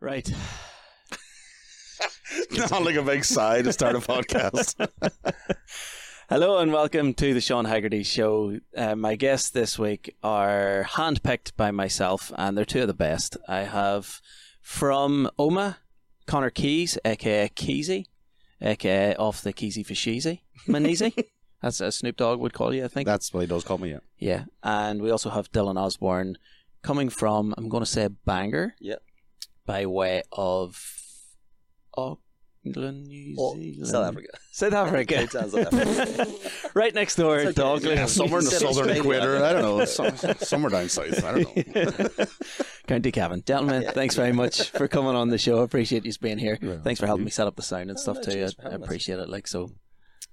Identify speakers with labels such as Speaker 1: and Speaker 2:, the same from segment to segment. Speaker 1: Right.
Speaker 2: Not like a big sigh to start a podcast.
Speaker 1: Hello and welcome to the Sean Haggerty Show. Uh, my guests this week are handpicked by myself, and they're two of the best. I have from Oma, Connor Keys, aka Keezy, aka off the Keezy for Sheezy, Maneezy. That's as Snoop Dogg would call you, I think.
Speaker 2: That's what he does call me. Yeah.
Speaker 1: yeah. And we also have Dylan Osborne coming from, I'm going to say Bangor.
Speaker 3: Yep.
Speaker 1: By way of Auckland, New
Speaker 3: Oh,
Speaker 1: Zealand.
Speaker 3: South Africa.
Speaker 1: South Africa.
Speaker 3: It sounds South Africa.
Speaker 1: right next door,
Speaker 3: It's okay,
Speaker 1: Douglas.
Speaker 3: yeah,
Speaker 2: Somewhere in the
Speaker 3: Southern
Speaker 2: southern equator.
Speaker 3: equator,
Speaker 2: I don't know. Somewhere down south. I don't know.
Speaker 1: County Cavan. Gentlemen, thanks very much for coming on the show. I appreciate you being here. thanks for helping me set up the sound and stuff
Speaker 3: Oh, no,
Speaker 1: too.
Speaker 3: cheers for
Speaker 1: I, I
Speaker 3: having us.
Speaker 1: appreciate it. Like so.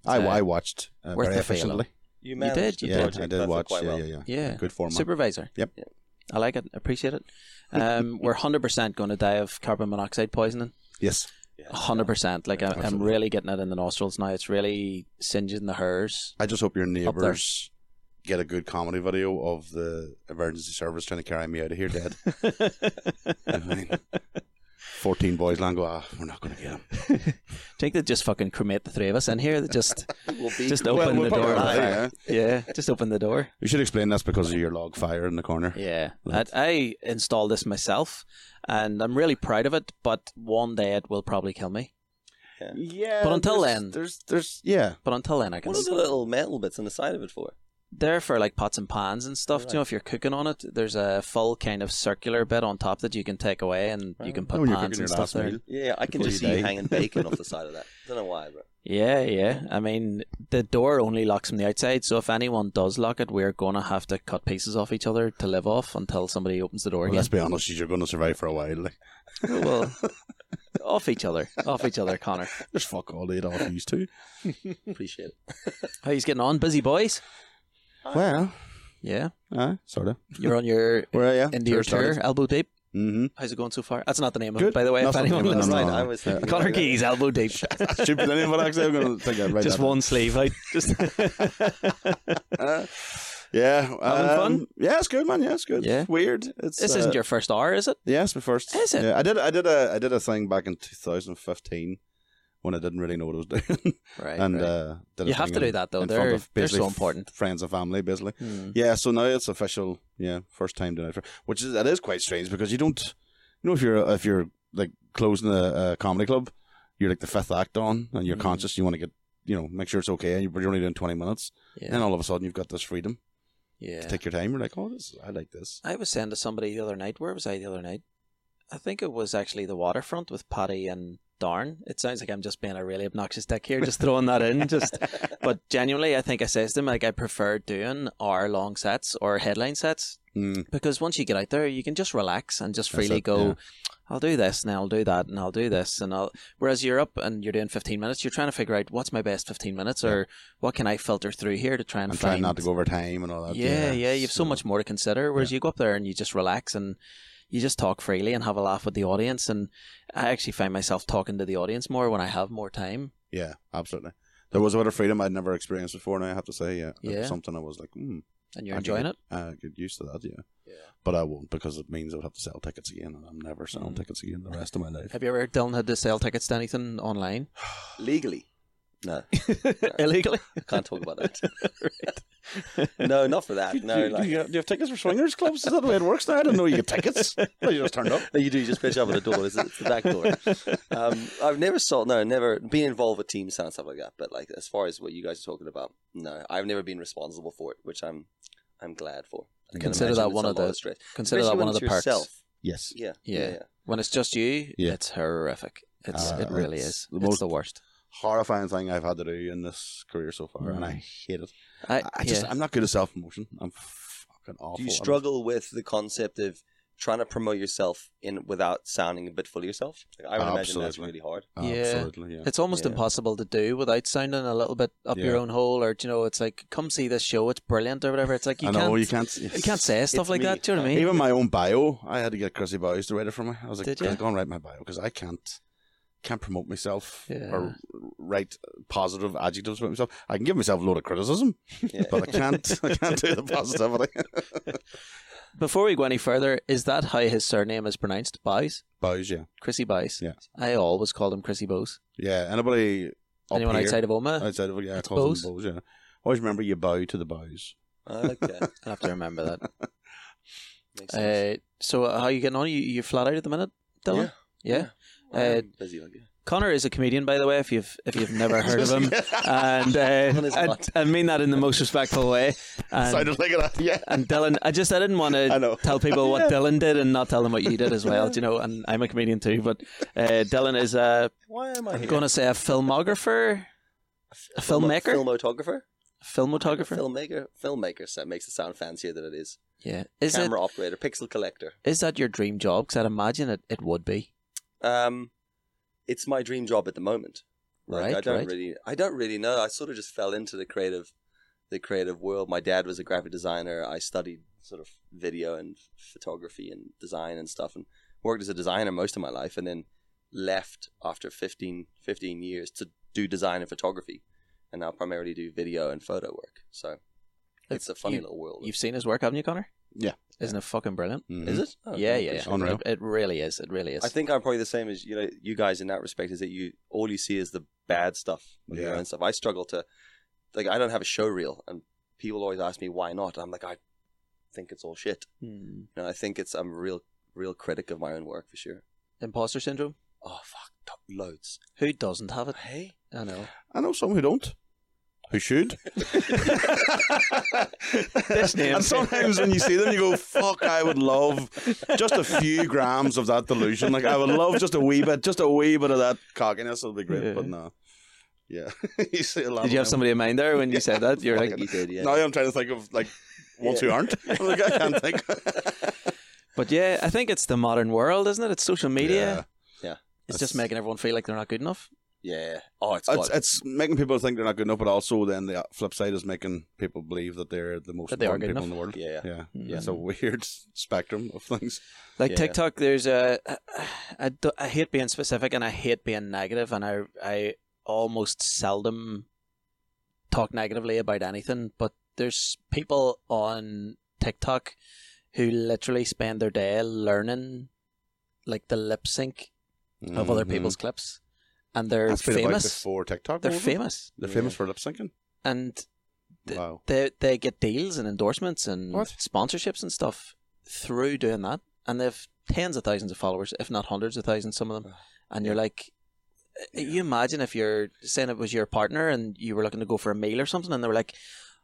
Speaker 2: I,
Speaker 1: Uh,
Speaker 2: I watched uh,
Speaker 1: worth
Speaker 2: very
Speaker 1: the fail.
Speaker 2: efficiently.
Speaker 3: You
Speaker 1: did,
Speaker 3: managed
Speaker 1: you
Speaker 3: the
Speaker 1: did.
Speaker 2: Yeah,
Speaker 3: project,
Speaker 2: I
Speaker 3: that's
Speaker 2: did
Speaker 3: it
Speaker 2: watch.
Speaker 3: quite
Speaker 2: Yeah,
Speaker 3: well.
Speaker 2: yeah, yeah,
Speaker 1: Yeah.
Speaker 2: Good format.
Speaker 1: Supervisor.
Speaker 2: Yep.
Speaker 1: I like it. I appreciate it. Um, we're hundred percent going to die of carbon monoxide poisoning.
Speaker 2: Yes.
Speaker 1: hundred percent. Like I, I'm
Speaker 2: Absolutely.
Speaker 1: really getting it in the nostrils now. It's really singeing the hairs.
Speaker 2: I just hope your neighbors get a good comedy video of the emergency service trying to carry me out of here dead. I mean, 14 boys land go, ah, we're not going to get him.
Speaker 1: Do you think they just fucking cremate the three of us in here? They just
Speaker 3: We'll be
Speaker 1: just
Speaker 2: Well,
Speaker 1: open
Speaker 2: we'll
Speaker 1: the door.
Speaker 2: probably
Speaker 1: and
Speaker 2: die,
Speaker 1: fire. yeah, just open the door.
Speaker 2: You should explain that's because of your log fire in the corner.
Speaker 1: Yeah, I,
Speaker 2: Right.
Speaker 1: I installed this myself, and I'm really proud of it. But one day it will probably kill me.
Speaker 2: Yeah.
Speaker 1: But until
Speaker 2: there's-
Speaker 1: then-
Speaker 2: There's, there's, yeah.
Speaker 1: But until then, I can.
Speaker 3: What are the little metal bits on the side of it for?
Speaker 1: There for like pots and pans and stuff. Do you know if you're cooking on it? There's a full kind of circular bit on top that you can take away, and you can
Speaker 2: Know
Speaker 1: put
Speaker 2: when Oh,
Speaker 1: pans
Speaker 2: you're cooking
Speaker 1: and
Speaker 2: your
Speaker 1: stuff
Speaker 2: last
Speaker 1: there.
Speaker 2: meal.
Speaker 3: Yeah, I can
Speaker 2: Before
Speaker 3: just
Speaker 2: you
Speaker 3: see you
Speaker 2: die.
Speaker 3: hanging bacon off the side of that. Don't know why, bro.
Speaker 1: Yeah, yeah. I mean, the door only locks from the outside, so if anyone does lock it, we're gonna have to cut pieces off each other to live off until somebody opens the door
Speaker 2: Well,
Speaker 1: again.
Speaker 2: let's be honest, you're going to survive for a while. Like,
Speaker 1: well, off each other, off each other. Connor,
Speaker 2: there's fuck all eight off these two.
Speaker 3: Appreciate it.
Speaker 1: how you getting on? Busy boys.
Speaker 2: Well,
Speaker 1: Yeah,
Speaker 2: uh, sort of.
Speaker 1: you're on your
Speaker 2: Where are you?
Speaker 1: into your tour, elbow deep.
Speaker 2: Mm-hmm.
Speaker 1: How's it going so far? That's not the name of
Speaker 2: Good.
Speaker 1: it, by the way.
Speaker 2: That's
Speaker 1: if
Speaker 2: not
Speaker 1: anyone
Speaker 2: the name of
Speaker 1: wants
Speaker 2: it,
Speaker 1: to
Speaker 2: no,
Speaker 3: Right,
Speaker 2: no,
Speaker 1: know.
Speaker 3: I was thinking
Speaker 1: Connor
Speaker 3: about that.
Speaker 1: Keys, elbow deep.
Speaker 2: Stupid name, but actually, I'm going to think I'd write
Speaker 1: Just
Speaker 2: that
Speaker 1: one sleeve. I just
Speaker 2: Uh, yeah, um,
Speaker 1: Having fun?
Speaker 2: Yeah, it's good, man. Yeah, it's good.
Speaker 1: Yeah.
Speaker 2: It's weird. It's
Speaker 1: this
Speaker 2: uh,
Speaker 1: isn't your first R, is it?
Speaker 2: Yeah, it's my first.
Speaker 1: Is it?
Speaker 2: Yeah, I did. I did a. I did a thing back in 2015 when I didn't really know what I was doing,
Speaker 1: Right.
Speaker 2: and
Speaker 1: right.
Speaker 2: uh, did a
Speaker 1: You have
Speaker 2: thing
Speaker 1: to do
Speaker 2: in-
Speaker 1: that, though.
Speaker 2: in front
Speaker 1: They're-
Speaker 2: of
Speaker 1: they're
Speaker 2: basically
Speaker 1: so
Speaker 2: f-
Speaker 1: important.
Speaker 2: Friends and family, basically.
Speaker 1: Hmm.
Speaker 2: Yeah, so now it's official. Yeah, first time doing it, for- which is that is quite strange because you don't, you know, if you're if you're like closing a, a comedy club, you're like the fifth act on, and you're
Speaker 1: Mm.
Speaker 2: conscious. You want to get, you know, make sure it's okay, and you're you're only doing 20 minutes, and
Speaker 1: Yeah.
Speaker 2: then all of a sudden you've got this freedom.
Speaker 1: yeah.
Speaker 2: to take your time. You're like, oh, this, I like this.
Speaker 1: I was saying to somebody the other night, where was I the other night? I think it was actually the waterfront with Patty and Darn. It sounds like I'm just being a really obnoxious dick here, just throwing that in. Just, but genuinely, I think I says to them like I prefer doing hour long sets or headline sets
Speaker 2: Mm.
Speaker 1: because once you get out there, you can just relax and just
Speaker 2: That's
Speaker 1: freely
Speaker 2: it,
Speaker 1: go.
Speaker 2: yeah.
Speaker 1: I'll do this and I'll do that and I'll do this and I'll. Whereas you're up and you're doing 15 minutes, you're trying to figure out what's my best 15 minutes or what can I filter through here to try and
Speaker 2: And
Speaker 1: find
Speaker 2: trying not to go over time and all that.
Speaker 1: yeah, yeah, you have so much more to consider. Whereas
Speaker 2: Yeah.
Speaker 1: you go up there and you just relax and you just talk freely and have a laugh with the audience. And I actually find myself talking to the audience more when I have more time.
Speaker 2: Yeah, absolutely. There was a bit of freedom I'd never experienced before, and I have to say, yeah, it was
Speaker 1: Yeah.
Speaker 2: something I was like, hmm,
Speaker 1: And you're
Speaker 2: I could
Speaker 1: enjoying
Speaker 2: get-
Speaker 1: it.
Speaker 2: I get used to that, yeah.
Speaker 1: Yeah.
Speaker 2: But I won't because it means I would have to sell tickets again, and I'm never selling
Speaker 1: Mm.
Speaker 2: tickets again the rest of my life.
Speaker 1: Have you ever Dylan had to sell tickets to anything online
Speaker 3: Legally. No,
Speaker 1: illegally?
Speaker 3: I can't talk about that. No, not for that. No, like,
Speaker 2: you, have tickets for swingers clubs? Is that the way it works now? I didn't know you get tickets. Oh, you just turned up.
Speaker 3: No, you do. You just pitch up at the door. It's, it's the back door. Um, I've never sold. No, never been involved with team sound and stuff like that. But like as far as what you guys are talking about, no, I've never been responsible for it, which I'm, I'm glad for. I can
Speaker 1: Consider
Speaker 3: imagine
Speaker 1: that
Speaker 3: it's
Speaker 1: one
Speaker 3: a
Speaker 1: of
Speaker 3: lot
Speaker 1: the-
Speaker 3: stress.
Speaker 1: Consider that
Speaker 3: Especially
Speaker 1: one
Speaker 3: when
Speaker 1: of the
Speaker 3: it's
Speaker 1: perks.
Speaker 3: yourself.
Speaker 2: Yes.
Speaker 3: Yeah,
Speaker 1: Yeah.
Speaker 3: yeah, yeah.
Speaker 1: When it's just you,
Speaker 2: Yeah.
Speaker 1: it's horrific. It's
Speaker 2: Uh,
Speaker 1: it really
Speaker 2: it's
Speaker 1: is.
Speaker 2: the
Speaker 1: it's
Speaker 2: most-
Speaker 1: the worst.
Speaker 2: Horrifying thing I've had to do in this career so far, and I hate it.
Speaker 1: I,
Speaker 2: I just,
Speaker 1: Uh, yeah.
Speaker 2: I'm not good at self promotion. I'm fucking awful.
Speaker 3: Do you
Speaker 2: at it.
Speaker 3: struggle with the concept of trying to promote yourself in without sounding a bit full of yourself? Like, I would imagine that's
Speaker 2: Absolutely.
Speaker 3: really hard.
Speaker 1: Yeah.
Speaker 2: Absolutely, yeah.
Speaker 1: It's almost
Speaker 3: Yeah.
Speaker 1: impossible to do without sounding a little bit up your
Speaker 2: Yeah.
Speaker 1: own hole, or do you know, it's like, come see this show, it's brilliant, or whatever. It's like you
Speaker 2: I
Speaker 1: can't,
Speaker 2: know you can't.
Speaker 1: you can't say stuff
Speaker 3: It's
Speaker 1: like
Speaker 3: me.
Speaker 1: that. Do you know what I mean?
Speaker 2: Even my own bio, I had to get Chrissy Bowes to write it for me. I was like,
Speaker 1: Did ya?
Speaker 2: "Go and write my bio because I can't can't promote myself
Speaker 1: Yeah.
Speaker 2: or write positive adjectives about myself. I can give myself a load of criticism,
Speaker 3: Yeah.
Speaker 2: but I can't. I can't do the positivity.
Speaker 1: Before we go any further, is that how his surname is pronounced? Bows?
Speaker 2: Bows, yeah.
Speaker 1: Chrissy Bows?
Speaker 2: Yeah.
Speaker 1: I always called him Chrissy Bows.
Speaker 2: Yeah, anybody up
Speaker 1: Anyone
Speaker 2: here,
Speaker 1: outside of Oma? I
Speaker 2: outside of, yeah,
Speaker 1: It's bows.
Speaker 2: calls them bows, yeah. Always remember you bow to the bows.
Speaker 3: Okay.
Speaker 1: will have to remember that.
Speaker 3: Makes sense.
Speaker 1: Uh, so, uh, how you getting on? You you flat out at the minute, Dylan? Yeah.
Speaker 3: Well,
Speaker 1: uh,
Speaker 3: I'm busy like you.
Speaker 1: Connor is a comedian, by the way. If you've if you've never heard of him, and
Speaker 3: Dylan is
Speaker 1: uh,
Speaker 3: not.
Speaker 1: I, I mean that in the most respectful way. And, Uh,
Speaker 2: Sounded like that, yeah.
Speaker 1: and Dylan, I just I didn't want
Speaker 2: I
Speaker 1: to
Speaker 2: know.
Speaker 1: tell people what Dylan did and not tell them what you did as well. do you know, and I'm a comedian too. But uh, Dylan is a
Speaker 3: Why am I
Speaker 1: I'm
Speaker 3: here?
Speaker 1: going to say a filmographer, a filmmaker,
Speaker 3: Filmotographer?
Speaker 1: filmotographer.
Speaker 3: Filmmaker? Filmmaker. So that makes it sound fancier than it is.
Speaker 1: yeah, is it
Speaker 3: Camera operator. Pixel collector.
Speaker 1: is that your dream job? Because I'd imagine it, it would be
Speaker 3: Um, It's my dream job at the moment. Like,
Speaker 1: right.
Speaker 3: I don't
Speaker 1: right.
Speaker 3: really I don't really know. I sort of just fell into the creative the creative world. My dad was a graphic designer. I studied sort of video and photography and design and stuff and worked as a designer most of my life and then left after 15, 15 years to do design and photography and now primarily do video and photo work. So it's a funny
Speaker 1: you-
Speaker 3: little world.
Speaker 1: You've seen his work, haven't you, Connor?
Speaker 2: Yeah.
Speaker 1: Isn't it fucking brilliant?
Speaker 2: Mhm.
Speaker 3: Is it? Oh,
Speaker 1: yeah,
Speaker 3: okay.
Speaker 1: yeah, yeah.
Speaker 2: Unreal.
Speaker 1: It, it really is. It really is.
Speaker 3: I think I'm probably the same as you know you guys in that respect is that you all you see is the bad stuff of your
Speaker 2: Yeah.
Speaker 3: own stuff. I struggle to like I don't have a show reel and people always ask me why not. I'm like I think it's all shit.
Speaker 1: Hmm.
Speaker 3: You know, I think it's I'm a real real critic of my own work for sure.
Speaker 1: imposter syndrome.
Speaker 3: Oh fuck, top loads.
Speaker 1: Who doesn't have it?
Speaker 3: Hey,
Speaker 1: I know.
Speaker 2: I know some who don't. Who should?
Speaker 1: name.
Speaker 2: and sometimes when you see them, you go, "Fuck! I would love just a few grams of that delusion. Like I would love just a wee bit, just a wee bit of that cockiness. It'll be great."
Speaker 1: Yeah.
Speaker 2: But no, yeah, you see a lot.
Speaker 1: Did you have
Speaker 2: of them.
Speaker 1: somebody in mind there when you said that? You're
Speaker 3: I
Speaker 1: like,
Speaker 3: think you did, yeah.
Speaker 2: Now I'm trying to think of like ones who aren't. I'm like, I can't think.
Speaker 1: but yeah, I think it's the modern world, isn't it? It's social media.
Speaker 2: Yeah.
Speaker 1: It's
Speaker 2: That's-
Speaker 1: just making everyone feel like they're not good enough.
Speaker 3: yeah. Oh, it's,
Speaker 2: It's,
Speaker 3: got,
Speaker 2: it's making people think they're not good enough, but also then the flip side is making people believe that they're the most
Speaker 1: That they are
Speaker 2: important
Speaker 1: good
Speaker 2: people in the world.
Speaker 3: yeah.
Speaker 2: Yeah,
Speaker 1: Yeah. Mm-hmm.
Speaker 2: it's a weird spectrum of things.
Speaker 1: Like
Speaker 3: Yeah.
Speaker 1: TikTok, there's a. I, do- I hate being specific and I hate being negative, and I I almost seldom talk negatively about anything. But there's people on TikTok who literally spend their day learning, like the lip sync of other
Speaker 2: Mhm.
Speaker 1: people's clips, and they're
Speaker 2: That's been about
Speaker 1: famous.
Speaker 2: before TikTok.
Speaker 1: They're
Speaker 2: wasn't it?
Speaker 1: famous,
Speaker 2: They're
Speaker 3: Yeah.
Speaker 2: famous for lip syncing.
Speaker 1: and The-
Speaker 2: Wow.
Speaker 1: they they get deals and endorsements and
Speaker 2: What?
Speaker 1: sponsorships and stuff through doing that, and they've tens of thousands of followers, if not hundreds of thousands, some of them. And you're like, eh, you imagine if you're saying it was your partner and you were looking to go for a meal or something, and they were like,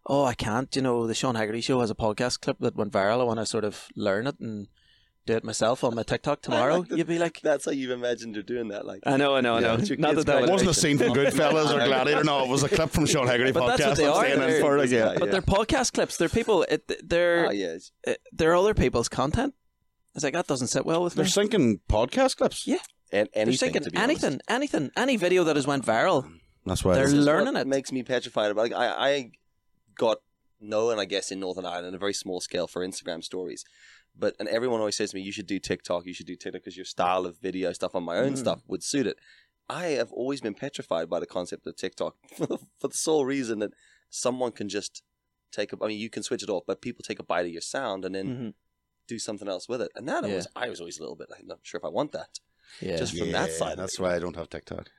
Speaker 1: "Oh, I can't," you know, the Sean Haggerty show has a podcast clip that went viral. I want to sort of learn it and do it myself on my TikTok tomorrow.
Speaker 3: like that-
Speaker 1: You'd be like,
Speaker 3: That's how you've imagined her doing that like
Speaker 1: "I know, I know, I
Speaker 2: Yeah.
Speaker 1: know."
Speaker 3: It's your
Speaker 1: Not
Speaker 3: kid's
Speaker 1: that that would
Speaker 2: Wasn't a
Speaker 1: make
Speaker 2: scene from Goodfellas or Gladiator. No, it was a clip from Sean Haggerty
Speaker 1: But that's
Speaker 2: podcast.
Speaker 1: what they
Speaker 2: I'm
Speaker 1: are,
Speaker 2: staying in
Speaker 1: they're-
Speaker 2: for it. Yeah.
Speaker 1: But they're podcast clips. They're people. It, they're
Speaker 3: Oh, yeah. it's-
Speaker 1: uh, they're other people's content. It's like that doesn't sit well with
Speaker 2: They're
Speaker 1: me.
Speaker 2: syncing podcast clips.
Speaker 1: Yeah.
Speaker 3: An-
Speaker 1: They're
Speaker 3: anything,
Speaker 1: thinking
Speaker 3: to be honest.
Speaker 1: anything, anything, any video that has went viral.
Speaker 2: That's why.
Speaker 1: They're
Speaker 2: it's-
Speaker 3: This is
Speaker 1: learning it.
Speaker 3: what makes me petrified about. Like, I, I got known, I guess, in Northern Ireland, a very small scale for Instagram stories. But and everyone always says to me, "You should do TikTok. You should do TikTok because your style of video stuff on my own
Speaker 1: Mm.
Speaker 3: stuff would suit it." I have always been petrified by the concept of TikTok for the sole reason that someone can just take a. I mean, you can switch it off, but people take a bite of your sound and then do something else with it. And that
Speaker 1: Mm-hmm. Yeah.
Speaker 3: was, I was always a little bit. I'm not sure if I want that.
Speaker 1: Yeah,
Speaker 3: Just from that
Speaker 2: Yeah,
Speaker 3: side of
Speaker 2: That's
Speaker 3: it.
Speaker 2: why I don't have TikTok.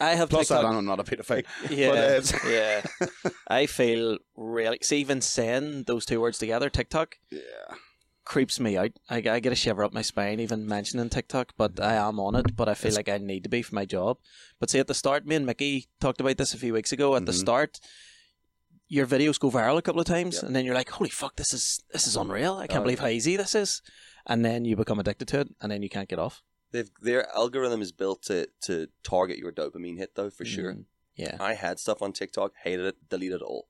Speaker 1: I have
Speaker 2: Plus, that
Speaker 1: TikTok.
Speaker 2: I'm not a pedophile.
Speaker 1: yeah,
Speaker 2: but, uh, it's-
Speaker 1: yeah. I feel really. See, even saying those two words together, TikTok,
Speaker 2: Yeah.
Speaker 1: creeps me out. I, I get a shiver up my spine even mentioning TikTok, but I am on it. But I feel like I need to be for my job. But see, at the start, me and Mickey talked about this a few weeks ago. At the
Speaker 3: Mm-hmm.
Speaker 2: Mhm.
Speaker 1: start, your videos go viral a couple of times,
Speaker 3: Yep.
Speaker 1: and then you're like, "Holy fuck, this is this is unreal! I can't
Speaker 3: Oh,
Speaker 1: believe how easy this is." And then you become addicted to it, and then you can't get off.
Speaker 3: They've, their algorithm is built to to target your dopamine hit, though, for sure.
Speaker 1: Mm, Yeah.
Speaker 3: I had stuff on TikTok, hated it, deleted it all.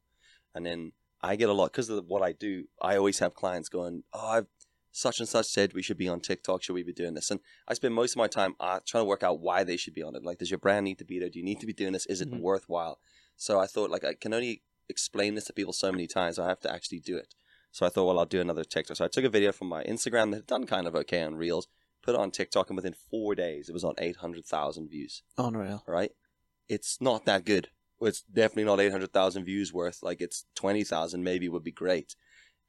Speaker 3: And then I get a lot because of what I do. I always have clients going, Oh, I've such and such said we should be on TikTok. Should we be doing this? And I spend most of my time uh, trying to work out why they should be on it. Like, does your brand need to be there? Do you need to be doing this? Is it
Speaker 1: Mhm.
Speaker 3: worthwhile? So I thought, like, I can only explain this to people so many times. I have to actually do it. So I thought, well, I'll do another TikTok. So I took a video from my Instagram that had done kind of okay on Reels, put it on TikTok, and within four days, it was on 800,000 views
Speaker 1: Unreal.
Speaker 3: right? It's not that good. It's definitely not 800,000 views worth. Like it's 20,000 maybe would be great.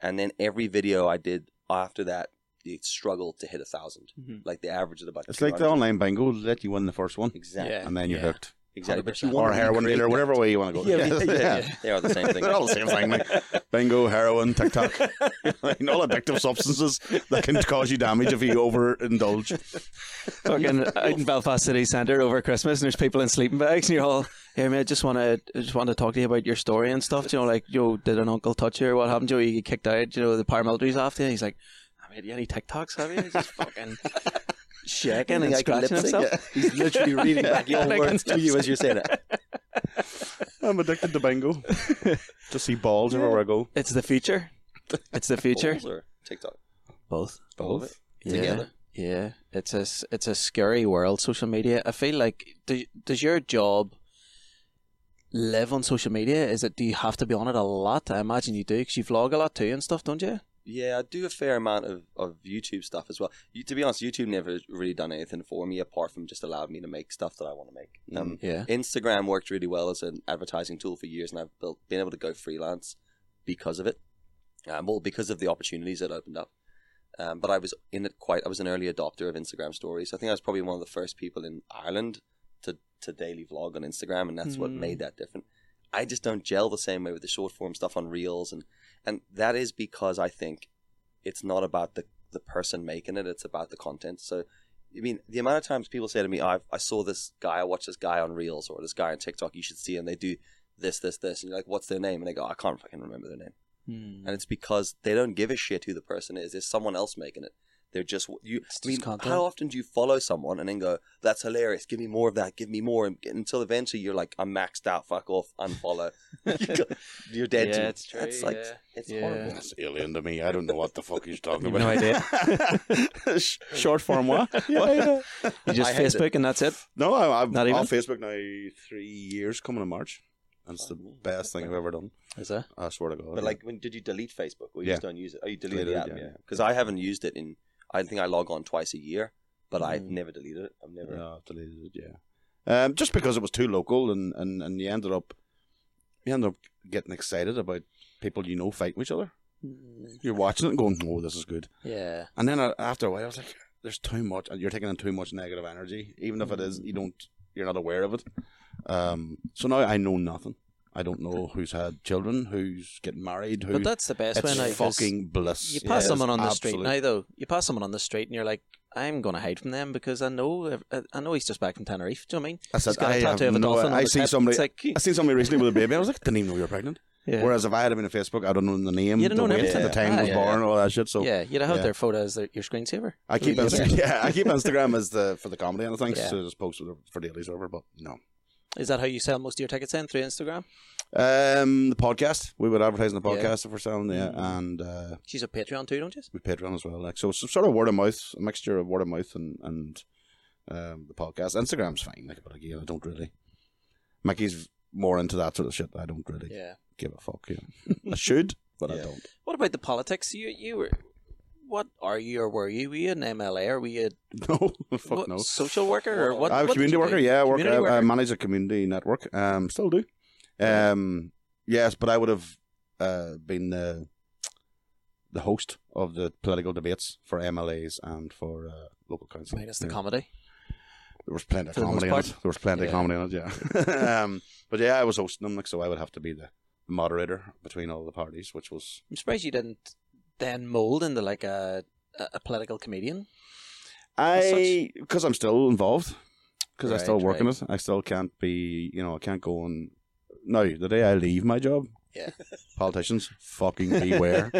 Speaker 3: And then every video I did after that, you struggle to hit a thousand.
Speaker 1: Mhm.
Speaker 3: Like the average is about.
Speaker 2: It's like the
Speaker 3: 200.
Speaker 2: online bingo. Let you win the first one,
Speaker 3: Exactly.
Speaker 1: Yeah.
Speaker 2: and then you're
Speaker 1: Yeah.
Speaker 2: hooked.
Speaker 3: Exactly. But you
Speaker 1: 100%.
Speaker 3: want
Speaker 2: Or
Speaker 3: to
Speaker 2: heroin,
Speaker 3: recreate
Speaker 2: or
Speaker 3: that.
Speaker 2: whatever way you want to go.
Speaker 3: Yeah, yeah, yeah, yeah. They are the same thing.
Speaker 2: They're all the same thing, mate. Bingo, heroin, TikTok, and all addictive substances that can cause you damage if you overindulge.
Speaker 1: Fucking out in Belfast City Centre over Christmas, and there's people in sleeping bags, and you're all, "Here, mate, just want to just want to talk to you about your story and stuff." Do you know, like, yo, did an uncle touch you, or what happened? to You You get kicked out. Do You know, the paramilitary's after. you. He's like, "I made you any TikToks? Have you?" He's just fucking shaking and
Speaker 3: I can
Speaker 1: scratching
Speaker 3: lip sync
Speaker 1: himself.
Speaker 3: it. He's literally reading back your
Speaker 1: I can
Speaker 3: words to you as you're saying it.
Speaker 2: I'm addicted to bingo. Just see balls everywhere I go.
Speaker 1: It's the future. It's the future.
Speaker 3: Balls or TikTok.
Speaker 1: Both.
Speaker 2: Both.
Speaker 1: Yeah.
Speaker 3: Together.
Speaker 1: Yeah. It's a s- it's a scary world. Social media. I feel like do, does your job live on social media? Is it do you have to be on it a lot? I imagine you do because you vlog a lot too and stuff, don't you?
Speaker 3: Yeah, I do a fair amount of, of YouTube stuff as well. You, to be honest, YouTube never really done anything for me apart from just allowed me to make stuff that I want to make. Um,
Speaker 1: Yeah.
Speaker 3: Instagram worked really well as an advertising tool for years, and I've built, been able to go freelance because of it. Um, well, because of the opportunities that opened up. Um, but I was in it quite. I was an early adopter of Instagram stories. I think I was probably one of the first people in Ireland to to daily vlog on Instagram, and that's what
Speaker 1: Mm.
Speaker 3: made that different. I just don't gel the same way with the short form stuff on Reels, and and that is because I think it's not about the the person making it; it's about the content. So I mean, the amount of times people say to me, I've, I saw this guy, I watched this guy on Reels or this guy on TikTok, you should see him. They do this, this, this. And you're like, what's their name? And they go, I can't fucking remember their name.
Speaker 1: Mm. Hmm.
Speaker 3: And it's because they don't give a shit who the person is. There's someone else making it. They're just, you,
Speaker 1: It's
Speaker 3: I mean,
Speaker 1: just content.
Speaker 3: how often do you follow someone and then go, that's hilarious, give me more of that, give me more, and, until eventually you're like, I'm maxed out, fuck off, unfollow. you're dead to me.
Speaker 1: it's true,
Speaker 3: It's like,
Speaker 1: yeah.
Speaker 3: it's
Speaker 1: Yeah.
Speaker 3: horrible.
Speaker 2: That's alien to me. I don't know what the fuck he's talking
Speaker 1: You've
Speaker 2: about.
Speaker 1: no idea.
Speaker 2: Sh- Short form what? What?
Speaker 1: You just
Speaker 3: I hate it.
Speaker 1: Facebook and that's it.
Speaker 2: No, I, I'm
Speaker 1: Not even?
Speaker 2: on Facebook now three years coming in March. And it's the best thing I've ever done.
Speaker 1: Is that?
Speaker 2: I swear to God.
Speaker 3: But like, when did you delete Facebook or you
Speaker 2: Yeah.
Speaker 3: just don't use it? Oh, you deleted,
Speaker 2: Deleted
Speaker 3: the
Speaker 2: it,
Speaker 3: app,
Speaker 2: yeah.
Speaker 3: yeah. Because I haven't used it in. I think I log on twice a year, but I've
Speaker 1: Mm.
Speaker 3: never deleted it. I've never.
Speaker 2: No, I've deleted it, yeah. Um, just because it was too local and, and, and you ended up you ended up getting excited about people you know fighting each other. You're watching it and going, Oh, this is good.
Speaker 1: Hmm, Yeah.
Speaker 2: And then uh, after a while I was like, There's too much uh, you're taking in too much negative energy. Even if it is you don't you're not aware of it. Um, so now I know nothing. I don't know who's had children, who's getting married, who
Speaker 1: But that's the best
Speaker 2: it's
Speaker 1: when I
Speaker 2: fucking bliss.
Speaker 1: You pass
Speaker 2: It is
Speaker 1: someone on the street
Speaker 2: absolute-
Speaker 1: now, though. You pass someone on the street, and you're like, "I'm going to hide from them because I know, I- I know he's just back from Tenerife." Do you know what I mean?
Speaker 2: I said,
Speaker 1: He's got a
Speaker 2: I
Speaker 1: tattoo
Speaker 2: have
Speaker 1: of a
Speaker 2: no-
Speaker 1: dolphin. on
Speaker 2: I
Speaker 1: his
Speaker 2: see
Speaker 1: hip.
Speaker 2: somebody-
Speaker 1: It's like,
Speaker 2: I seen somebody recently with a baby. I was like, didn't even know you were pregnant.
Speaker 1: yeah.
Speaker 2: Whereas if I had him in a Facebook, I'd have known the name,
Speaker 1: You'd
Speaker 2: the
Speaker 1: have known
Speaker 2: weight,
Speaker 3: everything.
Speaker 2: the time
Speaker 1: Ah,
Speaker 2: he was
Speaker 1: yeah.
Speaker 2: born, all that shit. So
Speaker 1: yeah, you'd have
Speaker 2: yeah.
Speaker 1: their photo as their, your screensaver.
Speaker 2: I keep
Speaker 1: Yeah.
Speaker 2: Instagram, yeah, I keep Instagram as the for the comedy and things.
Speaker 1: Yeah.
Speaker 2: So just post it for dailies or whatever. But no,
Speaker 1: Is that how you sell most of your tickets in through Instagram?
Speaker 2: um, the podcast we would advertise on the
Speaker 1: Yeah.
Speaker 2: podcast if we're selling, yeah,
Speaker 1: Mhm.
Speaker 2: and uh,
Speaker 1: She's a Patreon too, don't you?
Speaker 2: we Patreon as well. Like so, it's sort of word of mouth, a mixture of word of mouth and and um, the podcast. Instagram's fine, like, but again, I don't really. Mickey's more into that sort of shit. I don't really
Speaker 1: Yeah.
Speaker 2: give a fuck. Yeah, I should, but I
Speaker 3: Yeah.
Speaker 2: don't.
Speaker 1: What about the politics? You you were, what are you or were you? Were you an MLA or were you a
Speaker 2: No, fuck
Speaker 1: what,
Speaker 2: no.
Speaker 1: social worker or what?
Speaker 2: I'm
Speaker 1: what
Speaker 2: a
Speaker 1: did
Speaker 2: Uh, community
Speaker 1: you
Speaker 2: worker.
Speaker 1: do?
Speaker 2: Yeah, I work. uh,
Speaker 1: Community
Speaker 2: I, I
Speaker 1: worker.
Speaker 2: manage a community network. Um, still do. Um, yes, but I would have uh, been the the host of the political debates for MLAs and for uh, local council.
Speaker 1: Minus the
Speaker 2: Yeah.
Speaker 1: comedy.
Speaker 2: There was plenty of
Speaker 1: For the most
Speaker 2: comedy in
Speaker 1: part.
Speaker 2: it. There was plenty
Speaker 1: Yeah.
Speaker 2: of comedy in it. Yeah. um, but yeah, I was hosting them, like so. I would have to be the moderator between all the parties, which was
Speaker 1: I'm surprised you didn't then mold into like a a, a political comedian.
Speaker 2: I because I'm still involved because I still
Speaker 1: Right,
Speaker 2: work in it. I still can't be, you know, I can't go and no. The day I leave my job,
Speaker 1: Yeah.
Speaker 2: politicians fucking beware.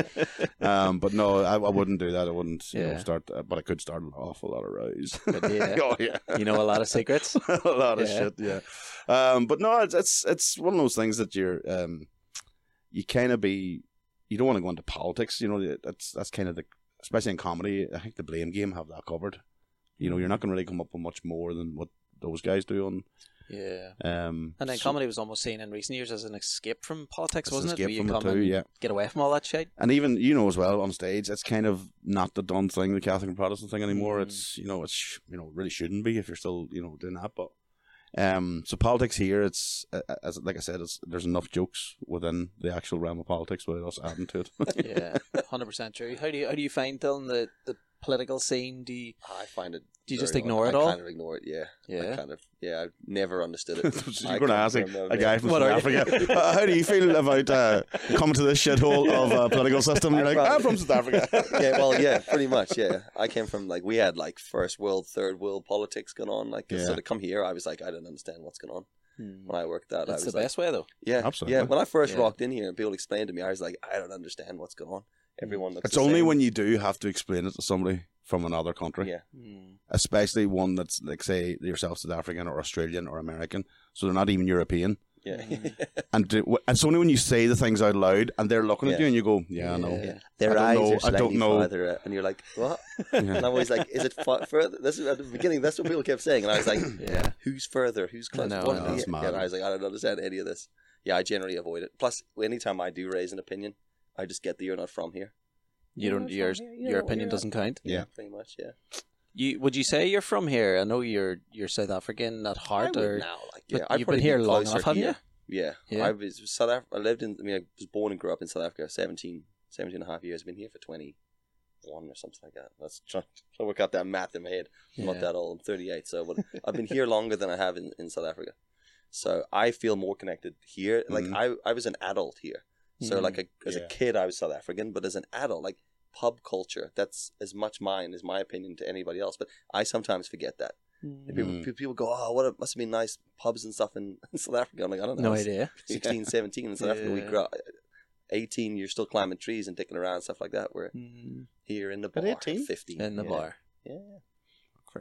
Speaker 2: um, but no, I, I wouldn't do that. I wouldn't, you know,
Speaker 1: Yeah.
Speaker 2: start. But I could start an awful lot of rows.
Speaker 1: But yeah.
Speaker 2: oh yeah,
Speaker 1: uh, You know a lot of secrets.
Speaker 2: a lot of
Speaker 1: Yeah.
Speaker 2: shit. Yeah. Um, but no, it's, it's it's one of those things that you're um, you kind of be you don't want to go into politics. You know, that's that's kind of the especially in comedy. I think the blame game have that covered. You know, you're not going to really come up with much more than what those guys do on.
Speaker 1: Yeah.
Speaker 2: Um,
Speaker 1: And then
Speaker 2: so-
Speaker 1: comedy was almost seen in recent years as an escape from politics,
Speaker 2: It's an
Speaker 1: wasn't it?
Speaker 2: escape
Speaker 1: Where you
Speaker 2: from it
Speaker 1: come
Speaker 2: too,
Speaker 1: and
Speaker 2: yeah.
Speaker 1: get away from all that shit.
Speaker 2: And even you know as well on stage, it's kind of not the done thing, the Catholic and Protestant thing anymore.
Speaker 1: Mm.
Speaker 2: It's you know it's you know really shouldn't be if you're still you know doing that, but Um, so politics here, it's uh, as like I said, it's there's enough jokes within the actual realm of politics without us adding to it.
Speaker 1: yeah, hundred percent true. How do you how do you find Dylan the the political scene? Do you
Speaker 3: I find it.
Speaker 1: do you
Speaker 3: very
Speaker 1: just
Speaker 3: odd.
Speaker 1: ignore it
Speaker 3: I
Speaker 1: all?
Speaker 3: kind of ignore it. Yeah. I
Speaker 1: yeah,
Speaker 3: kind of. Yeah. I've never understood it.
Speaker 2: So
Speaker 3: I
Speaker 2: You're going to
Speaker 3: can't
Speaker 2: ask like,
Speaker 3: remember,
Speaker 2: a guy from
Speaker 1: What
Speaker 2: South
Speaker 1: are you- Hmm,
Speaker 2: Africa, "Uh, how do you feel about uh, coming to this shithole of uh, political system? And you're
Speaker 3: I'm
Speaker 2: like,
Speaker 3: from-
Speaker 2: I'm from South Africa.
Speaker 3: yeah, well, yeah, pretty much. Yeah, I came from like we had like first world, third world politics going on. Like,
Speaker 2: Yeah.
Speaker 3: so to come here, I was like, I don't understand what's going on.
Speaker 1: Hmm.
Speaker 3: When I worked out,
Speaker 1: that's
Speaker 3: I
Speaker 1: the
Speaker 3: was like,
Speaker 1: best way though.
Speaker 3: yeah,
Speaker 2: Absolutely.
Speaker 3: yeah. When I first
Speaker 1: Yeah.
Speaker 3: walked in here and people explained to me, I was like, I don't understand what's going on. Everyone looks.
Speaker 2: It's only when you do have to explain it to somebody from another country,
Speaker 3: Yeah. Hmm.
Speaker 2: especially one that's like say yourself South African or Australian or American, so they're not even European.
Speaker 3: yeah,
Speaker 2: And do, and it's only when you say the things out loud and they're looking at
Speaker 3: Yeah.
Speaker 2: you and you go, yeah, I know.
Speaker 3: Oh, yeah.
Speaker 2: I
Speaker 3: Their
Speaker 2: don't
Speaker 3: eyes
Speaker 2: know- I
Speaker 3: are slightly
Speaker 2: don't know.
Speaker 3: farther, out, and you're like, what?
Speaker 2: Yeah.
Speaker 3: And I'm always like, is it fu- further? This is at the beginning. That's what people kept saying, and I was like,
Speaker 1: Yeah.
Speaker 3: who's further? Who's
Speaker 1: I
Speaker 3: closer?
Speaker 1: know,
Speaker 3: What
Speaker 1: I
Speaker 3: are
Speaker 1: know.
Speaker 3: the-
Speaker 2: That's mad.
Speaker 3: And I was like, I don't understand any of this. Yeah, I generally avoid it. Plus, anytime I do raise an opinion, I just get that you're not from here.
Speaker 1: You don't. Your your opinion doesn't count.
Speaker 2: Yeah.
Speaker 3: pretty much. Yeah,
Speaker 1: You would you say you're from here? I know you're you're South African at heart,
Speaker 3: I would
Speaker 1: or
Speaker 3: now, like,
Speaker 1: but
Speaker 3: yeah, I'd
Speaker 1: you've
Speaker 3: probably
Speaker 1: been here
Speaker 3: be
Speaker 1: long
Speaker 3: closer
Speaker 1: enough, haven't
Speaker 3: here. Yeah,
Speaker 1: Yeah.
Speaker 3: I was South Africa. I lived in. I mean, I was born and grew up in South Africa. 17, 17 and a half years. Been here for twenty one or something like that. That's trying to work out that math in my head.
Speaker 1: you?
Speaker 3: I'm not that old. I'm 38, so but I've been here longer than I have in, in South Africa. So I feel more connected here. Like
Speaker 1: Mm-hmm.
Speaker 2: Mhm.
Speaker 3: I, I was an adult here. So
Speaker 1: Mhm.
Speaker 3: like a, as
Speaker 2: Yeah.
Speaker 3: a kid, I was South African, but as an adult, like pub culture, that's as much mine as my opinion to anybody else. But I sometimes forget that. And
Speaker 1: Mm.
Speaker 3: People,
Speaker 2: Mm.
Speaker 3: pe- people go, oh, what a, must have been nice pubs and stuff in, South Africa. I'm like, I don't know.
Speaker 1: No
Speaker 3: I was
Speaker 1: idea.
Speaker 3: 16, 17 in South Africa, we
Speaker 1: Yeah.
Speaker 3: grew up. 18, you're still climbing trees and dicking around and stuff like that. We're
Speaker 1: Mm.
Speaker 3: here in the
Speaker 2: At
Speaker 3: bar.
Speaker 2: 18?
Speaker 3: 15.
Speaker 1: In the
Speaker 3: Hmm. yeah.
Speaker 1: bar.
Speaker 3: Yeah.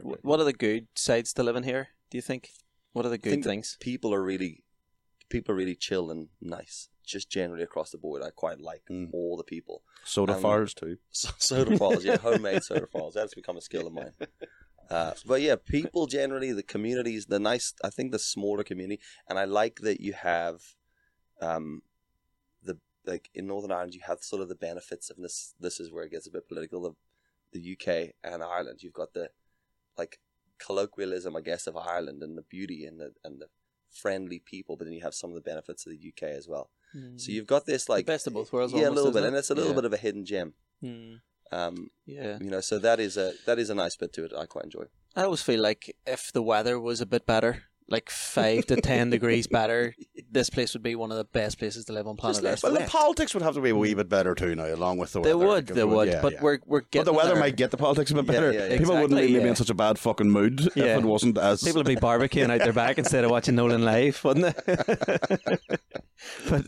Speaker 1: Wh- What are the good sides to living here? Do you think? What are the good
Speaker 3: Think-
Speaker 1: things?
Speaker 3: people are really people are really chill and nice just generally across the board i quite like
Speaker 2: Mm.
Speaker 3: all the people
Speaker 2: Soda
Speaker 3: Um,
Speaker 2: fires too.
Speaker 3: so, soda falls yeah homemade soda falls that's become a skill of mine uh, but yeah people generally the communities the nice i think the smaller community and i like that you have um the like in northern ireland you have sort of the benefits of this this is where it gets a bit political of the uk and ireland you've got the like colloquialism i guess of ireland and the beauty and the and the friendly people but then you have some of the benefits of the uk as well so you've got this like
Speaker 1: Mm. best of both worlds
Speaker 3: yeah
Speaker 1: almost,
Speaker 3: a little
Speaker 1: isn't
Speaker 3: bit
Speaker 1: it?
Speaker 3: and it's a little
Speaker 1: Yeah.
Speaker 3: bit of a hidden gem
Speaker 1: Mm.
Speaker 3: um
Speaker 1: Yeah.
Speaker 3: you know so that is a that is a nice bit to it i quite enjoy
Speaker 1: I always feel like if the weather was a bit better, like five to ten degrees better, this place would be one of the best places to live on planet
Speaker 3: Just
Speaker 1: Earth.
Speaker 2: Well,
Speaker 3: less
Speaker 2: the politics would have to be a wee bit better too now, along with the
Speaker 1: they
Speaker 2: weather.
Speaker 1: would,
Speaker 2: because
Speaker 1: they
Speaker 2: we
Speaker 1: would,
Speaker 2: yeah,
Speaker 1: but
Speaker 2: yeah.
Speaker 1: we're we're
Speaker 2: But
Speaker 1: getting
Speaker 2: the weather
Speaker 1: there.
Speaker 2: might get the politics a bit
Speaker 3: Yeah,
Speaker 2: better.
Speaker 3: yeah, yeah.
Speaker 2: People wouldn't
Speaker 1: Exactly,
Speaker 2: be maybe
Speaker 1: yeah.
Speaker 2: in such a bad fucking mood
Speaker 1: Yeah.
Speaker 2: if it wasn't as.
Speaker 1: People would be barbecuing out their back instead of watching Nolan live, wouldn't it? but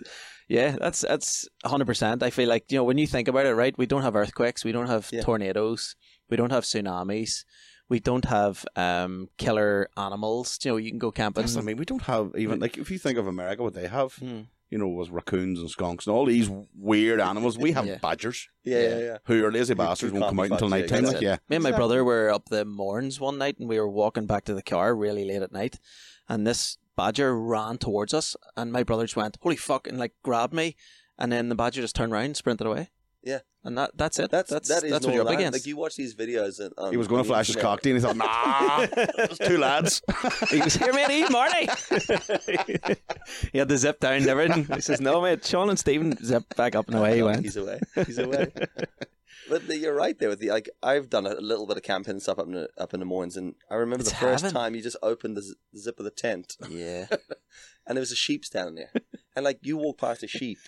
Speaker 1: yeah, that's that's hundred percent. I feel like you know when you think about it, right? We don't have earthquakes, we don't have
Speaker 3: Yeah.
Speaker 1: tornadoes, we don't have tsunamis, we don't have um, killer animals. You know, you can go camping.
Speaker 2: That's- I mean, we don't have even like if you think of America, what they have,
Speaker 1: Hmm.
Speaker 2: you know, was raccoons and skunks and all these weird animals. We have
Speaker 1: Yeah.
Speaker 2: badgers
Speaker 3: yeah
Speaker 1: Yeah.
Speaker 3: yeah yeah
Speaker 2: who are lazy
Speaker 3: Who- who
Speaker 2: bastards, won't
Speaker 3: can't
Speaker 2: come
Speaker 3: be
Speaker 2: out until
Speaker 3: fucked, yeah,
Speaker 2: night time.
Speaker 1: that's
Speaker 2: Like,
Speaker 1: it.
Speaker 2: yeah,
Speaker 1: Me and my
Speaker 2: Exactly.
Speaker 1: brother were up the Mourns one night and we were walking back to the car really late at night and this badger ran towards us and my brother just went, Holy fuck and like grabbed me and then the badger just turned around and sprinted away.
Speaker 3: Yeah.
Speaker 1: And that that's it.
Speaker 3: that's
Speaker 1: That's
Speaker 3: that is
Speaker 1: that's, that's what you're up
Speaker 3: Northern
Speaker 1: against.
Speaker 3: Ireland. like you watch these videos and um,
Speaker 2: he was going
Speaker 3: on
Speaker 2: to
Speaker 3: the
Speaker 2: flash his
Speaker 3: internet.
Speaker 2: cocktail and he thought, nah, it's two lads.
Speaker 1: he was here, mate, eat Marty. he had the zip down and everything. He says, No mate, Sean and Stephen zip back up and away he went.
Speaker 3: he's away he's away but the- you're right there with the like i've done a little bit of camping and stuff up in the, up in the mornings and i remember
Speaker 1: It's
Speaker 3: the first
Speaker 1: heaven.
Speaker 3: time you just opened the, z- the zip of the tent
Speaker 1: Yeah.
Speaker 3: and there was a sheep standing there and like you walk past a sheep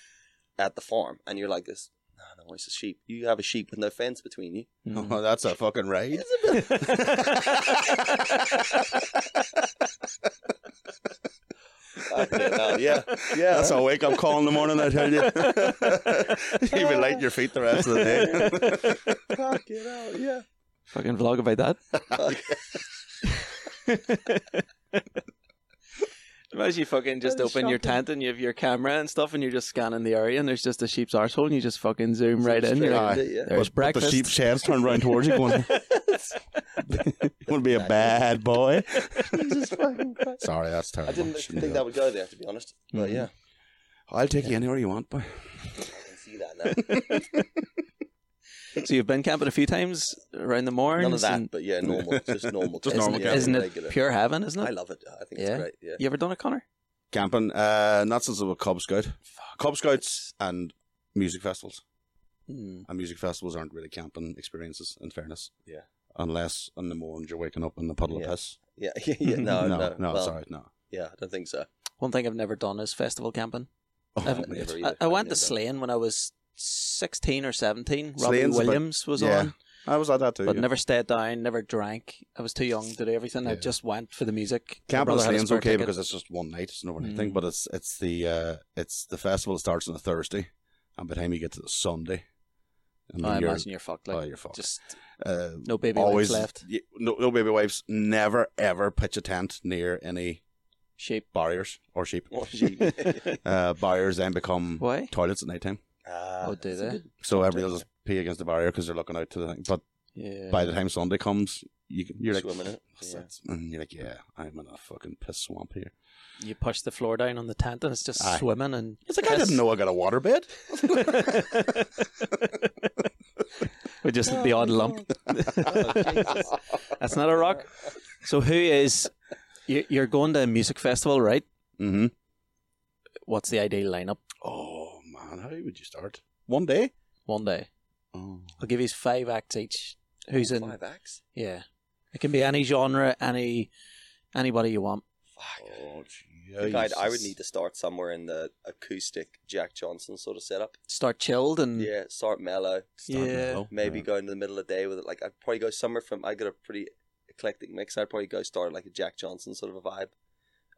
Speaker 3: at the farm and you're like this no, no, it's a sheep. You have a sheep with no fence between you.
Speaker 1: Mm.
Speaker 2: oh, that's a fucking raid.
Speaker 3: Fucking hell, yeah, yeah.
Speaker 2: That's a wake up call in the morning, I tell you. You've been lighting your feet the rest of the day.
Speaker 3: Fuck it out, yeah.
Speaker 1: Fucking vlog about that. Imagine you fucking just
Speaker 3: That is
Speaker 1: open your
Speaker 3: shocking.
Speaker 1: tent and you have your camera and stuff and you're just scanning the area and there's just a sheep's arsehole and you just fucking zoom right in.
Speaker 3: Straight
Speaker 1: You're like,
Speaker 3: into it, yeah.
Speaker 1: there's
Speaker 2: But
Speaker 1: breakfast.
Speaker 2: The sheep's heads turned round towards you, going, "Would be a bad boy."
Speaker 3: Jesus fucking Christ.
Speaker 2: Sorry, that's
Speaker 3: I
Speaker 2: terrible.
Speaker 3: didn't
Speaker 2: Shouldn't
Speaker 3: think
Speaker 2: do
Speaker 3: that would go there, to be honest. But
Speaker 1: Mhm.
Speaker 3: yeah,
Speaker 2: I'll take you anywhere you want, boy.
Speaker 3: I can see that now.
Speaker 1: So you've been camping a few times around the Mourns.
Speaker 3: None of that,
Speaker 1: and-
Speaker 3: but yeah, normal, just normal.
Speaker 2: Just
Speaker 1: Isn't,
Speaker 3: camping,
Speaker 2: normal
Speaker 1: it-
Speaker 3: yeah,
Speaker 1: isn't
Speaker 3: regular.
Speaker 1: it pure heaven? Isn't it?
Speaker 3: I love it. I think
Speaker 1: Yeah.
Speaker 3: it's great. Yeah.
Speaker 1: You ever done it, Connor?
Speaker 2: Camping, uh, not since I was a Cub Scout. Cub Scouts and music festivals.
Speaker 1: Mm.
Speaker 2: And music festivals aren't really camping experiences, in fairness.
Speaker 3: Yeah.
Speaker 2: Unless in the morning you're waking up in the puddle
Speaker 3: Yeah.
Speaker 2: of piss.
Speaker 3: Yeah. yeah, yeah. No,
Speaker 2: no,
Speaker 3: no,
Speaker 2: no,
Speaker 3: well,
Speaker 2: sorry, no.
Speaker 3: Yeah, I don't think so.
Speaker 1: One thing I've never done is festival camping.
Speaker 2: Oh,
Speaker 1: I've-
Speaker 2: mate.
Speaker 3: never
Speaker 1: I,
Speaker 3: either.
Speaker 1: I
Speaker 3: I've
Speaker 1: went to
Speaker 3: never done it.
Speaker 1: Slane when I was sixteen or seventeen. Robbie
Speaker 2: Slane's about-
Speaker 1: Williams was
Speaker 2: yeah,
Speaker 1: on,
Speaker 2: I was like that too.
Speaker 1: but
Speaker 2: yeah.
Speaker 1: never stayed down, never drank. I was too young to do everything. I
Speaker 2: Yeah.
Speaker 1: just went for the music. My
Speaker 2: Camping
Speaker 1: brother had a
Speaker 2: Slane's
Speaker 1: spare
Speaker 2: okay
Speaker 1: ticket.
Speaker 2: because it's just one night, it's not
Speaker 1: Mm.
Speaker 2: anything. But it's it's the uh, it's the festival starts on a Thursday, and by the time you get to the Sunday, and
Speaker 1: I
Speaker 2: then you're,
Speaker 1: imagine you're fucked. Like
Speaker 2: oh, you're fucked.
Speaker 1: just
Speaker 2: uh,
Speaker 1: no baby
Speaker 2: always
Speaker 1: legs left.
Speaker 2: y- no, no baby wives. Never ever pitch a tent near any
Speaker 1: Shape.
Speaker 2: barriers or sheep.
Speaker 3: Oh, gee.
Speaker 2: Uh, barriers then become
Speaker 1: Why?
Speaker 2: toilets at night time,
Speaker 3: Ah,
Speaker 1: Oh, do
Speaker 3: that's a
Speaker 1: they?
Speaker 3: good-
Speaker 2: so everybody will just pee against the barrier because they're looking out to the thing. But
Speaker 1: Yeah.
Speaker 2: by the time Sunday comes, you can- you're like
Speaker 3: Swim in it,
Speaker 2: "What's
Speaker 3: yeah."
Speaker 2: that?" And you're like, yeah, I'm in a fucking piss swamp here.
Speaker 1: you push the floor down on the tent and it's just
Speaker 2: Aye.
Speaker 1: swimming and
Speaker 2: It's like I didn't know I got a waterbed.
Speaker 1: with just the
Speaker 3: Oh,
Speaker 1: odd lump. That's not a rock. So who is you- you're going to a music festival, right?
Speaker 2: Mm-hmm.
Speaker 1: What's the ideal lineup
Speaker 2: Oh man, how would you start? One day.
Speaker 1: one day?
Speaker 2: Oh.
Speaker 1: I'll give you five acts each. Who's in?
Speaker 3: Five acts?
Speaker 1: Yeah, it can be any genre, any anybody you want.
Speaker 3: Fuck.
Speaker 1: Oh,
Speaker 2: jeez.
Speaker 3: I think I'd, I would need to start somewhere in the acoustic Jack Johnson sort of setup.
Speaker 1: Start chilled and
Speaker 3: Yeah, start mellow.
Speaker 1: Yeah.
Speaker 3: Maybe go into the middle of the day with it. Like I'd probably go somewhere from. I got a pretty eclectic mix. I'd probably go start like a Jack Johnson sort of a vibe.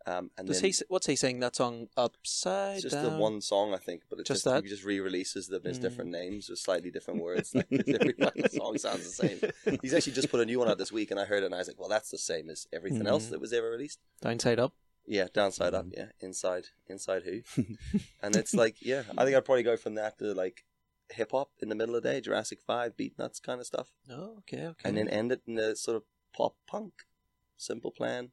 Speaker 3: Um, and
Speaker 1: does
Speaker 3: then
Speaker 1: he? s- What's he saying? That song upside
Speaker 3: it's just
Speaker 1: down.
Speaker 3: the one song I think, but it's
Speaker 1: Just
Speaker 3: just,
Speaker 1: that?
Speaker 3: he just re-releases them. There's
Speaker 1: Mm.
Speaker 3: different names with slightly different words. Like, 'cause every fucking song sounds the same. He's actually just put a new one out this week, and I heard it, and I was like, "Well, that's the same as everything else
Speaker 1: Mhm.
Speaker 3: that was ever released."
Speaker 1: Downside up.
Speaker 3: Yeah, downside
Speaker 1: Mm.
Speaker 3: up. Yeah, inside, inside who? and it's like, yeah, I think I'd probably go from that to like hip hop in the middle of the day, Jurassic Five, beat nuts kind of stuff,
Speaker 1: Oh, okay, okay.
Speaker 3: and then
Speaker 2: Mm-hmm.
Speaker 3: end it in a sort of pop punk, simple plan,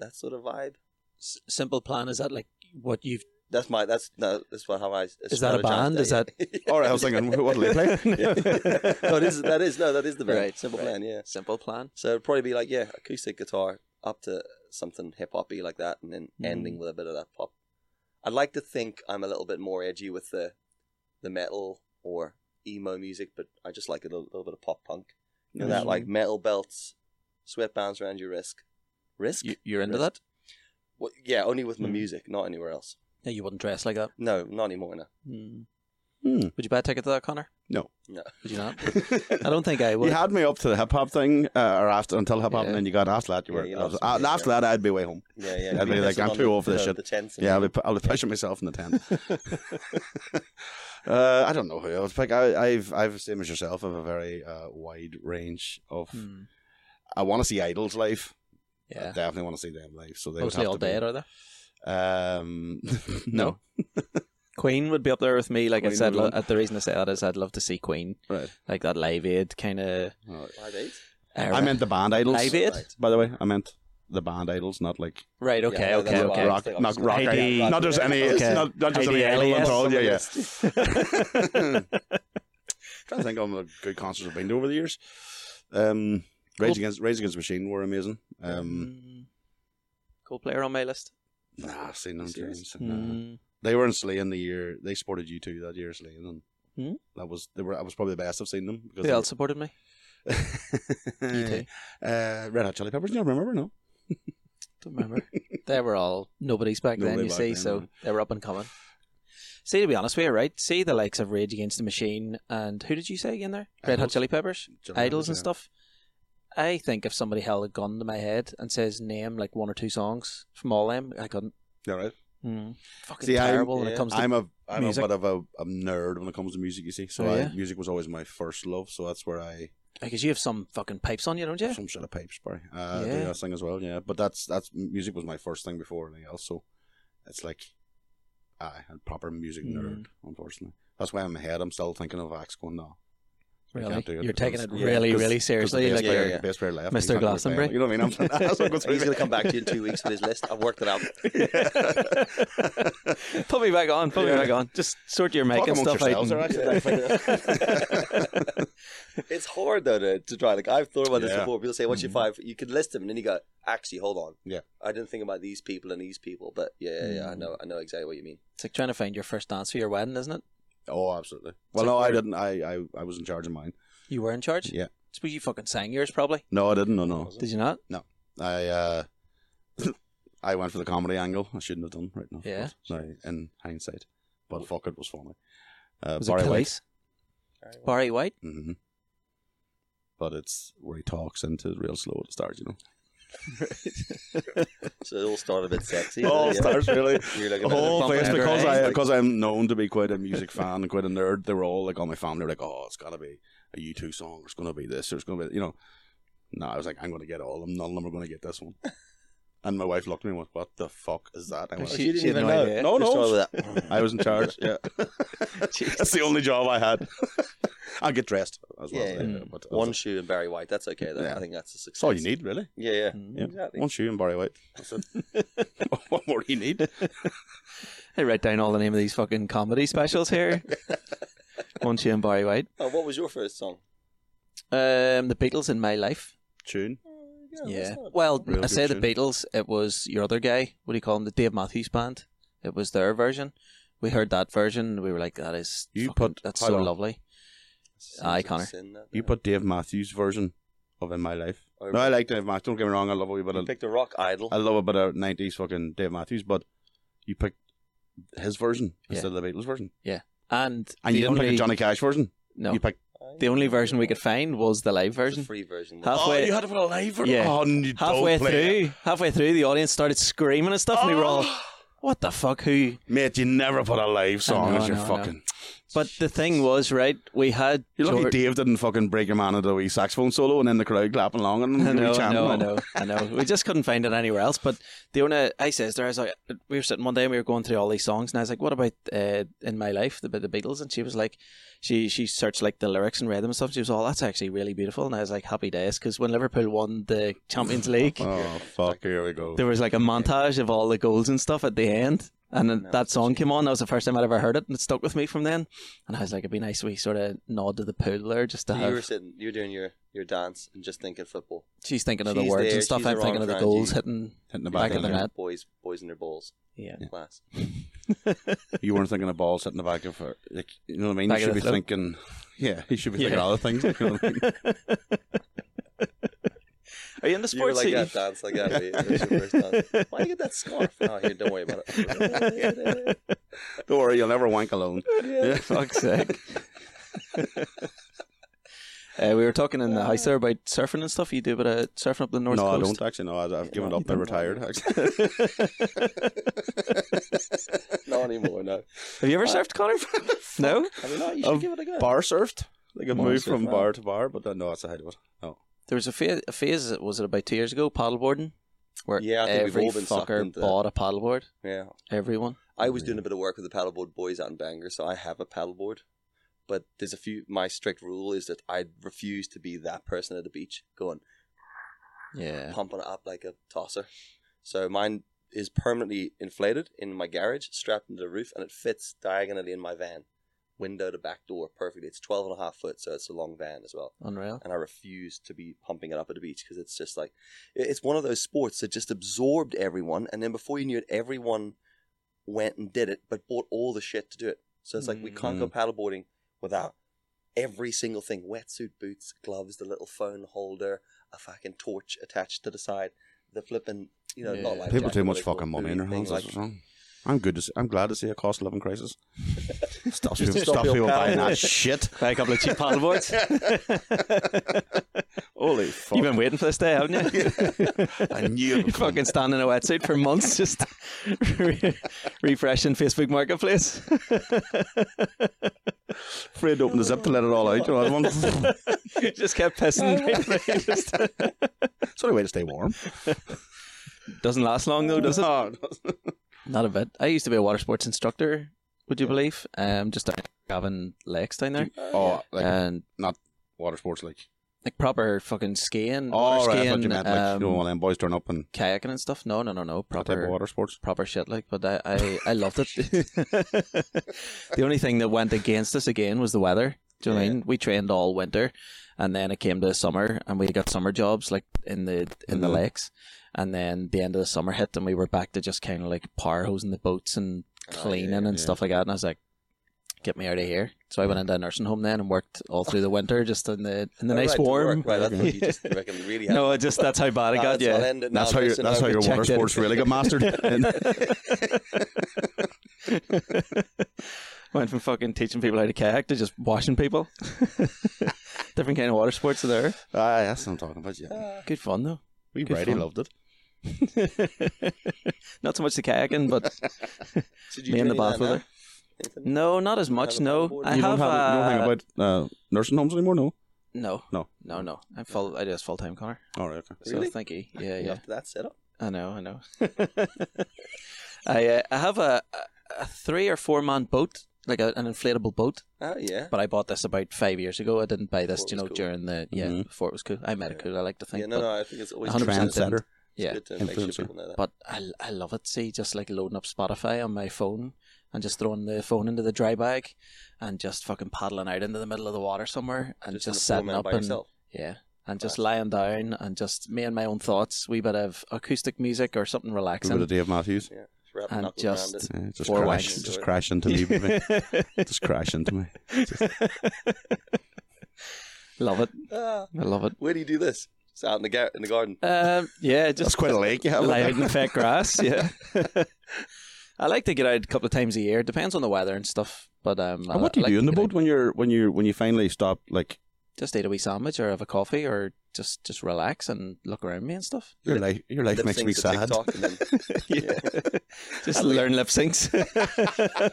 Speaker 3: that sort of vibe.
Speaker 1: S- simple plan is that like what you've
Speaker 3: That's my. That's no, that's what how I.
Speaker 1: Is that a band? Is that-
Speaker 2: All right, I was thinking, what will they play?
Speaker 3: no, it is. That is no, that is the band.
Speaker 1: Right,
Speaker 3: simple
Speaker 1: right.
Speaker 3: plan. Yeah.
Speaker 1: simple plan?
Speaker 3: So it'd probably be like, yeah, acoustic guitar up to something hip hoppy like that, and then
Speaker 1: Mm.
Speaker 3: ending with a bit of that pop. I'd like to think I'm a little bit more edgy with the the metal or emo music, but I just like a little, little bit of pop punk. You know, that like metal belts, sweatbands around your wrist. Risk?
Speaker 1: You, you're into
Speaker 3: Risk.
Speaker 1: that?
Speaker 3: Well, yeah, only with my
Speaker 1: Mm.
Speaker 3: music, not anywhere else.
Speaker 1: Yeah, you wouldn't dress like that.
Speaker 3: No, not anymore. No.
Speaker 1: Mm.
Speaker 2: Hmm.
Speaker 1: Would you buy a ticket to that, Connor?
Speaker 2: No.
Speaker 3: No.
Speaker 1: Would you not? I don't think I
Speaker 2: You
Speaker 1: would.
Speaker 2: had me up to the hip hop thing, uh, or after until hip hop,
Speaker 1: Yeah.
Speaker 2: and then you got after that. You
Speaker 3: Yeah,
Speaker 2: were
Speaker 3: you
Speaker 2: I was-
Speaker 3: lost
Speaker 2: uh,
Speaker 3: me, yeah.
Speaker 2: after that. I'd be way home.
Speaker 3: Yeah, yeah.
Speaker 2: I'd be
Speaker 3: you'd
Speaker 2: like,
Speaker 3: missing
Speaker 2: I'm
Speaker 3: on
Speaker 2: too
Speaker 3: the-
Speaker 2: old for this
Speaker 3: the-
Speaker 2: shit.
Speaker 3: The tents and
Speaker 2: Yeah, I'll be,
Speaker 3: all.
Speaker 2: pu- I'll be pushing myself in the tent. uh, I don't know who else. Like I, I've, I've same as yourself. I have a very uh, wide range of.
Speaker 1: Hmm.
Speaker 2: I want to see idols live. I
Speaker 1: Yeah.
Speaker 2: definitely want to see them live. So they
Speaker 1: Mostly all
Speaker 2: would
Speaker 1: dead,
Speaker 2: have
Speaker 1: are they?
Speaker 2: to be, Um, no.
Speaker 1: Queen would be up there with me. Like I
Speaker 2: Queen
Speaker 1: said,
Speaker 2: would
Speaker 1: lo-
Speaker 2: win.
Speaker 1: uh, the reason I say that is I'd love to see Queen,
Speaker 2: right.
Speaker 1: like that Live Aid kind of.
Speaker 2: Alright.
Speaker 3: Five eight.
Speaker 2: I meant the band idols.
Speaker 1: Live Aid.
Speaker 3: Right.
Speaker 2: By the way, I meant the band idols, not like
Speaker 1: Right. Okay.
Speaker 3: Yeah, no,
Speaker 1: okay.
Speaker 3: that's
Speaker 1: Okay.
Speaker 3: why.
Speaker 2: rock,
Speaker 3: Rock-
Speaker 2: not rock.
Speaker 1: Heidi-
Speaker 2: idol.
Speaker 1: Rock-
Speaker 2: Not just any,
Speaker 1: Okay.
Speaker 2: not, not just
Speaker 1: Heidi
Speaker 2: any idol
Speaker 1: Elias.
Speaker 2: at all. Yeah, yeah.
Speaker 1: yeah.
Speaker 2: trying to think of all the good concerts I've been to over the years. Um, Rage
Speaker 1: Cool.
Speaker 2: Against Rage Against the Machine were amazing. Um,
Speaker 1: Mm. Cool player on my list.
Speaker 2: nah, I've seen them.
Speaker 3: Serious?
Speaker 2: Nah.
Speaker 1: Mm.
Speaker 2: They were in Slane the year they supported you two that year, Slane, and
Speaker 1: Hmm?
Speaker 2: that was they were. I was probably the best I've seen them. Because
Speaker 1: Who else supported me? E You
Speaker 2: they
Speaker 1: two.
Speaker 2: were- uh, Red Hot Chili Peppers. Do you remember? No.
Speaker 1: Don't remember. they were all nobody's back then,
Speaker 2: Nobody
Speaker 1: you
Speaker 2: back
Speaker 1: see,
Speaker 2: then,
Speaker 1: so
Speaker 2: yeah.
Speaker 1: they were up and coming. See, to be honest with you, right? See the likes of Rage Against the Machine and who did you say again there? Red Hot
Speaker 2: Idols.
Speaker 1: Chili Peppers,
Speaker 2: Chili
Speaker 1: Idols and
Speaker 2: Peppers, yeah.
Speaker 1: stuff. I think if somebody held a gun to my head and says name like one or two songs from all them, I couldn't.
Speaker 2: Yeah, right.
Speaker 1: Mm. Fucking
Speaker 2: See, I'm-
Speaker 1: terrible when it
Speaker 3: yeah,
Speaker 1: comes to
Speaker 2: I'm a I'm
Speaker 1: music.
Speaker 2: a bit of a, a nerd when it comes to music. You see, so
Speaker 1: Oh,
Speaker 2: I,
Speaker 1: yeah?
Speaker 2: music was always my first love. So that's where I
Speaker 1: because you have some fucking pipes on you, don't you?
Speaker 2: some sort of pipes, probably. Uh, I
Speaker 1: Yeah.
Speaker 2: do that thing as well. Yeah, but that's that's music was my first thing before anything else. So it's like I a proper music
Speaker 1: Mm.
Speaker 2: nerd. Unfortunately, that's why in my head I'm still thinking of Axe going. No, I
Speaker 1: Really,
Speaker 2: can't do it.
Speaker 1: you're taking it
Speaker 2: because-
Speaker 1: really,
Speaker 2: because-
Speaker 1: really
Speaker 2: because the
Speaker 1: seriously.
Speaker 2: best
Speaker 1: Like,
Speaker 3: yeah,
Speaker 2: player-
Speaker 3: yeah.
Speaker 2: the best player left.
Speaker 1: Mr.
Speaker 2: he's not gonna be
Speaker 1: Glastonbury.
Speaker 2: playing. You know what I mean? I'm, that's what goes through
Speaker 3: He's
Speaker 2: my
Speaker 3: going to come back to you in two weeks with his list. I've worked it out.
Speaker 1: put me back on. Put me
Speaker 2: Yeah.
Speaker 1: back on. Just sort your mic
Speaker 2: Talk
Speaker 1: and
Speaker 2: amongst
Speaker 1: stuff out.
Speaker 2: yourselves,
Speaker 1: and-
Speaker 2: all right?
Speaker 3: It's hard though to, to try. Like I've thought about this
Speaker 2: Yeah. Mm-hmm.
Speaker 3: before. People say, "What's your
Speaker 1: Mhm.
Speaker 3: five? You could list them, and then you go, "Actually, hold on.
Speaker 2: Yeah. Mm.
Speaker 3: I didn't think about these people and these people." But yeah, yeah, yeah I know, I know exactly what you mean.
Speaker 1: It's like trying to find your first dance for your wedding, isn't it?
Speaker 2: Oh, absolutely. Well,
Speaker 1: like
Speaker 2: no, I
Speaker 1: we're-
Speaker 2: didn't. I, I, I was in charge of mine.
Speaker 1: You were in charge.
Speaker 2: Yeah.
Speaker 1: suppose you fucking sang yours, probably.
Speaker 2: No, I didn't. No, no.
Speaker 1: Did you not?
Speaker 2: I, uh, I went for the comedy angle. I shouldn't have done right now.
Speaker 1: Yeah.
Speaker 2: Now, in hindsight, but fuck, it was funny. Uh,
Speaker 1: Was
Speaker 2: Barry
Speaker 1: it
Speaker 2: White.
Speaker 1: police? Barry White.
Speaker 2: hmm But it's where he talks into it real slow at the start, you know.
Speaker 3: So it all started a bit sexy.
Speaker 2: All
Speaker 3: but yeah.
Speaker 2: starts really.
Speaker 3: You're looking
Speaker 2: The
Speaker 3: at
Speaker 2: whole
Speaker 3: bump
Speaker 2: place
Speaker 3: and
Speaker 2: Oh, because
Speaker 3: grind,
Speaker 2: I
Speaker 3: like-
Speaker 2: because I'm known to be quite a music fan and quite a nerd. They were all like all my family were like, oh, it's gotta be a U2 song. Or it's gonna be this. Or it's gonna be you know. No, I was like, I'm gonna get all of them. None of them are gonna get this one. And my wife looked at me and went, "What the fuck is that?" I
Speaker 1: Oh,
Speaker 2: went,
Speaker 1: she- she had no idea.
Speaker 2: No,
Speaker 3: Let's start
Speaker 2: no.
Speaker 3: with that.
Speaker 2: I was in charge. Yeah, that's the only job I had. I'll get dressed as well.
Speaker 3: Yeah,
Speaker 1: yeah.
Speaker 2: yeah, But
Speaker 3: One shoe and Barry White. That's okay though.
Speaker 2: Yeah.
Speaker 3: I think that's a success.
Speaker 2: that's all you need, really.
Speaker 3: Yeah, yeah.
Speaker 1: Mm.
Speaker 2: Yeah.
Speaker 3: Exactly.
Speaker 2: One shoe and Barry White. That's it. what more do you need?
Speaker 1: I write down all the name of these fucking comedy specials here. Once you and Barry White,
Speaker 3: Oh, what was your first song?
Speaker 1: um, the Beatles in my life.
Speaker 2: Tune.
Speaker 3: Oh,
Speaker 1: Yeah. Well,
Speaker 2: Real
Speaker 1: I
Speaker 2: good
Speaker 1: say the
Speaker 2: tune.
Speaker 1: Beatles. It was your other guy. What do you call him? The Dave Matthews Band. It was their version. We heard that version. and We were like, "That is
Speaker 2: You
Speaker 1: fucking-
Speaker 2: put-
Speaker 1: that's
Speaker 2: how
Speaker 1: so
Speaker 2: long?
Speaker 1: lovely." Aye, Connor.
Speaker 2: You put Dave Matthews' version of "In My Life."
Speaker 3: Oh,
Speaker 2: No, I like Dave Matthews. Don't get me wrong. I love a wee bit
Speaker 3: You
Speaker 2: of
Speaker 3: picked a rock idol.
Speaker 2: I love a bit of nineties fucking Dave Matthews, but you picked his version instead of the Beatles version,
Speaker 1: And
Speaker 2: and
Speaker 1: the
Speaker 2: you didn't
Speaker 1: only,
Speaker 2: pick a Johnny Cash version.
Speaker 1: No,
Speaker 2: You picked
Speaker 1: the only version we could find was the live
Speaker 3: It's a
Speaker 1: version.
Speaker 3: free version.
Speaker 1: Half- Halfway-
Speaker 2: Oh, you had a live version.
Speaker 1: Yeah.
Speaker 2: Oh, and you don't
Speaker 1: halfway
Speaker 2: play it.
Speaker 1: through, halfway through, the audience started screaming and stuff, and we were all,
Speaker 2: Oh,
Speaker 1: "What the fuck? Who?"
Speaker 2: mate, you never put a live song
Speaker 1: know,
Speaker 2: as
Speaker 1: I
Speaker 2: your
Speaker 1: know, I know.
Speaker 2: fucking.
Speaker 1: But the thing was, right? We had
Speaker 2: You're lucky
Speaker 1: George-
Speaker 2: Dave didn't fucking break your man into a wee saxophone solo, and then the crowd clapping along and
Speaker 1: I
Speaker 2: we
Speaker 1: know, I
Speaker 2: chanting.
Speaker 1: know, I
Speaker 2: on.
Speaker 1: know, I know. We just couldn't find it anywhere else. But the only I says there, I was like, we were sitting one day and we were going through all these songs, and I was like, what about uh, in my life the the Beatles? And she was like, she she searched like the lyrics and read them and stuff. She was all, that's actually really beautiful. And I was like, happy days, because when Liverpool won the Champions League,
Speaker 2: Oh fuck! Here we go.
Speaker 1: there was like a montage of all the goals and stuff at the end. And then
Speaker 3: No,
Speaker 1: that song came on. That was the first time I'd ever heard it, and it stuck with me from then. And I was like, it'd be nice we sort of nod to the pool there just to
Speaker 3: You were
Speaker 1: have.
Speaker 3: sitting, you were doing your, your dance and just thinking football.
Speaker 1: She's thinking of the
Speaker 3: She's
Speaker 1: words
Speaker 3: there,
Speaker 1: and stuff.
Speaker 3: she's
Speaker 1: I'm
Speaker 3: around
Speaker 1: thinking of the
Speaker 3: Frangie.
Speaker 1: goals hitting.
Speaker 2: Hitting the
Speaker 1: Back
Speaker 2: back,
Speaker 1: of the
Speaker 2: of the
Speaker 1: net.
Speaker 3: Boys, boys in their balls.
Speaker 1: Yeah.
Speaker 3: Class.
Speaker 2: You weren't thinking of balls hitting the back of her. Like, you know what I mean?
Speaker 1: Back of
Speaker 2: you should
Speaker 1: the
Speaker 2: be
Speaker 1: throat.
Speaker 2: thinking. Yeah, he should be thinking
Speaker 1: Yeah.
Speaker 2: other things. You know what I mean?
Speaker 1: Are you in the
Speaker 3: You were
Speaker 1: sports
Speaker 3: like that
Speaker 1: scene?
Speaker 3: dance like that. mate. That was your first dance. Why do you get that scarf? Oh, here, don't worry about it.
Speaker 2: Don't worry, you'll never wank alone. Yeah.
Speaker 1: Fuck's sake. Uh, we were talking in the house there about surfing and stuff. You do a bit of surfing up the north
Speaker 2: no, I
Speaker 1: coast.
Speaker 2: don't actually. No, I- I've
Speaker 3: Yeah,
Speaker 2: given
Speaker 3: no,
Speaker 2: up. I
Speaker 3: you don't.
Speaker 2: retired. Actually.
Speaker 3: Not anymore, no.
Speaker 1: Have you ever surfed, Connor? no.
Speaker 3: I mean, no, you should
Speaker 2: Um,
Speaker 3: give it a go.
Speaker 2: bar surfed. Like I
Speaker 3: Bar
Speaker 2: moved
Speaker 3: surf,
Speaker 2: from
Speaker 3: wow.
Speaker 2: bar to bar, but then, no, that's a hide of it.
Speaker 1: There was a phase. A phase was it about two years ago? Paddleboarding, where
Speaker 3: Yeah, I think we've
Speaker 1: every
Speaker 3: all been sucked
Speaker 1: fucker
Speaker 3: into that.
Speaker 1: bought a paddleboard.
Speaker 3: Yeah.
Speaker 1: Everyone.
Speaker 3: I was doing a bit of work with the paddleboard boys out in Bangor, so I have a paddleboard. But there's a few. My strict rule is that I refuse to be that person at the beach going
Speaker 1: Yeah.
Speaker 3: pumping it up like a tosser. So mine is permanently inflated in my garage, strapped into the roof, and it fits diagonally in my van, window to back door perfectly. It's 12 and a half foot, so it's a long van as well.
Speaker 1: Unreal.
Speaker 3: And I refuse to be pumping it up at the beach because it's just like, it- it's one of those sports that just absorbed everyone. And then before you knew it, everyone went and did it, but bought all the shit to do it. So it's like, we can't go paddleboarding without every single thing wetsuit, boots, gloves, the little phone holder, a fucking torch attached to the side, the flipping, you know, not
Speaker 1: Yeah.
Speaker 3: like
Speaker 2: People
Speaker 3: jacket,
Speaker 2: too
Speaker 3: but
Speaker 2: much
Speaker 3: like little
Speaker 2: fucking money in their
Speaker 3: buoy
Speaker 2: hands.
Speaker 3: things Like,
Speaker 2: That's what's wrong. I'm good. To see, I'm glad to see a cost of living crisis. Stops people,
Speaker 3: Just stop
Speaker 2: stops
Speaker 3: your
Speaker 2: people buying
Speaker 3: power.
Speaker 2: that shit.
Speaker 1: Buy a couple of cheap paddleboards.
Speaker 2: Holy fuck!
Speaker 1: You've been waiting for this day, haven't you?
Speaker 2: I knew it
Speaker 1: You're
Speaker 2: would come.
Speaker 1: fucking standing in a wetsuit for months, just re- refreshing Facebook Marketplace.
Speaker 2: afraid to open the zip to let it all out. You know, I want- it's
Speaker 1: just kept pissing. Right? Just-
Speaker 2: the only way to stay warm.
Speaker 1: Doesn't last long though, does it?
Speaker 2: No, no.
Speaker 1: Not a bit. I used to be a water sports
Speaker 3: Oh,
Speaker 1: instructor. Would you believe? Um, just down in Gavin Lakes down there,
Speaker 2: Oh, like
Speaker 1: and
Speaker 2: water sports like.
Speaker 1: Like proper fucking skiing,
Speaker 2: Oh,
Speaker 1: water
Speaker 2: right, that's
Speaker 1: skiing,
Speaker 2: what you meant. Like, you know,
Speaker 1: um,
Speaker 2: one of them boys turn up and
Speaker 1: kayaking and stuff. No, no, no, no.
Speaker 2: that type of
Speaker 1: Proper
Speaker 2: water sports.
Speaker 1: proper shit like but I, I, I loved it. the only thing that went against us again was the weather. Do you know what I
Speaker 3: Yeah.
Speaker 1: mean? We trained all winter and then it came to summer and we got summer jobs like in the in the
Speaker 2: Mhm.
Speaker 1: lakes. And then the end of the summer hit and we were back to just kinda like power hosing the boats and
Speaker 3: Oh,
Speaker 1: cleaning and
Speaker 2: yeah.
Speaker 1: stuff like that. And I was like, Get me out of here. So I went into a nursing home then and worked all through the winter just in the in the nice warm.
Speaker 3: Right, I thought you just you reckon really had.
Speaker 1: No, I just that's how bad it
Speaker 3: Ah,
Speaker 1: got.
Speaker 3: it's
Speaker 1: Yeah.
Speaker 3: all ended
Speaker 2: That's
Speaker 3: now,
Speaker 2: how your
Speaker 3: listen,
Speaker 2: that's
Speaker 3: I'll
Speaker 2: how your
Speaker 3: be
Speaker 2: water
Speaker 1: checked in.
Speaker 2: sports really got mastered. And
Speaker 1: Went from fucking teaching people how to kayak to just washing people. Different kind of water sports are there.
Speaker 2: Aye, that's what Ah, I'm talking about. Yeah,
Speaker 3: Ah,
Speaker 1: Good fun though.
Speaker 2: we
Speaker 1: good
Speaker 2: Brady
Speaker 1: fun.
Speaker 2: loved it.
Speaker 1: not so much the kayaking, but
Speaker 3: should you
Speaker 1: me in
Speaker 3: do
Speaker 1: the
Speaker 3: any of
Speaker 1: bath
Speaker 3: that
Speaker 1: with
Speaker 3: now,
Speaker 1: her. Mm,
Speaker 3: Nathan?
Speaker 1: No, not as much.
Speaker 3: have a
Speaker 1: No,
Speaker 3: paddleboard?
Speaker 1: I
Speaker 2: you
Speaker 1: have.
Speaker 2: don't have a-
Speaker 1: uh,
Speaker 2: you don't think about uh, nursing homes anymore. No.
Speaker 1: no,
Speaker 2: No.
Speaker 1: no, no. I'm full. I do this full time, Connor.
Speaker 2: All right. Okay.
Speaker 3: Really?
Speaker 1: So thank you. Yeah, yeah.
Speaker 3: After that setup,
Speaker 1: I know. I know. I uh, I have a a- a three or four man boat, like a, an inflatable boat,
Speaker 3: oh yeah,
Speaker 1: but I bought this about five years ago. I didn't buy this,
Speaker 3: Before it
Speaker 1: you
Speaker 3: was
Speaker 1: know,
Speaker 3: cool.
Speaker 1: during the yeah
Speaker 2: Mhm.
Speaker 1: before it was cool. I met it
Speaker 3: Yeah.
Speaker 1: cool. I like to think.
Speaker 3: yeah, no,
Speaker 1: but-
Speaker 3: no, I think it's always
Speaker 1: 100%
Speaker 3: good
Speaker 2: Trendsetter.
Speaker 1: Yeah.
Speaker 3: to make sure
Speaker 2: Influencer.
Speaker 3: people know that.
Speaker 1: But I, I love it. See, just like loading up Spotify on my phone and just throwing the phone into the dry bag and just fucking paddling out into the middle of the water somewhere and just,
Speaker 3: in a
Speaker 1: setting
Speaker 3: four-man
Speaker 1: up
Speaker 3: by
Speaker 1: and
Speaker 3: yourself.
Speaker 1: yeah, and just
Speaker 3: Class.
Speaker 1: lying down and just me and my own thoughts. We bit of acoustic music or something
Speaker 2: Give it to
Speaker 1: relaxing.
Speaker 2: Dave Matthews.
Speaker 3: Wrap
Speaker 1: and
Speaker 3: knuckles around
Speaker 1: just-
Speaker 3: it.
Speaker 2: Yeah, just
Speaker 1: Four
Speaker 2: crash,
Speaker 1: wanks.
Speaker 2: just crash into me. baby. just crash into me.
Speaker 1: love it.
Speaker 3: Ah,
Speaker 1: I love it.
Speaker 3: where do you do this? It's out in the gar- in the garden.
Speaker 1: Um, yeah,
Speaker 2: That's
Speaker 1: just
Speaker 2: quite a lake. Yeah.
Speaker 1: lie out in the fat grass. Yeah. I like to get out a couple of times a year. Depends on the weather and stuff. But um, I
Speaker 2: And what do you
Speaker 1: like
Speaker 2: do
Speaker 1: to
Speaker 2: in the
Speaker 1: get out.
Speaker 2: boat when you're when you when you finally stop? Like
Speaker 1: just eat a wee sandwich or have a coffee or just just relax and look around me and stuff.
Speaker 2: your life, your
Speaker 3: Lip
Speaker 2: life makes me
Speaker 3: syncs to
Speaker 2: sad.
Speaker 3: TikTok and then-
Speaker 1: Yeah. just
Speaker 3: I like-
Speaker 1: learn lip syncs.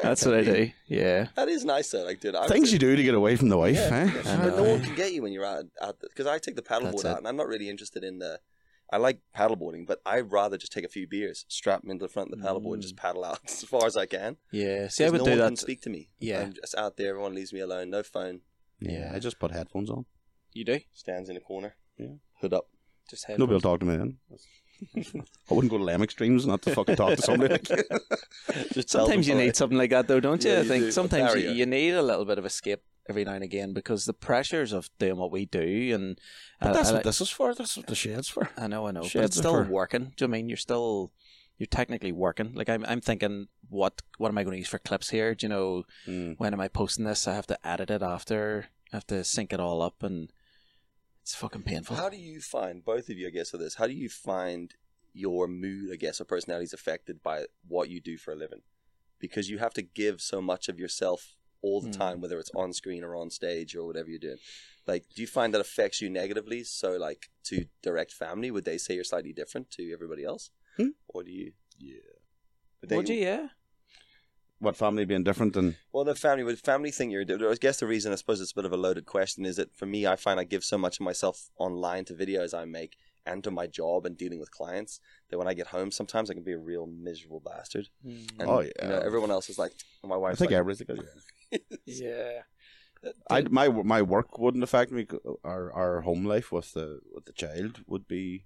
Speaker 1: That's what I do. Yeah.
Speaker 3: that is nice though. Like, dude, I
Speaker 2: Things you do to get away from the wife.
Speaker 3: Yeah.
Speaker 2: Eh?
Speaker 1: I
Speaker 3: No,
Speaker 1: know,
Speaker 3: no one
Speaker 1: eh?
Speaker 3: can get you when you're out at because I take the paddleboard
Speaker 1: That's it.
Speaker 3: out, and I'm not really interested in the. I like paddleboarding, but I'd rather just take a few beers, strap them into the front of the paddleboard, and just paddle out as far as I can.
Speaker 1: Yeah. Mm. See, I
Speaker 3: 'Cause
Speaker 1: would
Speaker 3: no
Speaker 1: do
Speaker 3: one can
Speaker 1: that.
Speaker 3: speak to me.
Speaker 1: Yeah.
Speaker 3: I'm just out there. Everyone leaves me alone. No phone.
Speaker 2: Yeah, I just put headphones on.
Speaker 1: You do?
Speaker 3: Stands in a corner.
Speaker 2: Yeah.
Speaker 3: Hood up.
Speaker 1: Just head.
Speaker 2: Nobody will talk to me then. I wouldn't go to them extremes not to fucking talk to somebody.
Speaker 3: Just tell them
Speaker 1: Sometimes you
Speaker 3: sorry.
Speaker 1: need something like that, though, don't you?
Speaker 3: Yeah,
Speaker 1: I
Speaker 3: you
Speaker 1: think
Speaker 3: do. A
Speaker 1: sometimes you,
Speaker 3: barrier.
Speaker 1: you need a little bit of escape every now and again because the pressures of doing what we do and
Speaker 2: But
Speaker 1: I-
Speaker 2: that's
Speaker 1: I
Speaker 2: what
Speaker 1: like-
Speaker 2: this is for. That's what the shed's for.
Speaker 1: I know, I know, but
Speaker 2: Sheds
Speaker 1: it's still
Speaker 2: are for-
Speaker 1: working. Do you know what I mean you're still you're technically working? Like I'm, I'm thinking, what what am I going to use for clips here? Do you know when am I posting this? I have to edit it after. I have to sync it all up, and it's fucking painful.
Speaker 3: How do you find both of you? I guess with this, how do you find your mood? I guess or personality is affected by what you do for a living, because you have to give so much of yourself all the
Speaker 1: Hmm.
Speaker 3: time, whether it's on screen or on stage or whatever you're doing. Like, do you find that affects you negatively? So, like to direct family, would they say you're slightly different to everybody else,
Speaker 2: Hmm.
Speaker 3: or do you? Yeah.
Speaker 1: Would you? Yeah.
Speaker 2: What family being different and
Speaker 3: Well, the family with family thing you're doing. I guess the reason I suppose it's a bit of a loaded question is that for me, I find I give so much of myself online to videos I make and to my job and dealing with clients that when I get home, sometimes I can be a real miserable bastard.
Speaker 1: Hmm.
Speaker 3: And,
Speaker 2: Oh,
Speaker 3: you
Speaker 2: yeah.
Speaker 3: know, everyone else is like, my
Speaker 2: I
Speaker 3: wife's
Speaker 2: think
Speaker 3: like,
Speaker 2: everything.
Speaker 1: Oh. Yeah.
Speaker 2: I my my work wouldn't affect me. 'cause Our our home life with the with the child would be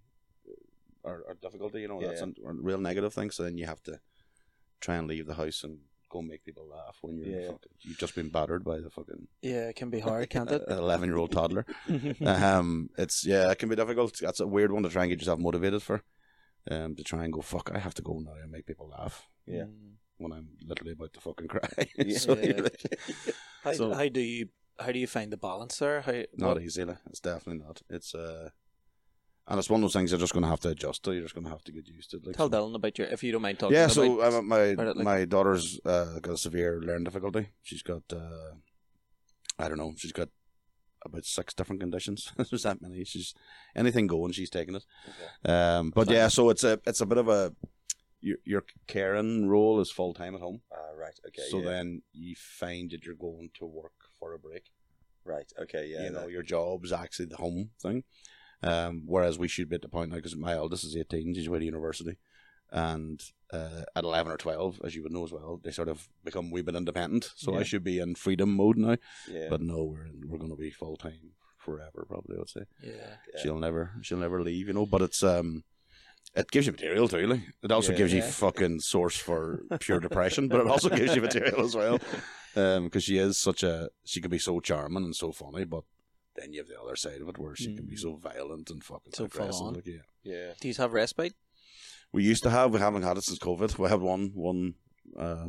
Speaker 2: uh, our, our difficulty. You know, that's
Speaker 3: Yeah.
Speaker 2: a real negative thing. So then you have to try and leave the house and go make people laugh when you're
Speaker 3: Yeah.
Speaker 2: fucking, you've just been battered by the fucking
Speaker 1: Yeah, it can be hard, can't it?
Speaker 2: eleven year old toddler. um, it's yeah, it can be difficult. That's a weird one to try and get yourself motivated for. Um, to try and go fuck, I have to go now and make people laugh
Speaker 3: Yeah.
Speaker 2: when I'm literally about to fucking cry.
Speaker 3: Yeah.
Speaker 2: so you're like,
Speaker 1: How,
Speaker 2: So-
Speaker 1: how do you how do you find the balance there? How
Speaker 2: not easy. Like. It's definitely not. It's uh, and it's one of those things you're just gonna have to adjust to. You're just gonna have to get used to. Like,
Speaker 1: tell
Speaker 2: so-
Speaker 1: Dylan about your if you don't mind talking.
Speaker 2: Yeah,
Speaker 1: about,
Speaker 2: so um, my
Speaker 1: about it, like-
Speaker 2: my daughter's uh, got a severe learning difficulty. She's got uh, I don't know. She's got about six different conditions. There's that many. She's anything going. She's taking it. Um, but
Speaker 3: Fine.
Speaker 2: yeah, so it's a it's a bit of a your your caring role is full time at home.
Speaker 3: Ah, right. Okay.
Speaker 2: so
Speaker 3: yeah.
Speaker 2: then you find that you're going to work for a break.
Speaker 3: Right. Okay. Yeah.
Speaker 2: you know,
Speaker 3: that-
Speaker 2: your job's actually the home thing. Um, whereas we should be at the point now because my eldest is 18, she's away to university. and uh, at eleven or twelve, as you would know as well, they sort of become wee bit independent. So I
Speaker 1: Yeah.
Speaker 2: should be in freedom mode now.
Speaker 3: Yeah.
Speaker 2: But no, we're we're going to be full time forever. Probably, I would say
Speaker 1: Yeah.
Speaker 3: Yeah.
Speaker 2: she'll never she'll never leave. You know, but it's um. It gives you material too, like. It also
Speaker 3: Yeah.
Speaker 2: gives you
Speaker 1: Yeah.
Speaker 2: fucking source for pure depression, but it also gives you material as well because she is such a she can be so charming and so funny, but then you have the other side of it where she can be
Speaker 1: Mm.
Speaker 2: so violent and fucking
Speaker 1: So full
Speaker 2: aggressive.
Speaker 1: on.
Speaker 2: Like, yeah,
Speaker 3: yeah.
Speaker 1: Do you have respite?
Speaker 2: we used to have we haven't had it since COVID. We had one one uh,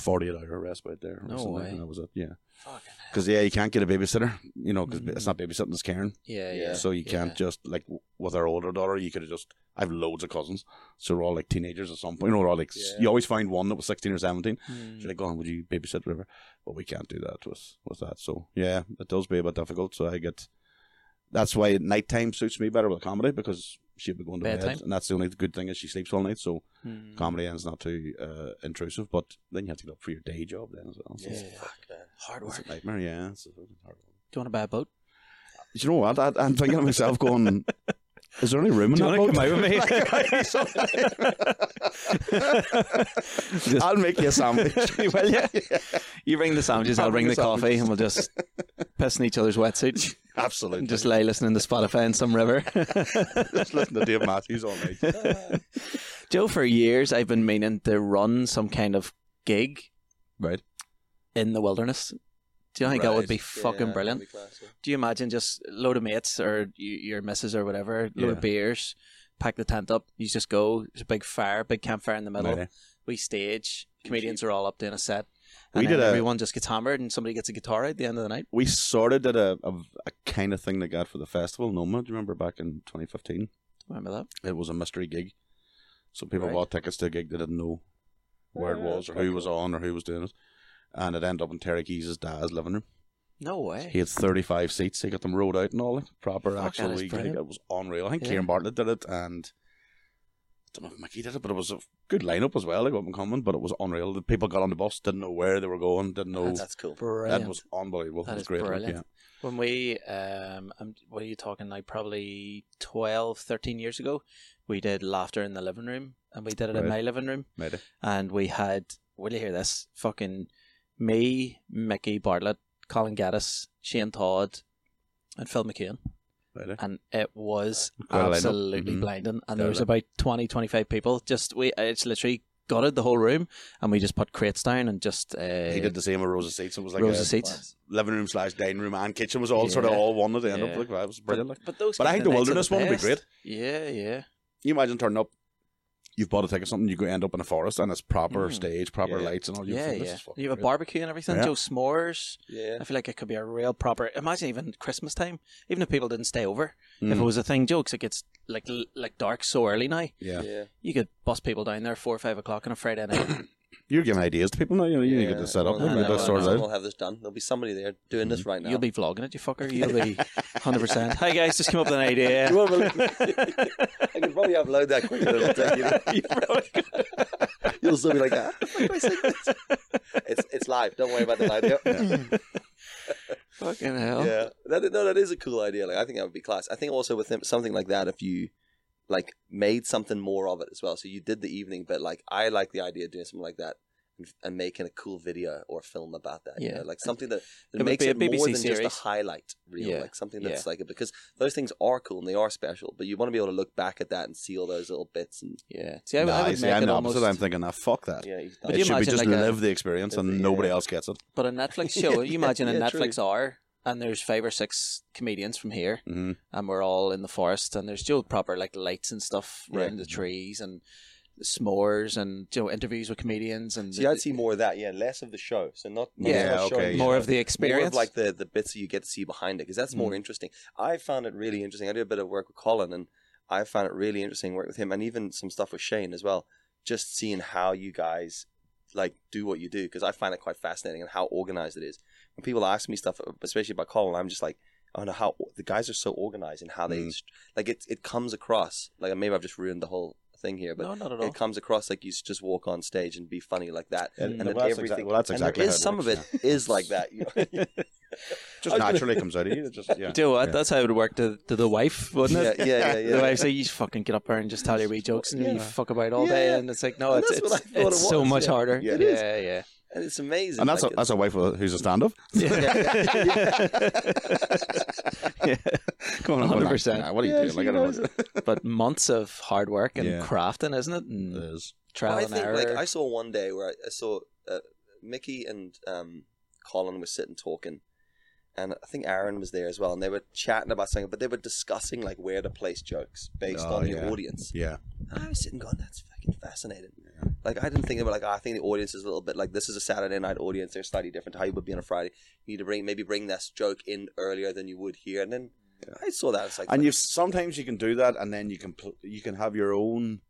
Speaker 2: forty eight hour respite there.
Speaker 1: No
Speaker 2: recently,
Speaker 1: way.
Speaker 2: and that was it. Yeah,
Speaker 1: Fucking
Speaker 2: because yeah, you can't get a babysitter. You know, because
Speaker 1: Mm.
Speaker 2: it's not babysitting, it's caring.
Speaker 1: yeah,
Speaker 3: Yeah.
Speaker 1: yeah.
Speaker 2: So you can't just like w- with our older daughter, you could have just. I have loads of cousins, so we're all like teenagers at some point. You know, we're all like s-
Speaker 3: Yeah.
Speaker 2: you always find one that was sixteen or seventeen.
Speaker 1: Mm.
Speaker 2: She's like, go on, would you babysit whatever? But we can't do that with with that. So yeah, it does be a bit difficult. So I get that's why nighttime suits me better with comedy because she'll be going to bed,
Speaker 1: Bedtime?
Speaker 2: and that's the only good thing is she sleeps all night. So
Speaker 1: Mm.
Speaker 2: comedy ends not too uh, intrusive, but then you have to get up for your day job then as well. So
Speaker 1: Yeah.
Speaker 3: Fuck, man.
Speaker 1: Hard
Speaker 2: It's
Speaker 1: work.
Speaker 2: a
Speaker 1: Do
Speaker 2: nightmare, yeah. It's a fucking hard one.
Speaker 1: you want to buy a boat?
Speaker 2: Do you know what? I, I'm thinking to myself, going, is there any room in
Speaker 1: Do you
Speaker 2: that
Speaker 1: wanna
Speaker 2: boat?
Speaker 1: come out with me?
Speaker 2: Like, right, something.
Speaker 1: Just-
Speaker 2: I'll make you a sandwich.
Speaker 1: Will ya? You bring the sandwiches,
Speaker 2: I'll
Speaker 1: I'll, bring
Speaker 2: bring
Speaker 1: the
Speaker 2: the
Speaker 1: coffee, and we'll just piss in each other's wetsuits
Speaker 2: Absolutely.
Speaker 1: and just lay listening to Spotify in some river.
Speaker 2: just listen to Dave Matthews all night.
Speaker 3: Ah,
Speaker 1: Joe, for years I've been meaning to run some kind of gig
Speaker 2: Right.
Speaker 1: in the wilderness. Do you think that would
Speaker 2: Right.
Speaker 1: be fucking
Speaker 3: Yeah,
Speaker 1: brilliant?
Speaker 3: that'd be class, yeah.
Speaker 1: Do you imagine just load of mates or y- your missus or whatever, load
Speaker 2: Yeah.
Speaker 1: of beers, pack the tent up, you just go. There's a big fire, big campfire in the middle.
Speaker 2: Right.
Speaker 1: We stage. Comedians are all up doing a set. And
Speaker 2: We
Speaker 1: then
Speaker 2: did a-
Speaker 1: everyone just gets hammered and somebody gets a guitar at the end of the night.
Speaker 2: We sort of did a, a, a kind of thing they got for the festival, Noma. Do you remember back in 2015?
Speaker 1: Remember that?
Speaker 2: It was a mystery gig. So people
Speaker 1: Right.
Speaker 2: bought tickets to a gig they didn't know where it
Speaker 3: Yeah,
Speaker 2: was or
Speaker 3: that's
Speaker 2: who was on or who was doing it. And it ended up in Terry Keyes' dad's living room.
Speaker 1: No way.
Speaker 2: He had 35 seats. He got them rolled out and all. Like, proper
Speaker 1: Fuck,
Speaker 2: actual
Speaker 1: that is
Speaker 2: league.
Speaker 1: brilliant.
Speaker 2: It was unreal. I think
Speaker 1: Yeah.
Speaker 2: Kieran Bartlett did it and I don't know if Mickey did it, but it was a good lineup as well, like up and coming, but it was unreal. The people got on the bus, didn't know where they were going, didn't know.
Speaker 3: That's cool.
Speaker 1: Brilliant.
Speaker 2: That was unbelievable.
Speaker 1: That
Speaker 2: it was
Speaker 1: is
Speaker 2: great. like,
Speaker 1: brilliant.
Speaker 2: yeah.
Speaker 1: when we um I'm- what are you talking like probably 12 13 years ago we did laughter in the living room and we did it in
Speaker 2: Right.
Speaker 1: my living room
Speaker 2: Made it.
Speaker 1: and we had will you hear this fucking me mickey bartlett colin gaddis shane todd and phil mckeon
Speaker 2: Made it.
Speaker 1: and it was
Speaker 2: Quite a lineup.
Speaker 1: absolutely
Speaker 2: Mhm.
Speaker 1: blinding and there was
Speaker 2: Totally.
Speaker 1: about 20 25 people just we it's literally gutted the whole room and we just put crates down and just uh,
Speaker 2: he did the same with rows of seats. It was like
Speaker 1: rows
Speaker 2: a
Speaker 1: of seats
Speaker 2: living room slash dining room and kitchen was all sort of
Speaker 1: Yeah.
Speaker 2: all one at the end of
Speaker 1: Yeah.
Speaker 2: it. Like, that was brilliant. Like.
Speaker 1: those
Speaker 2: But I
Speaker 1: kinda
Speaker 2: think
Speaker 1: nights
Speaker 2: the
Speaker 1: are
Speaker 2: wilderness one would be
Speaker 1: best.
Speaker 2: great.
Speaker 1: yeah yeah
Speaker 2: You imagine turning up, you've bought a ticket, something, you go end up in a forest and it's proper
Speaker 1: Mm.
Speaker 2: stage, proper
Speaker 3: Yeah.
Speaker 2: lights and all. Oh, You
Speaker 1: yeah,
Speaker 2: think, this
Speaker 1: yeah.
Speaker 2: is fucking
Speaker 1: You have a
Speaker 2: great.
Speaker 1: barbecue and everything.
Speaker 2: Yeah.
Speaker 1: Joe s'mores.
Speaker 3: Yeah.
Speaker 1: I feel like it could be a real proper. Imagine even Christmas time. Even if people didn't stay over, if
Speaker 2: Mm.
Speaker 1: it was a thing, jokes. It gets like l- like dark so early now.
Speaker 2: Yeah.
Speaker 3: Yeah.
Speaker 1: You could bust people down there four or five o'clock on a Friday night.
Speaker 2: You're giving ideas to people now. You know, you need to get this Mm-hmm. set up.
Speaker 1: well,
Speaker 2: you need
Speaker 1: no,
Speaker 2: to
Speaker 1: no,
Speaker 2: sort it
Speaker 1: no.
Speaker 2: out.
Speaker 3: We'll have this done. There'll be somebody there doing this right now.
Speaker 1: You'll be vlogging it, you fucker. You'll be hundred percent. Hey guys, just came up with an idea.
Speaker 3: You won't believe- I can probably upload that quicker than it'll take you.
Speaker 1: You probably could.
Speaker 3: You'll still be like, ah, what the fuck do I say this?" it's it's live. Don't worry about the live. Yeah.
Speaker 1: Fucking hell.
Speaker 3: yeah. That, no, that is a cool idea. Like, I think that would be class. I think also with them, something like that, if you like made something more of it as well. So you did the evening, but like I like the idea of doing something like that and, and making a cool video or film about that. you
Speaker 1: Yeah.
Speaker 3: know, like something that, that
Speaker 1: would
Speaker 3: makes
Speaker 1: be a
Speaker 3: it more
Speaker 1: BBC
Speaker 3: than
Speaker 1: series.
Speaker 3: just a highlight reel.
Speaker 1: Yeah.
Speaker 3: Like something that's like it because those things are cool and they are special, but you want to be able to look back at that and see all those little bits and
Speaker 1: Yeah. See, I,
Speaker 2: Nah,
Speaker 1: I
Speaker 2: I
Speaker 1: would
Speaker 2: see,
Speaker 1: make
Speaker 2: I'm
Speaker 1: it
Speaker 2: the
Speaker 1: almost.
Speaker 2: opposite. I'm thinking, ah, fuck that.
Speaker 3: yeah.
Speaker 1: But
Speaker 2: it
Speaker 1: you
Speaker 2: should be
Speaker 1: imagine
Speaker 2: just
Speaker 1: like a-
Speaker 2: live the experience and
Speaker 3: Yeah.
Speaker 2: nobody else gets it.
Speaker 1: But a Netflix show.
Speaker 3: Yeah,
Speaker 1: you imagine a
Speaker 3: yeah, true.
Speaker 1: Netflix hour, and there's five or six comedians from here.
Speaker 2: Mm-hmm.
Speaker 1: and we're all in the forest and there's still proper like lights and stuff
Speaker 3: Yeah.
Speaker 1: around the trees and s'mores and you know interviews with comedians and
Speaker 3: See, I'd see more of that. Yeah, less of the show. So not, not
Speaker 1: Yeah,
Speaker 3: so much
Speaker 2: okay,
Speaker 3: showing
Speaker 2: yeah.
Speaker 1: more of the
Speaker 3: more
Speaker 1: experience
Speaker 3: of like the the bits that you get to see behind it because that's
Speaker 2: Mm.
Speaker 3: more interesting. I found it really interesting. I did a bit of work with Colin, and I found it really interesting working with him, and even some stuff with Shane as well. Just seeing how you guys like do what you do because I find it quite fascinating and how organized it is. When people ask me stuff, especially about Colin, I'm just like. I don't know how the guys are so organized and how they
Speaker 2: Mm.
Speaker 3: just- like it. It comes across like maybe I've just ruined the whole thing here, but
Speaker 1: no not at all
Speaker 3: it comes across like you should just walk on stage and be funny like that.
Speaker 1: And-
Speaker 3: And,
Speaker 1: and
Speaker 3: then
Speaker 2: well, that's
Speaker 3: everything.
Speaker 2: exact- well, that's
Speaker 3: and
Speaker 2: exactly
Speaker 3: there
Speaker 2: how
Speaker 3: is
Speaker 2: it
Speaker 3: some of
Speaker 2: works,
Speaker 3: it is like that. You know?
Speaker 2: just naturally comes out of you. It Just yeah.
Speaker 1: Do you know what?
Speaker 2: Yeah.
Speaker 1: That's how it would work to, to the wife, wouldn't
Speaker 3: yeah,
Speaker 1: it?
Speaker 3: yeah, yeah, yeah.
Speaker 1: The wife's like, you just fucking get up there and just tell your wee jokes and you
Speaker 3: Yeah.
Speaker 1: fuck about all
Speaker 3: Yeah,
Speaker 1: day.
Speaker 3: yeah.
Speaker 1: And it's like, no,
Speaker 3: And
Speaker 1: it's,
Speaker 3: that's what
Speaker 1: it's,
Speaker 3: I thought
Speaker 1: it's
Speaker 3: it
Speaker 1: so
Speaker 3: was,
Speaker 1: much
Speaker 3: yeah.
Speaker 1: harder.
Speaker 3: Yeah, it is.
Speaker 1: yeah, yeah.
Speaker 3: and it's amazing.
Speaker 2: and that's
Speaker 3: like,
Speaker 2: a, that's a wife with- who's a stand-up.
Speaker 1: Yeah.
Speaker 2: Come on,
Speaker 1: 100%.
Speaker 2: Nah, what are you
Speaker 3: Yeah,
Speaker 2: doing? Like,
Speaker 3: she
Speaker 2: I don't
Speaker 3: knows
Speaker 2: know.
Speaker 1: But months of hard work and
Speaker 2: Yeah.
Speaker 1: crafting, isn't it? And
Speaker 2: It is.
Speaker 1: trial
Speaker 3: I
Speaker 1: and
Speaker 3: think
Speaker 1: error.
Speaker 3: like I saw one day where I, I saw uh, Mickey and um, Colin were sitting talking, and I think Aaron was there as well, and they were chatting about something, but they were discussing like where to place jokes based
Speaker 2: Oh,
Speaker 3: on your
Speaker 2: yeah.
Speaker 3: audience.
Speaker 2: Yeah.
Speaker 3: And I was sitting going, that's fucking fascinating. Like I didn't think about like "Ah, I think the audience is a little bit like this is a Saturday night audience. They're slightly different to how you would be on a Friday. You need to bring maybe bring this joke in earlier than you would here, and then I saw that. It's like
Speaker 2: And you sometimes you can do that, and then you can pl- you can have your own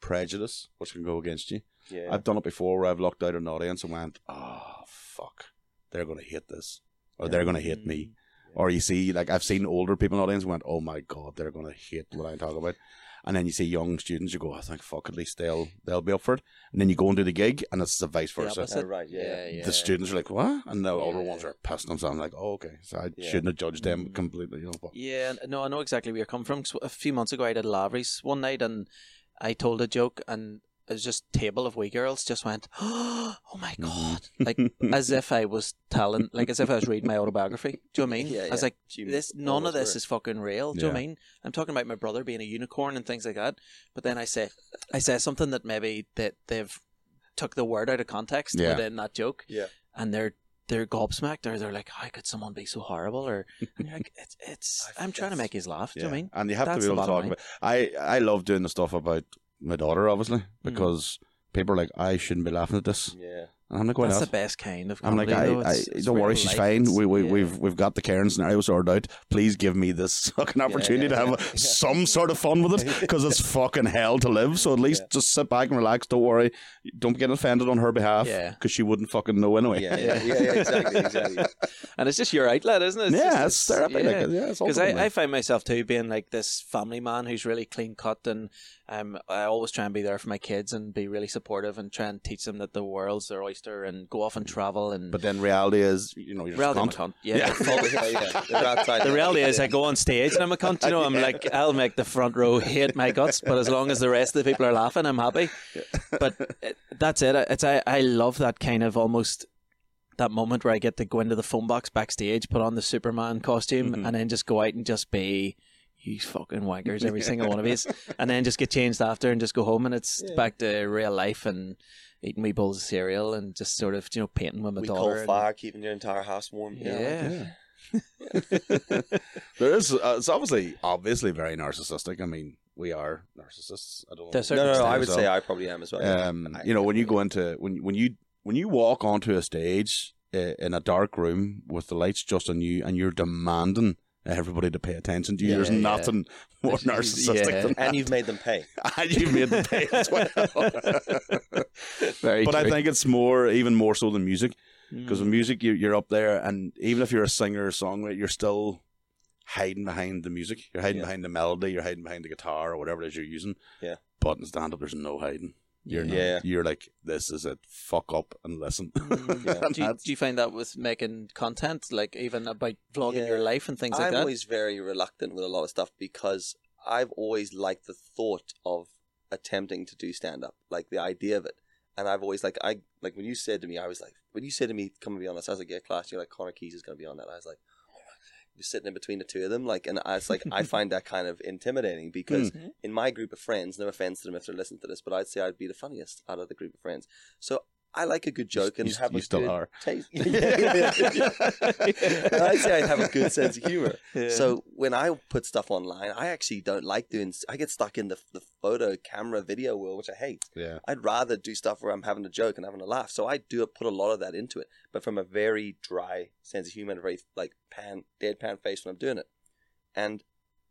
Speaker 2: prejudice, which can go against you.
Speaker 3: yeah.
Speaker 2: I've done it before where I've locked out an audience and went, oh, fuck, they're going to hate this, or they're going to hate me.
Speaker 1: Mm.
Speaker 2: Or you see, like, I've seen older people in the audience and went, oh my God, they're going to hate what I'm talking about. And then you see young students, you go, I think, fuck, at least they'll, they'll be up for it. And then you go and do the gig, and it's the vice versa.
Speaker 1: opposite.
Speaker 3: Oh, right, yeah.
Speaker 1: yeah, yeah.
Speaker 2: The students are like, what? And the older
Speaker 1: Yeah.
Speaker 2: ones are pissing themselves. I'm like, oh, okay. So I
Speaker 3: Yeah.
Speaker 2: shouldn't have judged them
Speaker 1: Mm.
Speaker 2: completely. You know, but
Speaker 1: Yeah, n- no, I know exactly where you're coming from. 'cause a few months ago, I did Lavery's one night, and I told a joke, and it was just table of wee girls just went, oh my
Speaker 3: Mm-hmm.
Speaker 1: god, like as if I was telling, like as if I was reading my autobiography. Do you know what I mean?
Speaker 3: Yeah,
Speaker 1: I was
Speaker 3: yeah.
Speaker 1: like,
Speaker 3: She oh,
Speaker 1: this none of
Speaker 3: always
Speaker 1: this
Speaker 3: were.
Speaker 1: is fucking real. Do you know what I mean? I'm talking about my brother being a unicorn and things like that. But then I say, I say something that maybe that they've took the word out of context
Speaker 2: Yeah.
Speaker 1: within that joke.
Speaker 3: Yeah.
Speaker 1: and they're. They're gobsmacked, or they're like, "How could someone be so horrible?" Or and you're like, "It's, it's."
Speaker 3: I-
Speaker 1: I'm trying to
Speaker 3: that's-
Speaker 1: make his laugh. Do you know what I mean?
Speaker 2: And you have
Speaker 1: That's
Speaker 2: to
Speaker 1: the
Speaker 2: be able to talk
Speaker 1: bottom
Speaker 2: about. I I love doing the stuff about my daughter,
Speaker 1: Mm.
Speaker 2: obviously, because people are like, I shouldn't be laughing at this,
Speaker 3: Yeah.
Speaker 2: and I'm like, why
Speaker 1: That's
Speaker 2: not?
Speaker 1: the best kind of.
Speaker 2: I'm like,
Speaker 1: comedy,
Speaker 2: I,
Speaker 1: though.
Speaker 2: I
Speaker 1: It's- it's
Speaker 2: don't
Speaker 1: real
Speaker 2: worry, she's
Speaker 1: life.
Speaker 2: fine.
Speaker 1: It's-
Speaker 2: We we
Speaker 1: yeah.
Speaker 2: we've we've got the Karen scenario sorted out. Please give me this fucking opportunity
Speaker 3: yeah,
Speaker 2: to have
Speaker 3: yeah, yeah.
Speaker 2: some sort of fun with it, because it's fucking hell to live. So at least
Speaker 3: Yeah.
Speaker 2: just sit back and relax. Don't worry. Don't get offended on her behalf, because
Speaker 1: Yeah.
Speaker 2: she wouldn't fucking know anyway.
Speaker 3: Yeah, yeah, yeah, yeah, exactly, exactly.
Speaker 1: and it's just your outlet, isn't it? It's
Speaker 2: yeah,
Speaker 1: just,
Speaker 2: it's therapy.
Speaker 1: yeah.
Speaker 2: Like, yeah, it's
Speaker 1: because
Speaker 2: ultimately-
Speaker 1: I, I find myself too being like this family man who's really clean cut and um, I always try and be there for my kids and be really supportive and try and teach them that the world's their oyster and go off and travel and
Speaker 2: but then reality is, you know, you're just
Speaker 1: reality I'm a cunt.
Speaker 2: cunt.
Speaker 1: Yeah.
Speaker 3: Oh, yeah, yeah. They're outside.
Speaker 1: the reality is I go on stage and I'm a cunt, you know, I'm like I'll make the front row hate my guts, but as long as the rest of the people are laughing, I'm happy. But it, that's it. It's I, I love that kind of almost that moment where I get to go into the phone box backstage, put on the Superman costume,
Speaker 2: Mhm.
Speaker 1: and then just go out and just be you fucking wankers, every single one of us, and then just get changed after and just go home, and it's
Speaker 3: Yeah.
Speaker 1: back to real life and eating wee bowls of cereal and just sort of you know painting with my
Speaker 3: we
Speaker 1: daughter.
Speaker 3: coal
Speaker 1: and-
Speaker 3: fire, keeping your entire house warm. you know, like-
Speaker 1: yeah.
Speaker 2: There is. Uh, it's obviously, obviously, very narcissistic. I mean, we are narcissists. I don't.
Speaker 1: To a
Speaker 2: know.
Speaker 1: certain
Speaker 3: No, no, no, I
Speaker 2: extent,
Speaker 3: would
Speaker 2: so-
Speaker 3: say uh, I probably am as well. yeah.
Speaker 2: Um, you know, when you go into when when you when you walk onto a stage uh, in a dark room with the lights just on you, and you're demanding everybody to pay attention to you.
Speaker 1: Yeah,
Speaker 2: There's
Speaker 1: yeah.
Speaker 2: nothing more
Speaker 1: This is-
Speaker 2: narcissistic
Speaker 1: yeah.
Speaker 2: than that.
Speaker 3: and you've made them pay.
Speaker 2: and you made the pay as well.
Speaker 1: Very
Speaker 2: but I
Speaker 1: true.
Speaker 2: think it's more, even more so than music. Because
Speaker 1: Mm.
Speaker 2: with music, you, you're up there, and even if you're a singer or songwriter, you're still hiding behind the music. You're hiding
Speaker 3: Yeah.
Speaker 2: behind the melody. You're hiding behind the guitar or whatever it is you're using.
Speaker 3: Yeah.
Speaker 2: But in stand up, there's no hiding. You're not.
Speaker 3: Yeah.
Speaker 2: You're like, this is it. Fuck up and listen.
Speaker 1: Mm.
Speaker 3: Yeah.
Speaker 2: And
Speaker 1: do, you,
Speaker 2: that's-
Speaker 1: do you find that with making content, like even about vlogging
Speaker 3: Yeah.
Speaker 1: your life and things like
Speaker 3: I'm
Speaker 1: that?
Speaker 3: always very reluctant with a lot of stuff because I've always liked the thought of attempting to do stand up, like the idea of it. And I've always like I like when you said to me, I was like, when you said to me, "Come and be on this," I was like, "Yeah, class." You're like, "Connor Keys is going to be on that." I was like, "You're sitting in between the two of them," like, and I was like, I find that kind of intimidating
Speaker 2: Hmm.
Speaker 3: because
Speaker 1: Mm.
Speaker 3: in my group of friends, no offense to them if they're listening to this, but I'd say I'd be the funniest out of the group of friends. So I like a good joke and
Speaker 2: you,
Speaker 3: have
Speaker 2: you
Speaker 3: a
Speaker 2: still
Speaker 3: good
Speaker 2: are.
Speaker 3: taste. Yeah, yeah, yeah. I'd say I have a good sense of humor. So when I put stuff online, I actually don't like doing. I get stuck in the, the photo, camera, video world, which I hate.
Speaker 2: Yeah.
Speaker 3: I'd rather do stuff where I'm having a joke and having a laugh. So I do put a lot of that into it, but from a very dry sense of humor and a very like pan deadpan face when I'm doing it, and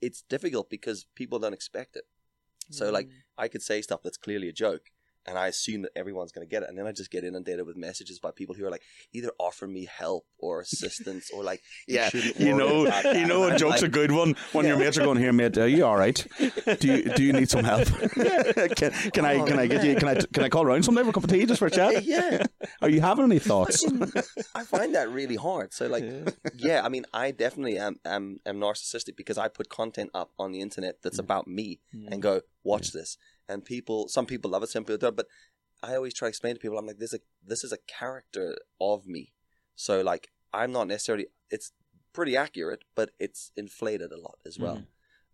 Speaker 3: it's difficult because people don't expect it. So like I could say stuff that's clearly a joke, and I assume that everyone's going to get it. And then I just get inundated with messages by people who are like, either offer me help or assistance or like, you
Speaker 2: Yeah,
Speaker 3: shouldn't
Speaker 2: you
Speaker 3: worry
Speaker 2: know,
Speaker 3: about that.
Speaker 2: you know,
Speaker 3: And
Speaker 2: a
Speaker 3: I'm
Speaker 2: joke's a
Speaker 3: like,
Speaker 2: good one when your
Speaker 3: Yeah.
Speaker 2: mates are going here, mate. Are you all right?
Speaker 1: Mm.
Speaker 2: Do you do you need some help? can can I
Speaker 3: Oh,
Speaker 2: can I get you? Can I can I call around someday for a cup of tea just for a chat?
Speaker 3: yeah,
Speaker 2: Are you having any thoughts?
Speaker 3: I find that really hard. So like,
Speaker 1: Yeah.
Speaker 3: yeah, I mean, I definitely am, am am narcissistic because I put content up on the internet that's about me
Speaker 1: Mm.
Speaker 3: and go watch this. And people, some people love it, some people don't. But I always try to explain to people, I'm like, there's a this is a character of me. So like, I'm not necessarily. It's pretty accurate, but it's inflated a lot as well.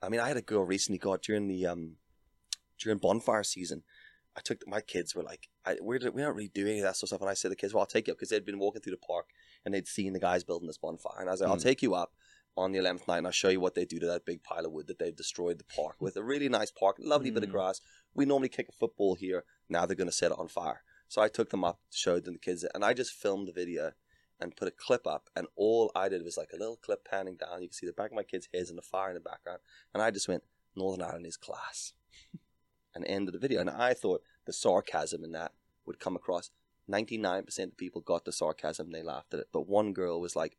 Speaker 3: I mean, I had a girl recently. God, during the um, during bonfire season, I took my kids were like, I, we're we don't really do any of that sort of stuff. And I said to the kids, well, I'll take you up because they'd been walking through the park and they'd seen the guys building this bonfire. And I was like, I'll
Speaker 2: Mm.
Speaker 3: take you up on the eleventh night and I'll show you what they do to that big pile of wood that they've destroyed the park with. A really nice park, lovely bit of
Speaker 1: Mm.
Speaker 3: grass. We normally kick a football here. Now they're going to set it on fire. So I took them up, showed them the kids, and I just filmed the video and put a clip up. And all I did was like a little clip panning down. You can see the back of my kids' heads and the fire in the background. And I just went, Northern Ireland is class. and ended the video. And I thought the sarcasm in that would come across. 99% of people got the sarcasm and they laughed at it. But one girl was like,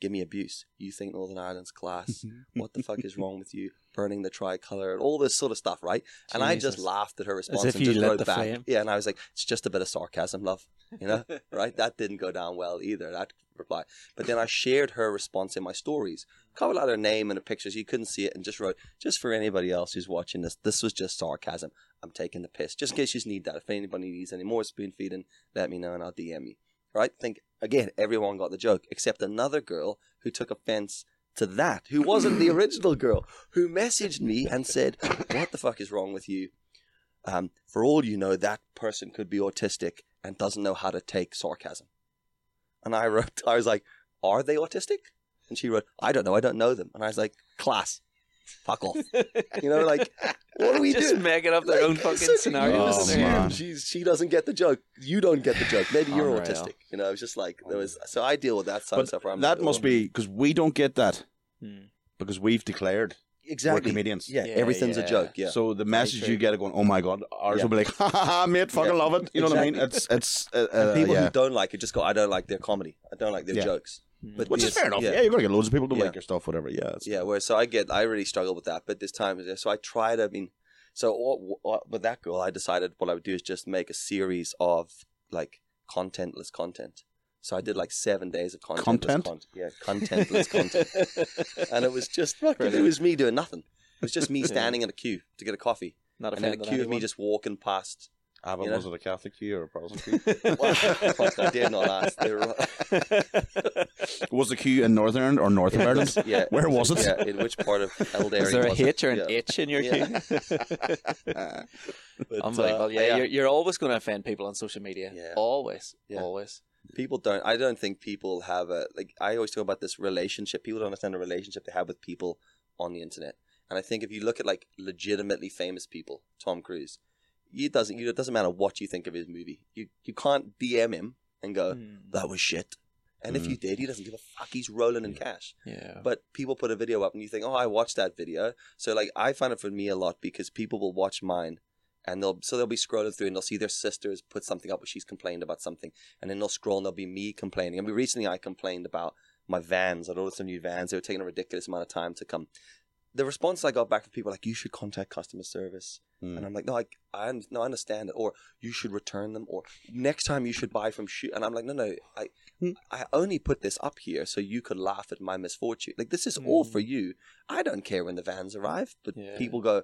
Speaker 3: Give me abuse. You think Northern Ireland's class? what the fuck is wrong with you? Burning the tricolour and all this sort of stuff, right? And I just
Speaker 1: Jesus.
Speaker 3: laughed at her response
Speaker 1: if
Speaker 3: and
Speaker 1: you
Speaker 3: just
Speaker 1: lit
Speaker 3: wrote
Speaker 1: the
Speaker 3: back.
Speaker 1: flame.
Speaker 3: Yeah, and I was like, it's just a bit of sarcasm, love. You know, right? That didn't go down well either. That reply. But then I shared her response in my stories, covered out her name and her pictures. You couldn't see it, and just wrote, just for anybody else who's watching this, this was just sarcasm. I'm taking the piss, just in case you just need that. If anybody needs any more spoon feeding, let me know and I'll DM you. Right? Think again. Everyone got the joke except another girl who took offense to that, who wasn't the original girl, who messaged me and said, "What the fuck is wrong with you?" Um, for all you know, that person could be autistic and doesn't know how to take sarcasm. And I wrote, I was like, "Are they autistic?" And she wrote, "I don't know. I don't know them." And I was like, "Class, fuck off." You know, like, what do we
Speaker 1: just
Speaker 3: do?
Speaker 1: making up their
Speaker 3: Like,
Speaker 1: own
Speaker 3: it's
Speaker 1: fucking
Speaker 3: such a
Speaker 1: scenarios.
Speaker 2: Oh,
Speaker 1: in there.
Speaker 2: man.
Speaker 3: She's, she doesn't get the joke. You don't get the joke. Maybe you're
Speaker 1: Unreal.
Speaker 3: autistic. You know, it's just like there was. So I deal with that sort of
Speaker 2: but
Speaker 3: stuff. Where I'm
Speaker 2: that
Speaker 3: like,
Speaker 2: must
Speaker 3: oh.
Speaker 2: be because we don't get that
Speaker 1: Mm.
Speaker 2: because we've declared we're
Speaker 3: exactly.
Speaker 2: comedians.
Speaker 3: Yeah,
Speaker 1: Yeah,
Speaker 3: everything's
Speaker 1: yeah.
Speaker 3: a joke. Yeah.
Speaker 2: So the message
Speaker 1: true.
Speaker 2: you get are going, oh my god, ours
Speaker 3: Yeah.
Speaker 2: will be like, ha ha ha, mate, fucking
Speaker 3: Yeah.
Speaker 2: love it. You know what I mean?
Speaker 3: Exactly.
Speaker 2: It's it's uh,
Speaker 3: and
Speaker 2: uh,
Speaker 3: people
Speaker 2: yeah.
Speaker 3: who don't like it just go, I don't like their comedy. I don't like their
Speaker 2: Yeah.
Speaker 3: jokes.
Speaker 1: Hmm.
Speaker 3: But
Speaker 2: which is
Speaker 3: Yes,
Speaker 2: fair enough. Yeah.
Speaker 3: yeah.
Speaker 2: you're gonna get loads of people don't
Speaker 3: Yeah.
Speaker 2: like your stuff, whatever. Yeah, it's-
Speaker 3: Yeah, where so I get I really struggle with that, but this time so I tried. I mean, so what, what, with that girl, I decided what I would do is just make a series of like contentless content. So I did like seven days of contentless
Speaker 2: Content?
Speaker 3: con- yeah, contentless content, and it was just fucking, it was me doing nothing. It was just me standing in a queue to get a coffee,
Speaker 1: Not
Speaker 3: and then a
Speaker 1: offending
Speaker 3: queue of me
Speaker 1: anyone.
Speaker 3: just walking past.
Speaker 2: Ah, but
Speaker 3: You know?
Speaker 2: was it a Catholic queue or a Protestant queue?
Speaker 3: Well, fuck, I did not ask. They were-
Speaker 2: was the queue in Northern Ireland or North of Ireland?
Speaker 3: yeah,
Speaker 2: Where was it?
Speaker 3: yeah. In which part of Eldary?
Speaker 1: Is there a
Speaker 3: was it?
Speaker 1: hitch or an
Speaker 3: Yeah.
Speaker 1: itch in your
Speaker 3: Yeah.
Speaker 1: queue?
Speaker 2: Uh,
Speaker 3: But, uh,
Speaker 1: Unbelievable. yeah, You're, you're always going to offend people on social media.
Speaker 3: Yeah.
Speaker 1: Always.
Speaker 3: Yeah.
Speaker 1: Always.
Speaker 3: people don't i don't think people have a like i always talk about this relationship people don't understand the relationship they have with people on the internet and i think if you look at like legitimately famous people tom cruise it doesn't you, it doesn't matter what you think of his movie you you can't dm him and go Uh,
Speaker 1: Hmm.
Speaker 3: that was shit and if
Speaker 2: Mm.
Speaker 3: you did he doesn't give a fuck he's rolling in
Speaker 2: Yeah.
Speaker 3: cash
Speaker 1: Yeah.
Speaker 3: but people put a video up and you think, oh, I watched that video. So like I find it for me a lot because people will watch mine and they'll so they'll be scrolling through and they'll see their sisters put something up where she's complained about something and then they'll scroll and there'll be me complaining. I mean recently I complained about my vans. I'd ordered some new vans. They were taking a ridiculous amount of time to come. The response I got back from people like, you should contact customer service. And
Speaker 2: mm.
Speaker 3: I'm like, no, I, I, un- no, I understand it. Or you should return them. Or next time you should buy from shoe. And I'm like, no, no, I,
Speaker 2: Hmm.
Speaker 3: I only put this up here so you could laugh at my misfortune. Like this is
Speaker 1: Hmm.
Speaker 3: all for you. I don't care when the vans arrive, but
Speaker 1: Yeah.
Speaker 3: people go,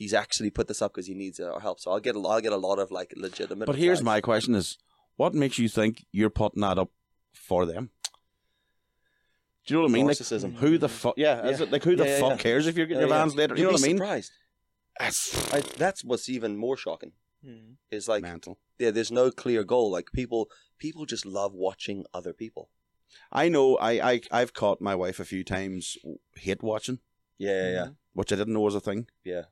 Speaker 3: he's actually put this up because he needs uh, our help. So I'll get a lot, I'll get a lot of like legitimate. Oh,
Speaker 2: But here's
Speaker 3: replies.
Speaker 2: my question: Is what makes you think you're putting that up for them? Do you know what I mean? Like,
Speaker 3: narcissism.
Speaker 2: who the fuck? Yeah, is
Speaker 3: Yeah.
Speaker 2: it like who the
Speaker 3: Yeah, yeah,
Speaker 2: fuck
Speaker 3: yeah.
Speaker 2: cares if you're getting
Speaker 3: Yeah,
Speaker 2: your
Speaker 3: yeah.
Speaker 2: vans later? You
Speaker 3: You'll
Speaker 2: know
Speaker 3: be
Speaker 2: what I mean?
Speaker 3: Surprised.
Speaker 2: That's
Speaker 3: I, that's what's even more shocking.
Speaker 1: Mm.
Speaker 3: Is like
Speaker 2: mental.
Speaker 3: yeah, there's no clear goal. Like people, people just love watching other people.
Speaker 2: I know. I, I I've caught my wife a few times hate watching,
Speaker 3: Yeah, yeah, yeah.
Speaker 1: Hmm.
Speaker 2: which I didn't know was a thing.
Speaker 3: Yeah.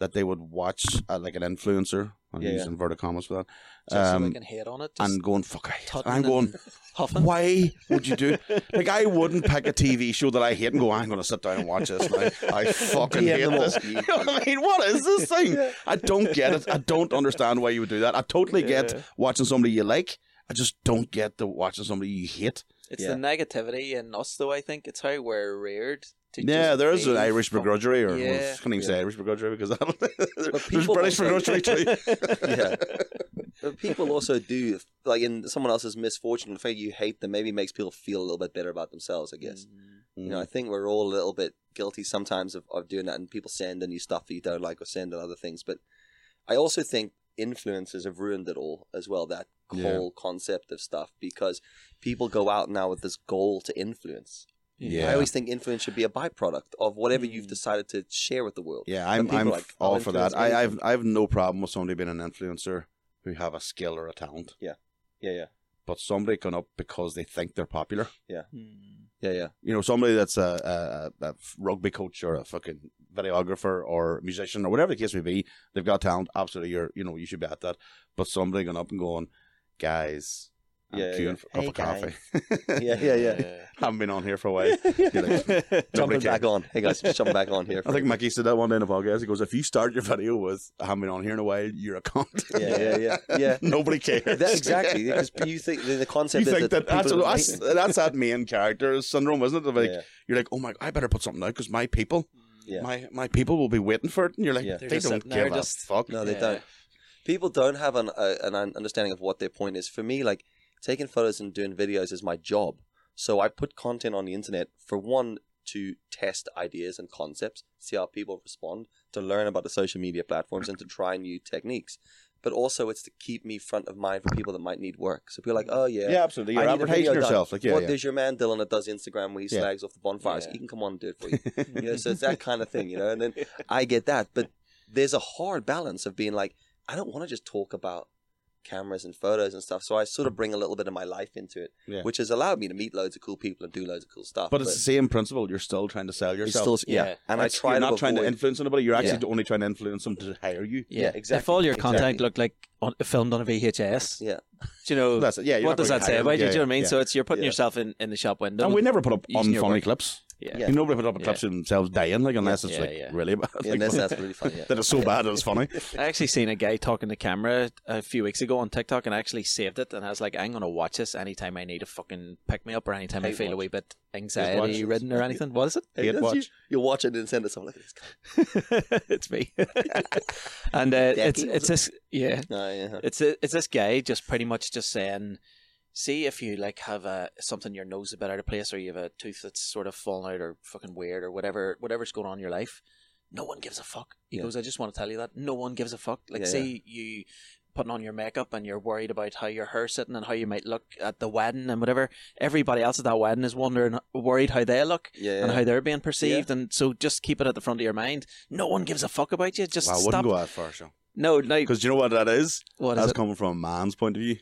Speaker 2: that they would watch uh, like an influencer. I'm
Speaker 3: Yeah,
Speaker 2: using
Speaker 3: yeah.
Speaker 2: inverted commas for that.
Speaker 4: just so
Speaker 2: Um,
Speaker 4: they can hate on it. Just
Speaker 2: and going fuck it.
Speaker 4: tutting
Speaker 2: I'm going.
Speaker 4: and huffing.
Speaker 2: Why would you do? Like I wouldn't pick a TV show that I hate and go. I'm going to sit down and watch this. Now. I fucking
Speaker 3: DM
Speaker 2: hate
Speaker 3: them all.
Speaker 2: this. You know what I mean? What is this thing?
Speaker 3: Yeah.
Speaker 2: I don't get it. I don't understand why you would do that. I totally
Speaker 4: Yeah.
Speaker 2: get watching somebody you like. I just don't get the watching somebody you hate.
Speaker 4: It's
Speaker 3: Yeah.
Speaker 4: the negativity in us, though. I think it's how we're reared. To
Speaker 2: yeah,
Speaker 4: just
Speaker 2: there is
Speaker 4: be
Speaker 2: an Irish
Speaker 4: fuck-
Speaker 2: begrudgery, or well,
Speaker 4: Yeah.
Speaker 2: I couldn't even say Irish begrudgery because I don't. there's
Speaker 3: people
Speaker 2: British
Speaker 3: don't
Speaker 2: begrudgery too.
Speaker 3: yeah. But people also do like in someone else's misfortune. The fact you hate them maybe makes people feel a little bit better about themselves. I guess
Speaker 1: Mm-hmm.
Speaker 4: Mm.
Speaker 3: you know I think we're all a little bit guilty sometimes of, of doing that, and people sending you stuff that you don't like or sending other things. But I also think influencers have ruined it all as well. That
Speaker 2: Yeah.
Speaker 3: whole concept of stuff because people go out now with this goal to influence. I
Speaker 2: Yeah.
Speaker 3: always think influence should be a byproduct of whatever you've
Speaker 4: Mm.
Speaker 3: decided to share with the world.
Speaker 2: Yeah, I'm,
Speaker 3: people
Speaker 2: I'm
Speaker 3: are like,
Speaker 2: all
Speaker 3: "I'll
Speaker 2: for that.
Speaker 3: influence
Speaker 2: I, I've I have no problem with somebody being an influencer who have a skill or a talent,
Speaker 3: Yeah, yeah,
Speaker 2: but somebody come up because they think they're popular.
Speaker 4: Mm.
Speaker 3: yeah, yeah.
Speaker 2: You know, somebody that's a, a, a rugby coach or a fucking videographer or musician or whatever the case may be, they've got talent. Absolutely, you're you know you should be at that. But somebody going up and going, guys, I'm
Speaker 3: Yeah,
Speaker 2: queuing
Speaker 3: yeah.
Speaker 2: for a cup
Speaker 3: Hey,
Speaker 2: of coffee.
Speaker 3: Yeah, yeah, yeah.
Speaker 2: haven't been on here for a while. You're like,
Speaker 3: jumping
Speaker 2: Nobody cares.
Speaker 3: back on. Hey guys, just jumping back on here.
Speaker 2: I think Mickey said that one day in a podcast. He goes, "If you start your video with I haven't been on here in a while, you're a cunt."
Speaker 3: Yeah, yeah, yeah, yeah.
Speaker 2: Nobody cares.
Speaker 3: that exactly because you think the, the
Speaker 2: You
Speaker 3: concept is
Speaker 2: think that that's,
Speaker 3: people-
Speaker 2: that's, that's that main character syndrome, isn't it? Like
Speaker 3: yeah,
Speaker 2: you're like, oh my, I better put something out because my people,
Speaker 1: Mm.
Speaker 3: yeah.
Speaker 2: my my people will be waiting for it, and you're like,
Speaker 3: Yeah.
Speaker 2: they
Speaker 4: They're just
Speaker 2: don't
Speaker 4: sitting there
Speaker 2: give a
Speaker 4: just-
Speaker 2: fuck.
Speaker 3: no, they
Speaker 4: Yeah.
Speaker 3: don't. People don't have an uh, an un- understanding of what their point is. For me, like taking photos and doing videos is my job. So I put content on the internet for one to test ideas and concepts, see how people respond, to learn about the social media platforms, and to try new techniques. But also, it's to keep me front of mind for people that might need work. So people are like, oh yeah,
Speaker 2: Yeah, absolutely.
Speaker 3: I
Speaker 2: You're
Speaker 3: need a
Speaker 2: advertising
Speaker 3: video done.
Speaker 2: yourself. Like, yeah,
Speaker 3: what
Speaker 2: yeah.
Speaker 3: there's your man Dylan that does Instagram where he
Speaker 2: Yeah.
Speaker 3: slags off the bonfires?
Speaker 4: Yeah.
Speaker 3: He can come on and do it for you. you know, so it's that kind of thing, you know. And then I get that, but there's a hard balance of being like, I don't want to just talk about cameras and photos and stuff. So I sort of bring a little bit of my life into it,
Speaker 2: Yeah.
Speaker 3: which has allowed me to meet loads of cool people and do loads of cool stuff.
Speaker 2: but it's the same principle. You're still trying to sell
Speaker 3: it's
Speaker 2: yourself.
Speaker 3: still, yeah.
Speaker 4: Yeah.
Speaker 3: And
Speaker 2: It's-
Speaker 3: I try
Speaker 2: you're
Speaker 3: to
Speaker 2: not trying to
Speaker 3: avoid-
Speaker 2: influence anybody. You're actually only trying to influence them to hire you.
Speaker 3: Yeah, exactly,
Speaker 1: If all your content
Speaker 3: exactly.
Speaker 1: looked like on, filmed on a VHS,
Speaker 3: Yeah.
Speaker 1: do you know
Speaker 2: That's it. Yeah. you're
Speaker 1: what
Speaker 2: not
Speaker 1: does
Speaker 2: gonna
Speaker 1: that
Speaker 2: hire
Speaker 1: say
Speaker 2: them.
Speaker 1: about you?
Speaker 2: Yeah,
Speaker 1: Do you know what I
Speaker 2: yeah,
Speaker 1: mean?
Speaker 2: yeah.
Speaker 1: So it's you're putting
Speaker 3: Yeah.
Speaker 1: yourself in, in the shop window.
Speaker 2: and we never put up
Speaker 1: Using your
Speaker 2: unfunny
Speaker 1: work.
Speaker 2: clips.
Speaker 1: yeah.
Speaker 3: Yeah.
Speaker 2: You nobody put up
Speaker 1: Yeah.
Speaker 2: clips of themselves dying, like unless
Speaker 1: Yeah,
Speaker 2: it's like
Speaker 1: yeah.
Speaker 2: really bad.
Speaker 3: Yeah,
Speaker 2: like,
Speaker 3: that's, that's really funny.
Speaker 2: that
Speaker 3: Yeah.
Speaker 2: is so bad that it's funny.
Speaker 1: I actually seen a guy talking to camera a few weeks ago on TikTok and I actually saved it and I was like, I'm gonna watch this anytime I need a fucking pick me up or anytime I
Speaker 3: Hate
Speaker 1: feel a
Speaker 3: watch.
Speaker 1: wee bit
Speaker 2: watch
Speaker 1: anxiety
Speaker 2: it.
Speaker 1: ridden or anything. What is it?
Speaker 3: Hey,
Speaker 2: Hate
Speaker 3: that's
Speaker 2: watch.
Speaker 3: You, you'll watch it and send it. Someone like this. guy.
Speaker 1: it's me. and uh, it's
Speaker 3: Decky,
Speaker 1: it's
Speaker 3: was
Speaker 1: this yeah.
Speaker 3: No, yeah.
Speaker 1: It's a, it's this guy just pretty much just saying, see if you like have a something your nose is a bit out of place or you have a tooth that's sort of fallen out or fucking weird or whatever whatever's going on in your life. No one gives a fuck. He
Speaker 3: Yeah.
Speaker 1: goes, I just want to tell you that no one gives a fuck. Like,
Speaker 3: Yeah,
Speaker 1: see you putting on your makeup and you're worried about how your hair sitting and how you might look at the wedding and whatever. Everybody else at that wedding is wondering, worried how they look
Speaker 3: Yeah,
Speaker 1: and
Speaker 3: yeah.
Speaker 1: how they're being perceived. And so just keep it at the front of your mind. No one gives a fuck about you. Just
Speaker 2: Well, I wouldn't
Speaker 1: stop.
Speaker 2: go that far, Sean.
Speaker 1: No, like,
Speaker 2: Because you know what that is?
Speaker 1: what is
Speaker 2: That's
Speaker 1: it?
Speaker 2: coming from a man's point of view.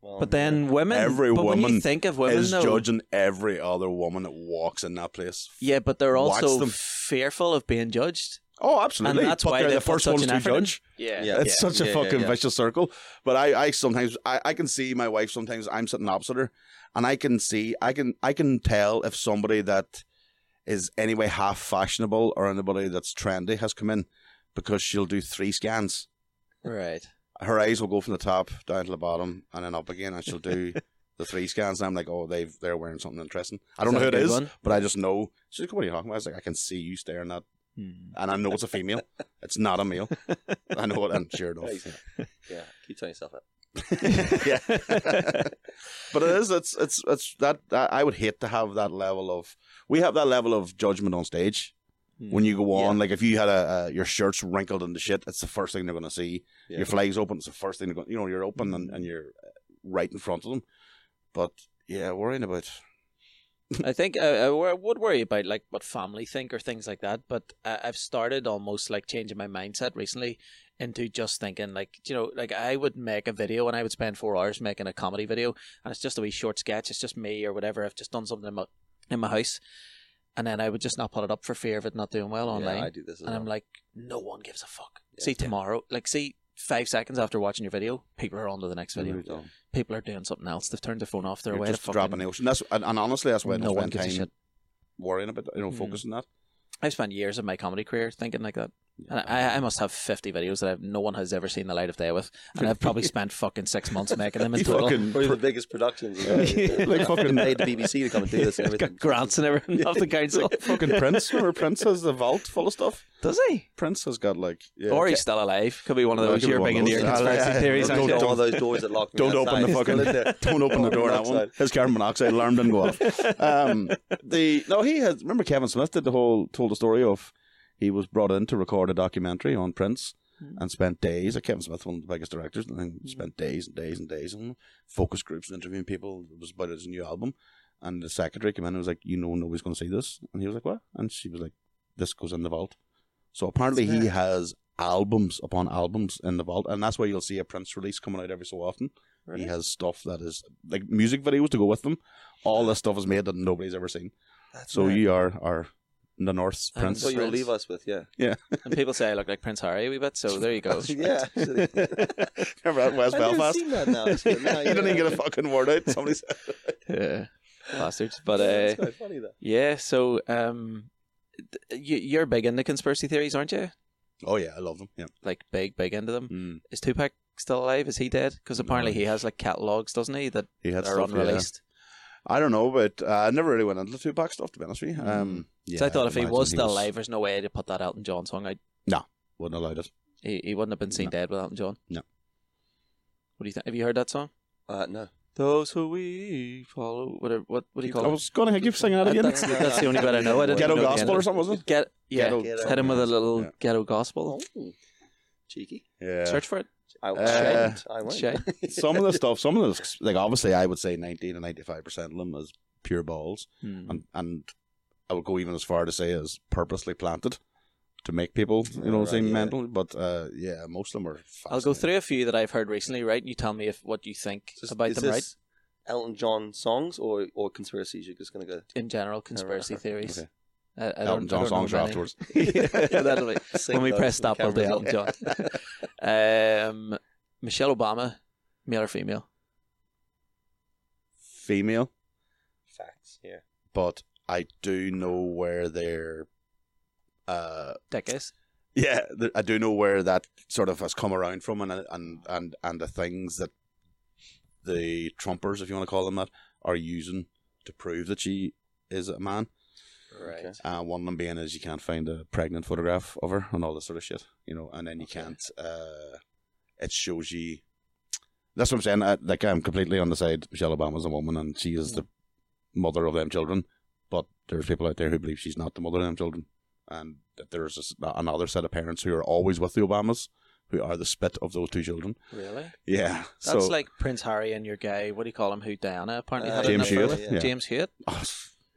Speaker 3: Well,
Speaker 1: But then women,
Speaker 2: Every
Speaker 1: but when you
Speaker 2: woman
Speaker 1: think of women,
Speaker 2: is
Speaker 1: though,
Speaker 2: judging every other woman that walks in that place.
Speaker 1: yeah, but they're
Speaker 2: Watch
Speaker 1: also
Speaker 2: them.
Speaker 1: fearful of being judged.
Speaker 2: Oh, absolutely.
Speaker 1: And that's
Speaker 2: but
Speaker 1: why
Speaker 2: they're
Speaker 1: they
Speaker 2: the
Speaker 1: put
Speaker 2: first
Speaker 1: such
Speaker 2: ones
Speaker 1: an
Speaker 2: to
Speaker 1: effort in.
Speaker 2: judge.
Speaker 1: Yeah,
Speaker 3: Yeah.
Speaker 2: It's such a
Speaker 3: yeah,
Speaker 2: fucking
Speaker 3: yeah.
Speaker 2: vicious circle. But I, I sometimes I, I can see my wife sometimes I'm sitting opposite her and I can see I can I can tell if somebody that is anyway half fashionable or anybody that's trendy has come in because she'll do three scans.
Speaker 1: right.
Speaker 2: Her eyes will go from the top down to the bottom and then up again and she'll do the three scans and I'm like, Oh, they've they're wearing something interesting. I don't know who it is, but I just know she's like, What are you talking about? I was like, I can see you staring at and I know it's a female. It's not a male. I know it, and sure enough,
Speaker 3: yeah, keep telling yourself that.
Speaker 2: Hmm. yeah. but it is. It's it's it's that, that I would hate to have that level of. We have that level of judgment on stage
Speaker 1: Hmm.
Speaker 2: when you go on. Like if you had a, a your shirt's wrinkled into shit, it's the first thing they're gonna see.
Speaker 3: Yeah.
Speaker 2: Your flag's open. It's the first thing they're going. You know, you're open and, and you're uh, right in front of them. But yeah, worrying about.
Speaker 1: I think I, I wor- would worry about like what family think or things like that. But I, I've started almost like changing my mindset recently into just thinking like you know like I would make a video and I would spend four hours making a comedy video and it's just a wee short sketch. It's just me or whatever. I've just done something in my, in my house. and then I would just not put it up for fear of it not doing well online.
Speaker 3: Yeah, I do this. As
Speaker 1: and
Speaker 3: well.
Speaker 1: I'm like, no one gives a fuck.
Speaker 3: Yeah.
Speaker 1: see
Speaker 3: Yeah.
Speaker 1: tomorrow, like see five seconds after watching your video, people are on to the next video.
Speaker 2: You're
Speaker 1: People are doing something else. They've turned their phone off. They're away.
Speaker 2: just dropping the ocean. That's and, and honestly, that's why I don't
Speaker 1: No one
Speaker 2: spend
Speaker 1: gives a
Speaker 2: time
Speaker 1: shit.
Speaker 2: worrying about you know
Speaker 1: Mm.
Speaker 2: focusing on that.
Speaker 1: I've spent years of my comedy career thinking like that. And I, I must have 50 videos that I've, no one has ever seen the light of day with. And I've probably spent fucking six months making them in
Speaker 2: You
Speaker 1: total.
Speaker 2: fucking
Speaker 3: Probably the
Speaker 2: pr-
Speaker 3: biggest productions. you know.
Speaker 2: Yeah, like
Speaker 3: They
Speaker 2: fucking
Speaker 3: paid the BBC to come and do this and
Speaker 1: He's
Speaker 3: everything.
Speaker 1: got grants and everything off the council.
Speaker 2: fucking Prince. Remember Prince has the vault full of stuff.
Speaker 1: Does he?
Speaker 2: Prince has got like yeah,
Speaker 1: Or he's still alive. Could be one of
Speaker 2: Well,
Speaker 1: those.
Speaker 2: could be
Speaker 1: You're
Speaker 2: one
Speaker 1: big
Speaker 2: of
Speaker 1: into your
Speaker 2: those.
Speaker 1: conspiracy
Speaker 2: Yeah.
Speaker 1: theories,
Speaker 3: Don't
Speaker 1: aren't
Speaker 3: go
Speaker 1: you?
Speaker 3: all those doors that lock me
Speaker 2: Don't open
Speaker 3: outside.
Speaker 2: the
Speaker 3: It's still in there.
Speaker 2: fucking don't open the door. on That one. His carbon monoxide alarm didn't go off. Um, the no, he has. Remember Kevin Smith did the whole told the story of he was brought in to record a documentary on Prince and spent days. Like Kevin Smith, one of the biggest directors, and then spent days and days and days on focus groups and interviewing people. It was about his new album, and the secretary came in and was like, "You know, nobody's going to see this," and he was like, "What?" And she was like, "This goes in the vault." So apparently, he has albums upon albums in the vault, and that's why you'll see a Prince release coming out every so often. He has stuff that is like music videos to go with them. All this stuff is made that nobody's ever seen.
Speaker 3: That's
Speaker 2: So
Speaker 3: mad.
Speaker 2: you are are the North's
Speaker 1: And
Speaker 3: That's
Speaker 2: prince.
Speaker 3: what you'll
Speaker 1: Prince.
Speaker 3: leave us with, yeah.
Speaker 1: And people say I look like Prince Harry a wee bit, so there you go.
Speaker 3: yeah, actually.
Speaker 2: Remember at West
Speaker 3: I've never
Speaker 2: Belfast?
Speaker 3: seen that now. actually. No,
Speaker 2: you didn't even get a fucking word out. Somebody said,
Speaker 1: yeah. Bastards. But
Speaker 3: That's
Speaker 1: uh,
Speaker 3: quite funny though.
Speaker 1: yeah, so um, th- you, you're big into conspiracy theories, aren't you?
Speaker 2: "Oh yeah, I love them." Yeah.
Speaker 1: Like, big, big into them.
Speaker 3: Hmm.
Speaker 1: Is Tupac still alive? Is he dead? Because
Speaker 2: No.
Speaker 1: apparently he has like catalogs, doesn't he, that
Speaker 2: He had
Speaker 1: are
Speaker 2: stuff yeah.
Speaker 1: unreleased.
Speaker 2: I don't know, but uh, I never really went into Tupac stuff to be honest with you. Um, yeah,
Speaker 1: so I thought if he
Speaker 2: imagine
Speaker 1: was still alive, there's no way to put that Elton John song out.
Speaker 2: wouldn't allow it.
Speaker 1: He, he wouldn't have been seen
Speaker 2: No.
Speaker 1: dead with Elton John.
Speaker 2: No.
Speaker 1: What do you think? Have you heard that song?
Speaker 3: Uh, no.
Speaker 1: Those who we follow. Whatever. What what do you
Speaker 2: I
Speaker 1: call it?
Speaker 2: was going to keep singing that again.
Speaker 1: That's, that's the only bit I know. I didn't
Speaker 2: Ghetto
Speaker 1: know the end
Speaker 2: gospel
Speaker 1: of
Speaker 2: or
Speaker 1: it.
Speaker 2: something, wasn't it?
Speaker 1: Get yeah.
Speaker 2: Ghetto
Speaker 1: Hit him with a little
Speaker 2: Yeah.
Speaker 1: ghetto gospel.
Speaker 3: Oh, Cheeky.
Speaker 2: Yeah.
Speaker 1: Search for it.
Speaker 3: I won't.
Speaker 2: Uh,
Speaker 3: I won't.
Speaker 1: shame.
Speaker 2: some of the stuff, some of the like obviously, I would say ninety to ninety five percent of them is pure balls,
Speaker 1: Mm.
Speaker 2: and and I would go even as far to say is purposely planted to make people, you know,
Speaker 3: Right,
Speaker 2: seem
Speaker 3: yeah.
Speaker 2: mental. But uh, yeah, most of them are.
Speaker 1: I'll go
Speaker 2: fascinating.
Speaker 1: through a few that I've heard recently, right? And you tell me if what you think
Speaker 3: Is this-
Speaker 1: about
Speaker 3: is
Speaker 1: them,
Speaker 3: this
Speaker 1: right?
Speaker 3: Elton John songs or or conspiracies? You're just gonna go.
Speaker 1: In general, conspiracy
Speaker 3: okay.
Speaker 1: theories.
Speaker 2: Okay.
Speaker 1: I, I don't, I
Speaker 2: Elton John
Speaker 1: don't know
Speaker 2: songs are
Speaker 1: many.
Speaker 2: afterwards.
Speaker 1: Yeah, that'll be-
Speaker 3: Sing
Speaker 1: when we
Speaker 3: those
Speaker 1: press
Speaker 3: to the
Speaker 1: stop, I'll do
Speaker 3: cameras.
Speaker 1: Elton John. Um, Michelle Obama, male or female?
Speaker 2: Female,
Speaker 3: Facts. Yeah.
Speaker 2: but I do know where they're. Uh,
Speaker 1: Dick is.
Speaker 2: yeah, th- I do know where that sort of has come around from, and and and and the things that the Trumpers, if you want to call them that, are using to prove that she is a man.
Speaker 3: Right.
Speaker 4: Okay.
Speaker 2: Uh, one of them being is you can't find a pregnant photograph of her and all this sort of shit, you know, and then you
Speaker 3: Okay.
Speaker 2: can't. Uh, it shows you. That's what I'm saying. I, like I'm completely on the side. Michelle Obama's a woman, and she is the mother of them children. But there's people out there who believe she's not the mother of them children, and that there's a s another set of parents who are always with the Obamas, who are the spit of those two children.
Speaker 1: Really?
Speaker 2: Yeah.
Speaker 1: That's
Speaker 2: so
Speaker 1: like Prince Harry and your guy. What do you call him? Who Diana apparently
Speaker 3: Uh,
Speaker 1: had
Speaker 2: James
Speaker 1: an affair
Speaker 2: Hewitt,
Speaker 1: with?
Speaker 2: yeah.
Speaker 1: James Hewitt.
Speaker 2: oh,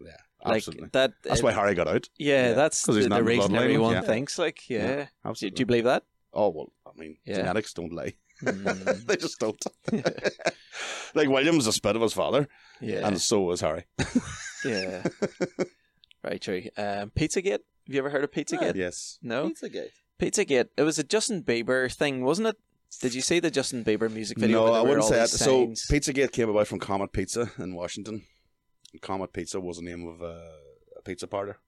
Speaker 2: yeah,
Speaker 1: Like
Speaker 2: absolutely.
Speaker 1: that.
Speaker 2: that's
Speaker 1: uh,
Speaker 2: why Harry got out.
Speaker 1: Yeah,
Speaker 3: Yeah.
Speaker 1: that's
Speaker 2: 'Cause he's
Speaker 1: the,
Speaker 2: not
Speaker 1: the
Speaker 2: in the
Speaker 1: reason
Speaker 2: bloodline,
Speaker 1: everyone
Speaker 2: yeah.
Speaker 1: thinks. Like, yeah.
Speaker 2: Yeah,
Speaker 1: Do,
Speaker 2: absolutely.
Speaker 1: do you believe that?
Speaker 2: Oh well, I mean,
Speaker 1: Yeah.
Speaker 2: genetics don't lie.
Speaker 1: Mm,
Speaker 2: they just don't. like William's a spit of his father,
Speaker 1: yeah.
Speaker 2: and so is Harry.
Speaker 1: yeah. Very true. Um, Pizzagate. Have you ever heard of Pizzagate?
Speaker 2: Yes.
Speaker 1: No.
Speaker 3: Pizzagate.
Speaker 1: Pizzagate. It was a Justin Bieber thing, wasn't it? Did you see the Justin Bieber music video?
Speaker 2: No,
Speaker 1: where there
Speaker 2: I
Speaker 1: were
Speaker 2: wouldn't
Speaker 1: all
Speaker 2: say that.
Speaker 1: these
Speaker 2: So
Speaker 1: signs?
Speaker 2: Pizzagate came about from Comet Pizza in Washington. Comet Pizza was the name of uh, a pizza parlor,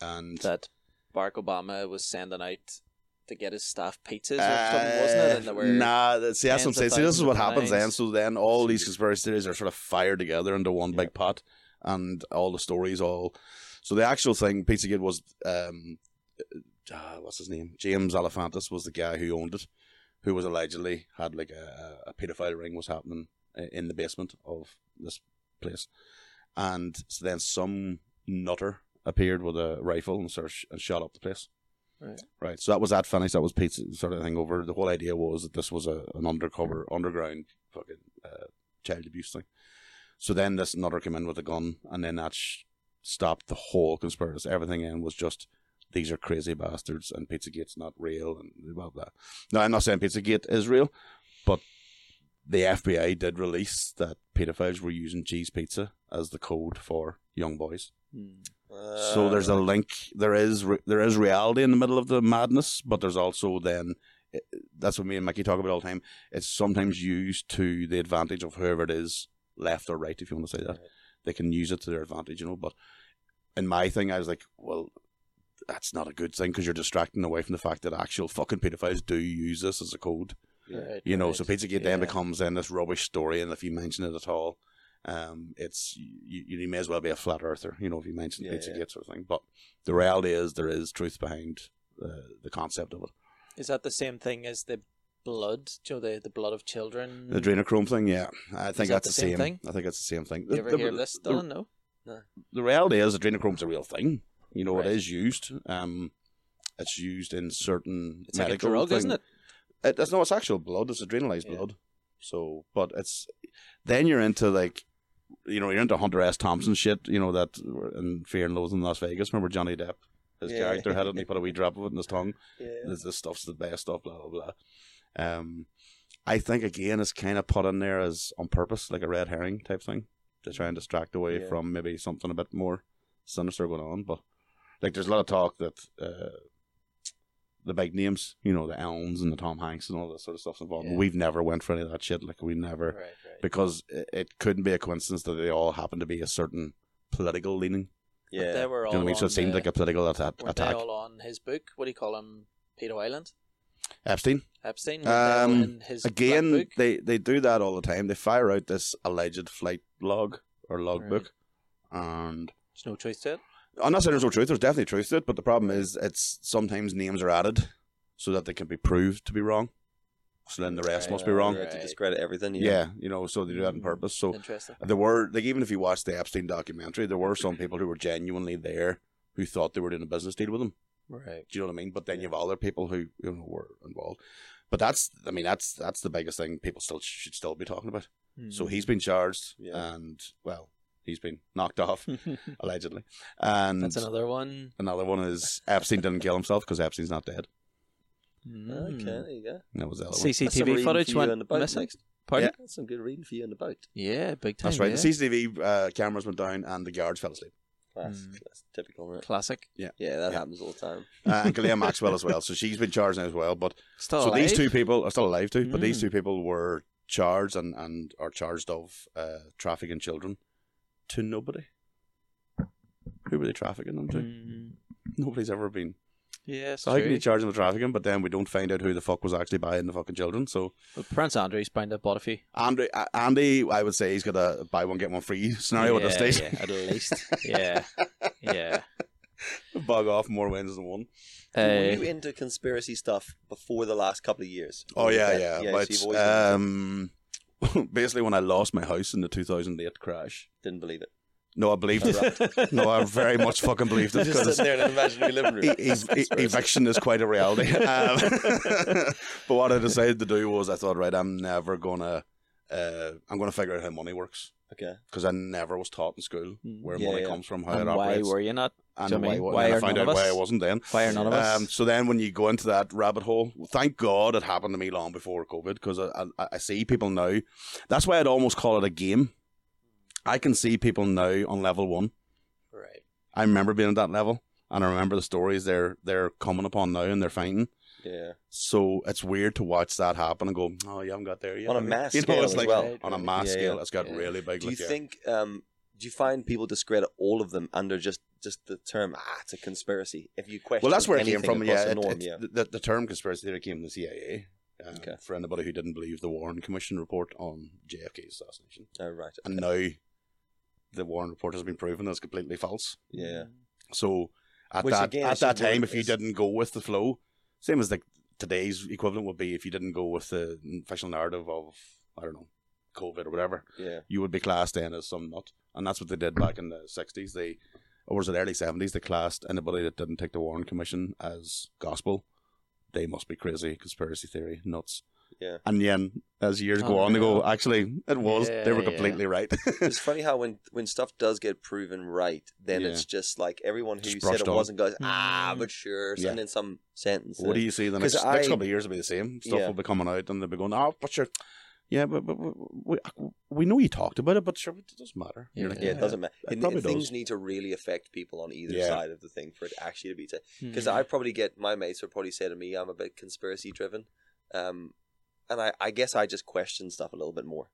Speaker 2: and
Speaker 1: that Barack Obama was sending out to get his staff pizzas or something, wasn't it? And there
Speaker 2: Uh,
Speaker 1: were
Speaker 2: nah, that- see, that's what I'm
Speaker 1: tens of
Speaker 2: saying. See, this is
Speaker 1: thousands of
Speaker 2: what happens then.
Speaker 1: lines.
Speaker 2: So then all these conspiracy theories are sort of fired together into one big pot, and all the stories all. So the actual thing, Pizzagate was, um, uh, what's his name? James Alephantis was the guy who owned it, who was allegedly had like a, a pedophile ring was happening uh, in the basement of this place, and so then some nutter appeared with a rifle and sort of sh- and shot up the place.
Speaker 1: Right.
Speaker 2: Right. So that was that finished. That was pizza sort of thing over. The whole idea was that this was a, an undercover, underground fucking uh, child abuse thing. So then this nutter came in with a gun, and then that sh- stopped the whole conspiracy. Everything in was just these are crazy bastards, and Pizzagate's not real, and blah blah. No, I'm not saying Pizzagate is real, but the FBI did release that pedophiles were using cheese pizza as the code for young boys.
Speaker 4: Hmm.
Speaker 2: so there's a link. There is re- there is reality in the middle of the madness, but there's also then it, that's what me and Mickey talk about all the time. It's sometimes used to the advantage of whoever it is, left or right, if you want to say that. They can use it to their advantage, you know. But in my thing, I was like, well, that's not a good thing because you're distracting away from the fact that actual fucking pedophiles do use this as a code.
Speaker 4: Right,
Speaker 2: You know,
Speaker 4: right.
Speaker 2: so Pizzagate then
Speaker 4: Yeah.
Speaker 2: becomes then this rubbish story, and if you mention it at all, um, it's you, you may as well be a flat earther, you know, if you mention
Speaker 3: Yeah,
Speaker 2: Pizzagate
Speaker 3: yeah.
Speaker 2: sort of thing. But the reality is, there is truth behind uh, the concept of it.
Speaker 4: Is that the same thing as the blood? You know, the, the blood of children.
Speaker 2: The adrenochrome thing, yeah, I think
Speaker 4: Mm. that
Speaker 2: that's
Speaker 4: the same
Speaker 2: the same.
Speaker 4: thing?
Speaker 2: I think that's the same thing.
Speaker 4: you ever
Speaker 2: The- the-
Speaker 4: hear this,
Speaker 2: the-
Speaker 4: Dylan? No.
Speaker 2: the reality is adrenochrome's a real thing. You know,
Speaker 4: Right.
Speaker 2: it is used. Um, it's used in certain
Speaker 4: It's like a
Speaker 2: medical
Speaker 4: drug,
Speaker 2: thing.
Speaker 4: isn't it?
Speaker 2: it? It's no, it's actual blood. It's adrenalized
Speaker 4: Yeah.
Speaker 2: blood. So, but it's then you're into like, you know, you're into Hunter S. Thompson shit. You know that in Fear and Loathing in Las Vegas. Remember Johnny Depp? His
Speaker 3: Yeah.
Speaker 2: character had it, and he put a wee drop of it in his tongue.
Speaker 3: Yeah.
Speaker 2: This, this stuff's the best stuff. Blah blah blah. Um, I think again it's kind of put in there as on purpose, like a red herring type thing, to try and distract away
Speaker 3: Yeah.
Speaker 2: from maybe something a bit more sinister going on. But like, there's a lot of talk that uh, the big names, you know, the Elms and the Tom Hanks and all that sort of stuff's involved.
Speaker 4: Yeah.
Speaker 2: We've never went for any of that shit. Like we never
Speaker 4: Right, right.
Speaker 2: because it, it couldn't be a coincidence that they all happen to be a certain political leaning.
Speaker 4: But
Speaker 3: Yeah.
Speaker 4: they were
Speaker 2: Do
Speaker 4: all
Speaker 2: you know what I mean? So
Speaker 4: on
Speaker 2: it seemed
Speaker 4: the-
Speaker 2: like a political atta-
Speaker 4: weren't
Speaker 2: attack.
Speaker 4: they all on his book? What do you call him? Peter Island?
Speaker 2: Epstein.
Speaker 4: Epstein? Weren't they all
Speaker 2: Um,
Speaker 4: in his black
Speaker 2: again
Speaker 4: book?
Speaker 2: they they do that all the time they fire out this alleged flight log or logbook and
Speaker 4: There's no truth to it.
Speaker 2: i'm not saying there's no truth there's definitely truth to it but the problem is it's sometimes names are added so that they can be proved to be wrong so then the rest must be wrong
Speaker 3: Right,
Speaker 4: Right.
Speaker 3: To discredit everything.
Speaker 2: yeah. you know so they do that on
Speaker 4: Mm.
Speaker 2: purpose so
Speaker 4: Interesting.
Speaker 2: there were like even if you watch the epstein documentary there were some people who were genuinely there who thought they were doing a business deal with him
Speaker 4: Right.
Speaker 2: do you know what I mean? But then
Speaker 3: Yeah.
Speaker 2: you have other people who you know were involved. But that's, I mean, that's that's the biggest thing people still should still be talking about. So
Speaker 1: Hmm. Mm-hmm.
Speaker 2: he's been charged,
Speaker 3: Yeah.
Speaker 2: and well, he's been knocked off allegedly. And
Speaker 4: That's another one.
Speaker 2: another one is Epstein didn't kill himself because Epstein's not dead.
Speaker 1: Hmm.
Speaker 3: Okay,
Speaker 4: Mm.
Speaker 3: there you go.
Speaker 2: And that was the other one.
Speaker 3: That's some reading
Speaker 1: CCTV
Speaker 3: for
Speaker 1: footage
Speaker 3: you
Speaker 1: went
Speaker 3: on the boat
Speaker 1: missing.
Speaker 3: next.
Speaker 1: Pardon?
Speaker 3: That's some good reading for you on the boat.
Speaker 1: Yeah. big time.
Speaker 2: That's right.
Speaker 1: yeah.
Speaker 2: The CCTV uh, cameras went down, and the guards fell asleep.
Speaker 3: Class,
Speaker 4: Mm.
Speaker 3: class, typical. Right?
Speaker 1: Classic.
Speaker 3: Yeah, that
Speaker 2: Yeah.
Speaker 3: happens all the time.
Speaker 2: Uh, and Ghislaine Maxwell as well. So she's been charged now as well. But
Speaker 1: Still
Speaker 2: so these
Speaker 1: Oh, alive?
Speaker 2: two people are still alive too. But these
Speaker 1: Mm.
Speaker 2: two people were charged and and are charged of uh, trafficking children to nobody. Who were they trafficking them to?
Speaker 4: Mm.
Speaker 2: Nobody's ever been
Speaker 1: Hmm. Yeah, it's
Speaker 2: So how can
Speaker 1: true.
Speaker 2: you charge them with trafficking, but then we don't find out who the fuck was actually buying the fucking children? So
Speaker 1: Well, Prince Andrew's bound to have bought a few.
Speaker 2: Andy, uh, Andy, I would say he's got a buy one get one free scenario at this
Speaker 1: Yeah,
Speaker 2: stage.
Speaker 1: yeah, at least. Yeah. Yeah.
Speaker 2: Bug off more wins than one.
Speaker 3: Were you
Speaker 1: Uh,
Speaker 3: into conspiracy stuff before the last couple of years?
Speaker 2: Oh
Speaker 3: Or was
Speaker 2: yeah,
Speaker 3: that-
Speaker 2: yeah.
Speaker 3: so
Speaker 2: but
Speaker 3: you've always been-
Speaker 2: um, basically, when I lost my house in the 2008 crash,
Speaker 3: didn't believe it.
Speaker 2: no, I believed it. no, I very much fucking believed it
Speaker 3: Just
Speaker 2: because
Speaker 3: sitting there in an imaginary living room.
Speaker 2: E- e- e- eviction is quite a reality. Um, but what I decided to do was, I thought, right, I'm never gonna, uh, I'm gonna figure out how money works.
Speaker 3: Okay.
Speaker 2: because I never was taught in school
Speaker 1: Mm.
Speaker 2: where
Speaker 3: Yeah,
Speaker 2: money
Speaker 3: yeah.
Speaker 2: comes from, how
Speaker 1: and
Speaker 2: it
Speaker 1: why
Speaker 2: operates,
Speaker 1: were you not? do you
Speaker 2: and
Speaker 1: know what I
Speaker 2: why,
Speaker 1: mean?
Speaker 2: why,
Speaker 1: Why
Speaker 2: I
Speaker 1: are
Speaker 2: found
Speaker 1: none
Speaker 2: out
Speaker 1: of
Speaker 2: why
Speaker 1: us-
Speaker 2: I wasn't then.
Speaker 1: Why are none of us?
Speaker 2: Um, so then, when you go into that rabbit hole, thank God it happened to me long before COVID because I, I, I see people now. That's why I'd almost call it a game. I can see people now on level one.
Speaker 4: Right.
Speaker 2: I remember being at that level, and I remember the stories they're they're coming upon now and they're finding.
Speaker 3: Yeah.
Speaker 2: So it's weird to watch that happen and go, "Oh, you haven't got there yet."
Speaker 3: On a
Speaker 2: have you?"
Speaker 3: mass
Speaker 2: you know,
Speaker 3: scale
Speaker 2: it's
Speaker 3: as
Speaker 2: like
Speaker 3: well.
Speaker 2: on a mass
Speaker 3: Yeah,
Speaker 2: scale,
Speaker 3: yeah.
Speaker 2: it's got
Speaker 4: Yeah.
Speaker 2: really big.
Speaker 3: Do you
Speaker 2: like, yeah.
Speaker 3: think? Um, do you find people discredit all of them under just just the term ah, it's a conspiracy? If you question,
Speaker 2: Well, that's where it came
Speaker 3: anything
Speaker 2: from.
Speaker 3: across
Speaker 2: Yeah,
Speaker 3: the
Speaker 2: it-
Speaker 3: norm,
Speaker 2: it's-
Speaker 3: yeah.
Speaker 2: The, the- the term conspiracy theory came from the CIA. Um,
Speaker 3: Okay.
Speaker 2: For anybody who didn't believe the Warren Commission report on JFK's assassination,
Speaker 3: Oh, right.
Speaker 2: and now the Warren report has been proven as completely false.
Speaker 3: Yeah.
Speaker 2: So at
Speaker 3: Which
Speaker 2: that
Speaker 3: again,
Speaker 2: at
Speaker 3: it's
Speaker 2: that
Speaker 3: just
Speaker 2: time, if you
Speaker 3: worthless.
Speaker 2: didn't go with the flow, same as like today's equivalent would be if you didn't go with the fictional narrative of I don't know COVID or whatever,
Speaker 3: Yeah.
Speaker 2: you would be classed then as some nut, and that's what they did back in the sixties. They or was it early seventies? They classed anybody that didn't take the Warren Commission as gospel. They must be crazy, conspiracy theory, nuts.
Speaker 3: Yeah.
Speaker 2: And then, as years go
Speaker 1: Oh,
Speaker 2: on, they go,
Speaker 1: yeah.
Speaker 2: actually, it was. they
Speaker 1: Yeah,
Speaker 2: were
Speaker 1: yeah.
Speaker 2: completely right.
Speaker 3: It's funny how when when stuff does get proven right, then
Speaker 2: Yeah.
Speaker 3: it's just like everyone who
Speaker 2: Just
Speaker 3: said
Speaker 2: brushed
Speaker 3: it
Speaker 2: on.
Speaker 3: wasn't goes ah,
Speaker 1: Mm.
Speaker 3: but sure,
Speaker 2: Yeah.
Speaker 3: and then some sentence.
Speaker 2: what
Speaker 3: and
Speaker 2: do you see? The next,
Speaker 3: 'Cause
Speaker 2: next
Speaker 3: I-
Speaker 2: couple of years will be the same. Stuff
Speaker 3: Yeah.
Speaker 2: will be coming out, and they'll be going, oh, but you're, yeah, but, but we, we, we know you talked about it, but sure, it doesn't matter. You're
Speaker 1: Yeah.
Speaker 2: like,
Speaker 3: Yeah, it doesn't matter.
Speaker 2: It
Speaker 3: It-
Speaker 2: probably
Speaker 3: things
Speaker 2: does.
Speaker 3: need to really affect people on either
Speaker 2: Yeah. Mm-hmm.
Speaker 3: side of the thing for it actually to be. Because
Speaker 4: Hmm.
Speaker 3: I probably get my mates would probably say to me, I'm a bit conspiracy driven, um, and I, I guess I just question stuff a little bit more.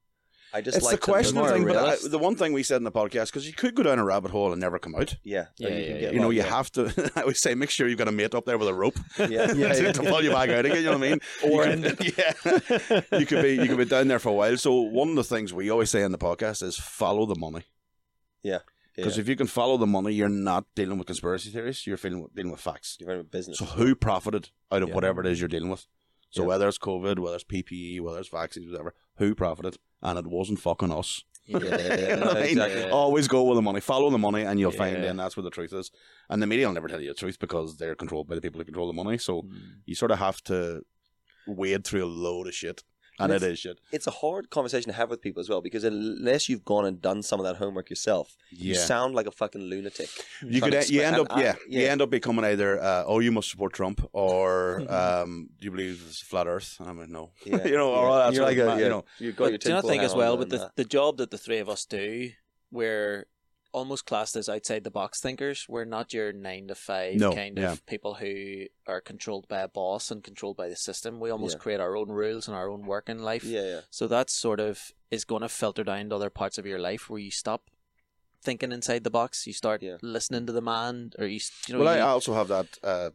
Speaker 3: I just
Speaker 2: It's
Speaker 3: like
Speaker 2: the question
Speaker 3: more
Speaker 2: thing, but I,
Speaker 3: realist-
Speaker 2: the one thing we said in the podcast because you could go down a rabbit hole and never come out.
Speaker 3: yeah, Oh,
Speaker 1: Yeah,
Speaker 3: you
Speaker 1: yeah,
Speaker 3: can
Speaker 1: yeah.
Speaker 3: get
Speaker 2: You know,
Speaker 3: locked
Speaker 2: you
Speaker 3: in.
Speaker 2: have to. I always say, make sure you've got a mate up there with a rope
Speaker 3: yeah,
Speaker 2: yeah, to, to pull you back out again. You know what I mean?
Speaker 4: Or
Speaker 2: you could, yeah, you could be you could be down there for a while. So one of the things we always say in the podcast is follow the money.
Speaker 3: Yeah,
Speaker 2: Because
Speaker 3: yeah.
Speaker 2: if you can follow the money, you're not dealing with conspiracy theories. You're feeling, dealing with facts.
Speaker 3: you're in a business.
Speaker 2: So who profited out of
Speaker 3: Yeah.
Speaker 2: whatever it is you're dealing with? So
Speaker 3: Yeah.
Speaker 2: whether it's COVID, whether it's PPE, whether it's vaccines, whatever, who profited? And it wasn't fucking us.
Speaker 1: Yeah,
Speaker 2: You know what I mean?
Speaker 3: exactly.
Speaker 4: Oh.
Speaker 1: Yeah.
Speaker 2: Always go with the money. Follow the money, and you'll find
Speaker 1: Yeah.
Speaker 2: then that's where the truth is. And the media will never tell you the truth because they're controlled by the people who control the money.
Speaker 3: Hmm.
Speaker 2: So you sort of have to wade through a load of shit, and
Speaker 3: And
Speaker 2: it is shit.
Speaker 3: It's a hard conversation to have with people as well because unless you've gone and done some of that homework yourself, you
Speaker 2: Yeah,
Speaker 3: sound like a fucking lunatic.
Speaker 2: you
Speaker 3: trying
Speaker 2: could
Speaker 3: to
Speaker 2: e- you
Speaker 3: explain-
Speaker 2: end up
Speaker 3: and I-
Speaker 2: yeah, you
Speaker 3: yeah. Mm-hmm.
Speaker 2: end up becoming either uh, oh you must support Trump or um, do you believe it's flat Earth? And I'm like no,
Speaker 3: Yeah.
Speaker 2: you know, or all that
Speaker 3: You're
Speaker 2: sort
Speaker 3: like
Speaker 2: of
Speaker 3: a-
Speaker 2: ma-
Speaker 3: yeah,
Speaker 2: you know.
Speaker 3: you've got your
Speaker 4: But do you not
Speaker 3: tinfoil
Speaker 4: think as
Speaker 3: hat on
Speaker 4: well
Speaker 3: and,
Speaker 4: with the,
Speaker 3: uh,
Speaker 4: the job that the three of us do, we're almost classed as outside the box thinkers. We're not your nine to five
Speaker 2: No,
Speaker 4: kind
Speaker 2: yeah.
Speaker 4: of people who are controlled by a boss and controlled by the system. We almost
Speaker 3: Yeah.
Speaker 4: create our own rules and our own work in life.
Speaker 3: yeah, yeah.
Speaker 4: So that sort of is going to filter down to other parts of your life where you stop thinking inside the box. You start
Speaker 3: Yeah.
Speaker 4: listening to the man, or you, s- you know,
Speaker 2: Well, I
Speaker 4: you-
Speaker 2: I also have that uh,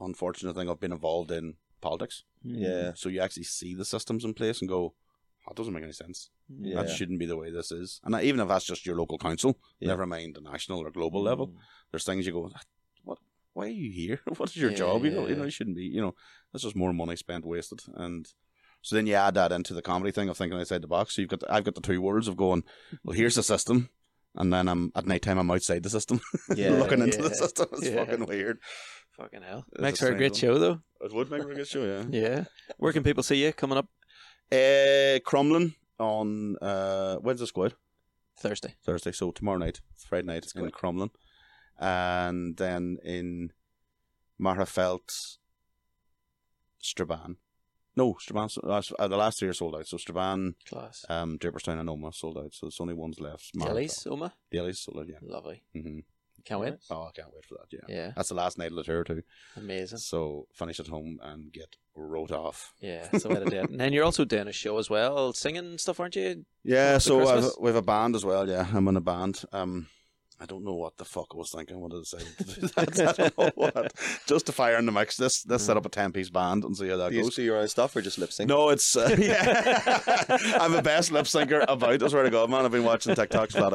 Speaker 2: unfortunate thing of being involved in politics.
Speaker 3: Yeah.
Speaker 2: So you actually see the systems in place and go, that doesn't make any sense.
Speaker 4: Mm.
Speaker 3: Yeah.
Speaker 2: That shouldn't be the way this is. And I, even if that's just your local council,
Speaker 3: Yeah. Mm.
Speaker 2: never mind the national or global level,
Speaker 3: Hmm.
Speaker 2: there's things you go, "Ah, what? Why are you here? What is your
Speaker 4: Yeah,
Speaker 2: job? You know,
Speaker 4: yeah,
Speaker 2: you know,
Speaker 4: yeah.
Speaker 2: you shouldn't be. You know, that's just more money spent wasted. And so then you add that into the comedy thing of thinking outside the box. So you've got, the, I've got the two words of going, well, here's the system, and then I'm at night time I'm outside the system,
Speaker 3: Yeah.
Speaker 2: looking into the
Speaker 4: yeah,
Speaker 2: system. It's
Speaker 1: yeah.
Speaker 2: fucking weird.
Speaker 4: Fucking hell.
Speaker 2: It's
Speaker 1: Makes for a
Speaker 2: strange
Speaker 1: great
Speaker 2: one.
Speaker 1: show, though.
Speaker 2: It would make for a good show, yeah.
Speaker 1: Yeah. Where can people see you coming up?
Speaker 2: Uh, Crumlin on uh, when's the squad?
Speaker 4: Thursday.
Speaker 2: Thursday, so tomorrow night, Friday night in Crumlin, and then in Marafelt, Strabane. No, Strabane. so- uh, uh, the last three are sold out. So Strabane,
Speaker 4: Class.
Speaker 2: um, Draperstown, and Oma sold out. So there's only ones left.
Speaker 4: Jellies, Oma.
Speaker 2: Dillies sold out. Yeah.
Speaker 4: Lovely.
Speaker 2: hmm
Speaker 4: Can't wait.
Speaker 2: Oh, I can't wait for that. Yeah.
Speaker 4: Yeah.
Speaker 2: That's the last night of the tour too.
Speaker 4: Amazing.
Speaker 2: So finish at home and get wrote off.
Speaker 4: Yeah, that's the way to do it. And then you're also doing a show as well, singing stuff, aren't you?
Speaker 2: Yeah,
Speaker 4: For
Speaker 2: so I've,
Speaker 4: Christmas?
Speaker 2: we have a band as well. Yeah, I'm in a band. Um, I don't know what the fuck I was thinking when I decided to do that. I don't know what. Just to fire in the mix. Let's let's set up a ten piece band and see how that
Speaker 3: Do you
Speaker 2: goes.
Speaker 3: do your own stuff or just lip sync?
Speaker 2: No, it's uh, yeah. I'm the best lip syncer about. I swear to God, man. I've been watching TikToks flat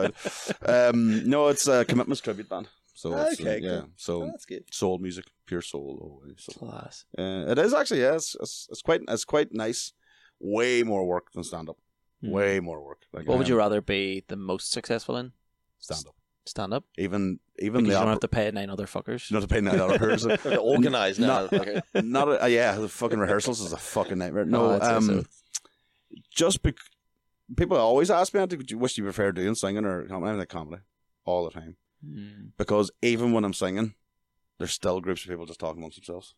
Speaker 2: out. Um, no, it's a commitments tribute band. So it's, uh,
Speaker 3: Okay,
Speaker 2: yeah,
Speaker 3: cool.
Speaker 2: so
Speaker 3: Oh, that's good.
Speaker 2: soul music, pure soul always. So,
Speaker 4: Class.
Speaker 2: uh, it is actually yeah. It's, it's it's quite it's quite nice. Way more work than stand up. Way more work. Like,
Speaker 4: Hmm. What would
Speaker 2: um,
Speaker 4: you rather be the most successful in?
Speaker 2: stand up?
Speaker 4: Stand up?
Speaker 2: Even even
Speaker 4: Because you
Speaker 2: the
Speaker 4: don't
Speaker 2: opera-
Speaker 4: have to pay nine other fuckers.
Speaker 2: not to pay nine dollar person.
Speaker 3: They're organized now.
Speaker 2: Not- Not a, uh, yeah, the fucking rehearsals is a fucking nightmare.
Speaker 4: Oh,
Speaker 2: No,
Speaker 4: that's
Speaker 2: um,
Speaker 4: also-
Speaker 2: just bec- people always ask me, "Do you wish you prefer doing singing or comedy?" I'm like comedy all the time
Speaker 4: Mm.
Speaker 2: because even when I'm singing, there's still groups of people just talking amongst themselves.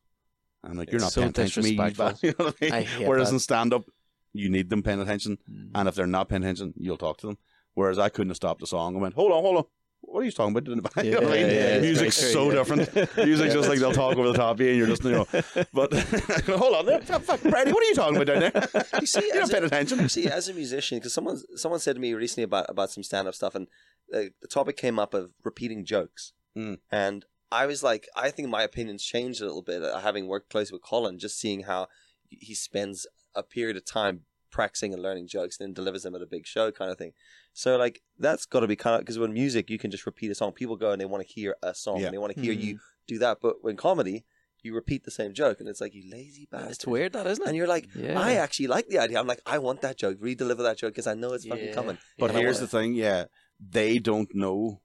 Speaker 2: I'm like, "You're
Speaker 4: It's
Speaker 2: not
Speaker 4: so
Speaker 2: paying attention to me." You,
Speaker 4: disrespectful.
Speaker 2: bat- you know what I mean?
Speaker 4: I hate
Speaker 2: Whereas
Speaker 4: that.
Speaker 2: in stand up, you need them paying attention, and if they're not paying attention, you'll talk to them. Whereas I couldn't have stopped the song. I went, "Hold on, hold on." What are you talking about? You know what I mean?
Speaker 3: Yeah, yeah, yeah.
Speaker 2: Music's
Speaker 3: Very true,
Speaker 2: so
Speaker 3: yeah.
Speaker 2: different. Music's just like they'll talk over the top of you, and you're just you know. But hold on, there, fuck, fuck, Brady, what are you talking about down there?
Speaker 3: You see,
Speaker 2: You're not
Speaker 3: as
Speaker 2: paying
Speaker 3: a,
Speaker 2: attention.
Speaker 3: see, as a musician, because someone someone said to me recently about about some stand up stuff, and the, the topic came up of repeating jokes,
Speaker 2: Mm.
Speaker 3: and I was like, I think my opinions changed a little bit uh, having worked closely with Colin, just seeing how he spends a period of time practicing and learning jokes, and then delivers them at a big show, kind of thing. So like that's got to be kind of because with music you can just repeat a song. People go and they want to hear a song.
Speaker 2: Yeah.
Speaker 3: And they want to hear
Speaker 4: Mm.
Speaker 3: you do that. But when comedy, you repeat the same joke, and it's like you lazy bastard.
Speaker 4: It's weird, that isn't it?
Speaker 3: And you're like,
Speaker 4: yeah.
Speaker 3: I actually like the idea. I'm like, I want that joke. Re-deliver that joke because I know it's fucking
Speaker 4: Yeah.
Speaker 3: coming.
Speaker 2: But
Speaker 3: And I
Speaker 2: here's the
Speaker 3: wanna-
Speaker 2: thing, yeah, they don't know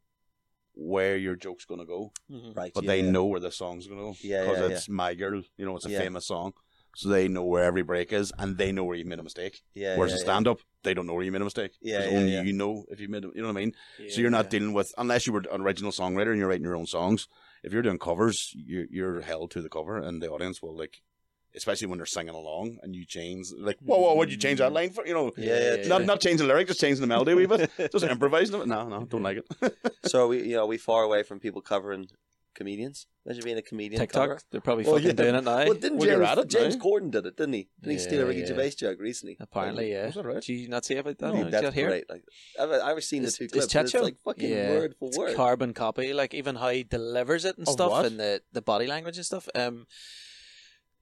Speaker 2: where your joke's gonna go,
Speaker 4: Mhm.
Speaker 3: Right,
Speaker 2: but
Speaker 3: yeah,
Speaker 2: they
Speaker 3: yeah.
Speaker 2: know where the song's gonna go
Speaker 3: Yeah, yeah,
Speaker 2: it's my girl. You know, it's a
Speaker 3: Yeah.
Speaker 2: famous song, so they know where every break is, and they know where you made a mistake.
Speaker 3: Yeah,
Speaker 2: Whereas
Speaker 3: yeah,
Speaker 2: in
Speaker 3: yeah.
Speaker 2: stand up, they don't know where you made a mistake.
Speaker 3: Yeah,
Speaker 2: 'Cause
Speaker 3: yeah,
Speaker 2: only
Speaker 3: yeah.
Speaker 2: you know if you made. A, you know what I mean? So you're not
Speaker 4: Yeah.
Speaker 2: dealing with unless you were an original songwriter and you're writing your own songs. If you're doing covers, you're, you're held to the cover, and the audience will like especially when they're singing along and you change like whoa whoa what'd you change that line for you know
Speaker 3: Yeah, yeah,
Speaker 2: not not change the lyric just changing the melody a wee bit just improvising it no no don't like it
Speaker 3: So are we, you know, are we far away from people covering comedians. Imagine being a comedian. cover.
Speaker 1: TikTok, they're probably
Speaker 3: Well,
Speaker 1: fucking
Speaker 3: yeah.
Speaker 1: doing it now.
Speaker 3: Well, didn't
Speaker 2: Well, you're at
Speaker 3: James,
Speaker 2: it,
Speaker 3: James
Speaker 2: no?
Speaker 3: Corden did it, didn't he? Didn't he
Speaker 1: Yeah,
Speaker 3: steal a Ricky
Speaker 1: yeah.
Speaker 3: Gervais joke recently?
Speaker 1: Apparently, yeah.
Speaker 2: was that right
Speaker 1: Do you not see about that?
Speaker 3: Like,
Speaker 1: Is
Speaker 3: that's
Speaker 1: that here?
Speaker 3: great. Like, I've, I've seen
Speaker 1: Is-
Speaker 3: the two
Speaker 1: is
Speaker 3: clips. and
Speaker 1: Chat
Speaker 3: it's
Speaker 1: Show?
Speaker 3: like fucking
Speaker 1: Yeah.
Speaker 3: word for
Speaker 1: It's
Speaker 3: word.
Speaker 1: carbon copy, like even how he delivers it and
Speaker 2: Of
Speaker 1: stuff,
Speaker 2: what?
Speaker 1: and the the body language and stuff. Um,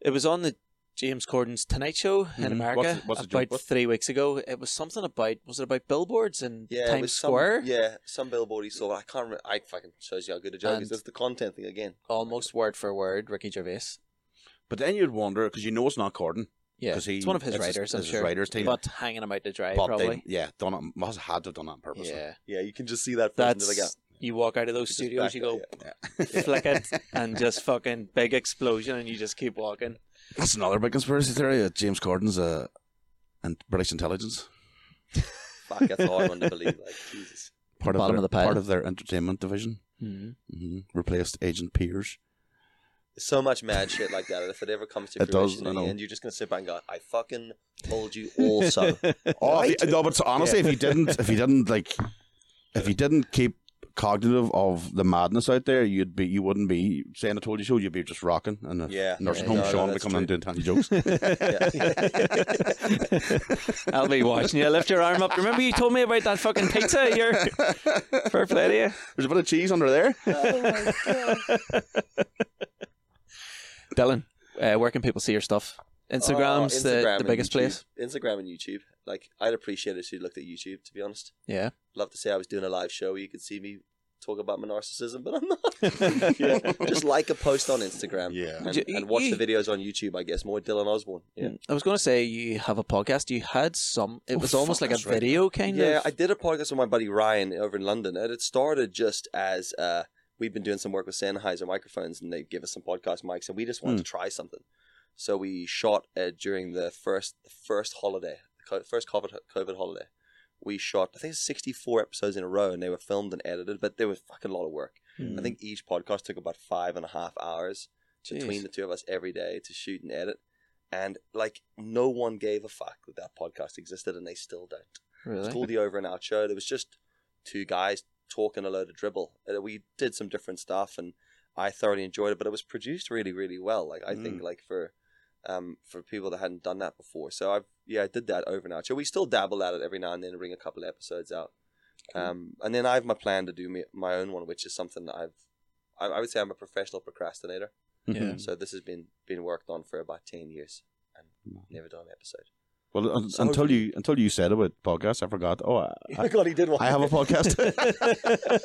Speaker 1: it was on the James Corden's Tonight Show in
Speaker 3: Mm-hmm.
Speaker 2: Mhm.
Speaker 1: America
Speaker 2: What's it- what's it
Speaker 1: about
Speaker 2: joke with?
Speaker 1: three weeks ago. It was something about was it about billboards in
Speaker 3: yeah, it
Speaker 1: Times
Speaker 3: was some-
Speaker 1: Square?
Speaker 3: yeah, some billboard he saw. I can't. Remember, I fucking shows you how good a joke
Speaker 1: And-
Speaker 3: is. It's the content thing again.
Speaker 1: Almost word for word, Ricky Gervais.
Speaker 2: but then you'd wonder because you know it's not Corden
Speaker 1: Yeah,
Speaker 2: 'Cause he-
Speaker 1: it's one of his
Speaker 2: it's his-
Speaker 1: writers, I'm
Speaker 2: it's his
Speaker 1: sure.
Speaker 2: writers team.
Speaker 1: but hanging him out to dry,
Speaker 2: but they
Speaker 1: probably.
Speaker 2: yeah done it must had to have done that purposely
Speaker 1: yeah,
Speaker 3: Yeah, you can just see that. person,
Speaker 1: that's
Speaker 3: they're like,
Speaker 1: you walk out of those
Speaker 3: Just
Speaker 1: studios,
Speaker 3: back
Speaker 1: you
Speaker 3: up,
Speaker 1: go
Speaker 2: yeah.
Speaker 1: flick it, and just fucking big explosion, and you just keep walking.
Speaker 2: That's another big conspiracy theory. Uh, James Corden's uh, and British intelligence
Speaker 3: "Ah, fuck, that's a hard one to believe. Like, Jesus.
Speaker 2: part
Speaker 1: Bottom
Speaker 2: their,
Speaker 1: of the pile.
Speaker 2: part of their entertainment division
Speaker 1: Mm-hmm.
Speaker 2: hmm replaced Agent Pierce.
Speaker 3: There's so much mad shit like that. And if it ever comes to
Speaker 2: It does,
Speaker 3: fruition,
Speaker 2: I know.
Speaker 3: and you're just gonna sit back and go, "I fucking told you also."
Speaker 2: Oh if you- no, but honestly, if you didn't, if you didn't like, if you didn't keep cognitive of the madness out there, you'd be, you wouldn't be saying I told you so. You'd be just rocking and uh,
Speaker 3: yeah,
Speaker 2: nursing
Speaker 3: Yeah,
Speaker 2: home
Speaker 3: no, no,
Speaker 2: Sean would be
Speaker 3: that's
Speaker 2: coming
Speaker 3: true.
Speaker 2: and doing tiny jokes.
Speaker 1: I'll be watching you. Lift your arm up. Remember you told me about that fucking pizza? You're fair play to you.
Speaker 2: There's a bit of cheese under there.
Speaker 1: Dylan, uh, where can people see your stuff? Instagram's
Speaker 3: Oh,
Speaker 1: the,
Speaker 3: Instagram
Speaker 1: the
Speaker 3: and
Speaker 1: biggest
Speaker 3: YouTube.
Speaker 1: place.
Speaker 3: Instagram and YouTube. Like, I'd appreciate it if you looked at YouTube. To be honest,
Speaker 1: Yeah.
Speaker 3: love to say I was doing a live show where you could see me talk about my narcissism, but I'm not. Yeah. Just like a post on Instagram.
Speaker 2: Yeah.
Speaker 3: And,
Speaker 1: You-
Speaker 3: and watch
Speaker 1: you-
Speaker 3: the videos on YouTube, I guess. More Dylan Osborne. Yeah.
Speaker 1: Hmm. I was going to say you have a podcast. You had some. It
Speaker 2: Oh,
Speaker 1: was
Speaker 2: fuck,
Speaker 1: almost like a
Speaker 2: that's right.
Speaker 1: video kind of.
Speaker 3: Yeah, I did a podcast with my buddy Ryan over in London, and it started just as uh, we've been doing some work with Sennheiser microphones, and they give us some podcast mics, and we just wanted
Speaker 2: Hmm.
Speaker 3: to try something. So we shot uh, during the first the first holiday, the co- first COVID, COVID holiday. We shot, I think, sixty four episodes in a row, and they were filmed and edited, but they were fucking a lot of work.
Speaker 1: Hmm.
Speaker 3: I think each podcast took about five and a half hours between
Speaker 1: Jeez.
Speaker 3: the two of us every day to shoot and edit. And like no one gave a fuck that that podcast existed, and they still don't. It's
Speaker 1: really.
Speaker 3: called the Over and Out Show. There was just two guys talking a load of dribble. Uh, We did some different stuff, and I thoroughly enjoyed it. But it was produced really, really well. Like I
Speaker 2: Mm.
Speaker 3: think, like for um for people that hadn't done that before. So I yeah, I did that Over and Out Show. We still dabble at it every now and then, and bring a couple of episodes out. Um, and then I have my plan to do me, my own one, which is something that I've. I, I would say I'm a professional procrastinator.
Speaker 1: Yeah.
Speaker 3: So this has been been worked on for about ten years and never done an episode.
Speaker 2: Mm-hmm. Well, un-
Speaker 3: So-
Speaker 2: until you until you said about podcasts, I forgot. Oh, I,
Speaker 3: Oh my god, he did one.
Speaker 2: I have a podcast.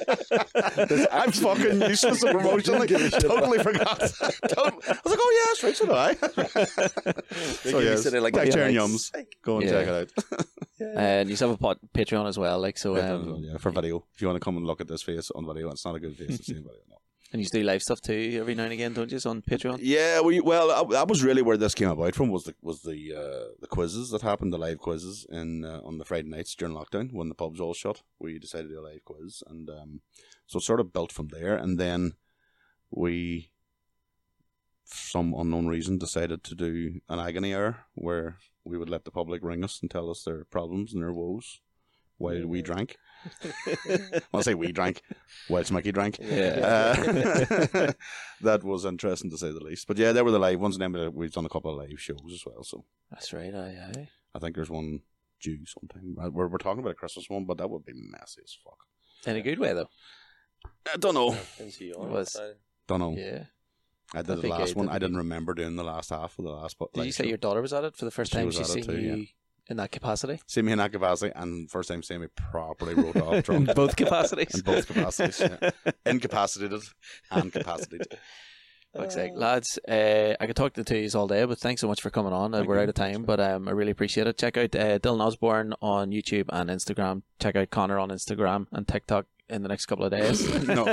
Speaker 2: I'm fucking useless at promotion. Like, totally forgot. Tot- I was like, oh yeah, that's right, so do I.
Speaker 3: They
Speaker 2: so
Speaker 3: give you
Speaker 2: yes,
Speaker 3: something like
Speaker 2: Black
Speaker 3: that,
Speaker 2: Chair
Speaker 3: like,
Speaker 2: Yums. Go and
Speaker 1: Yeah.
Speaker 2: check it out.
Speaker 1: And you have a pod- Patreon as well, like so. Um,
Speaker 2: yeah, for video, if you want to come and look at this face on video, it's not a good face to see on video. No.
Speaker 1: and you do live stuff too every now and again, don't you? On Patreon.
Speaker 2: Yeah, we, well, uh, that was really where this came about from was the was the uh, the quizzes that happened, the live quizzes in uh, on the Friday nights during lockdown when the pubs all shut. We decided to do a live quiz, and um, so it sort of built from there, and then we, for some unknown reason, decided to do an agony hour where we would let the public ring us and tell us their problems and their woes while we drank. when I say we drank, whilst Mickey drank. Uh, that was interesting to say the least. But yeah, there were the live ones, and then we- we've done a couple of live shows as well. So
Speaker 1: That's right. Aye, aye.
Speaker 2: I think there's one due sometime. Uh, We're, we're talking about a Christmas one, but that would be messy as fuck.
Speaker 1: In a good way though.
Speaker 2: I don't know.
Speaker 3: It
Speaker 1: was-
Speaker 2: Don't know.
Speaker 1: Yeah.
Speaker 2: I did
Speaker 1: that'd
Speaker 2: the
Speaker 1: be
Speaker 2: last
Speaker 1: good,
Speaker 2: one.
Speaker 1: that'd
Speaker 2: I
Speaker 1: be
Speaker 2: didn't remember doing the last half of the last. But
Speaker 1: Did you say your daughter was at it for the first
Speaker 2: She
Speaker 1: time
Speaker 2: was
Speaker 1: she's seen
Speaker 2: at it too,
Speaker 1: you in that capacity?
Speaker 2: See me in Akavasi, and first time seeing me properly rolled off
Speaker 1: In
Speaker 2: drunk.
Speaker 1: both capacities.
Speaker 2: In both capacities, yeah. Incapacitated and capacitated.
Speaker 1: Looks like lads. Uh, I could talk to the two yous all day, but thanks so much for coming on. Uh,
Speaker 2: Thank
Speaker 1: we're
Speaker 2: you.
Speaker 1: out of time, but um, I really appreciate it. Check out uh, Dylan Osborne on YouTube and Instagram. Check out Connor on Instagram and TikTok in the next couple of days.
Speaker 2: No.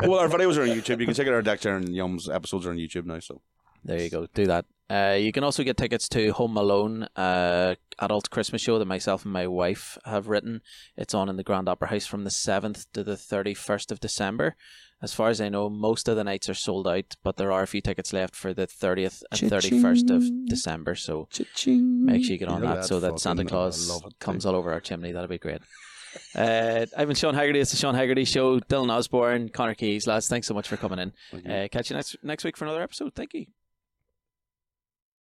Speaker 2: Well, our videos are on YouTube. You can check out our Deck Chair and Yums episodes are on YouTube now. So
Speaker 1: There you go. Do that. Uh, you can also get tickets to Home Alone, uh, adult Christmas show that myself and my wife have written. It's on in the Grand Opera House from the 7th to the 31st of December. As far as I know, most of the nights are sold out, but there are a few tickets left for the 30th and 31st of December. So make sure you get on
Speaker 2: You know
Speaker 1: that, so that
Speaker 2: fucking-
Speaker 1: Santa
Speaker 2: I
Speaker 1: Claus
Speaker 2: love it,
Speaker 1: comes
Speaker 2: dude.
Speaker 1: all over our chimney. That'll be great. Uh, I've been Sean Haggerty. It's the Sean Haggerty Show. Dylan Osborne, Connor Keys, lads. Thanks so much for coming in.
Speaker 2: Thank you.
Speaker 1: Uh, catch you next next week for another episode. Thank you.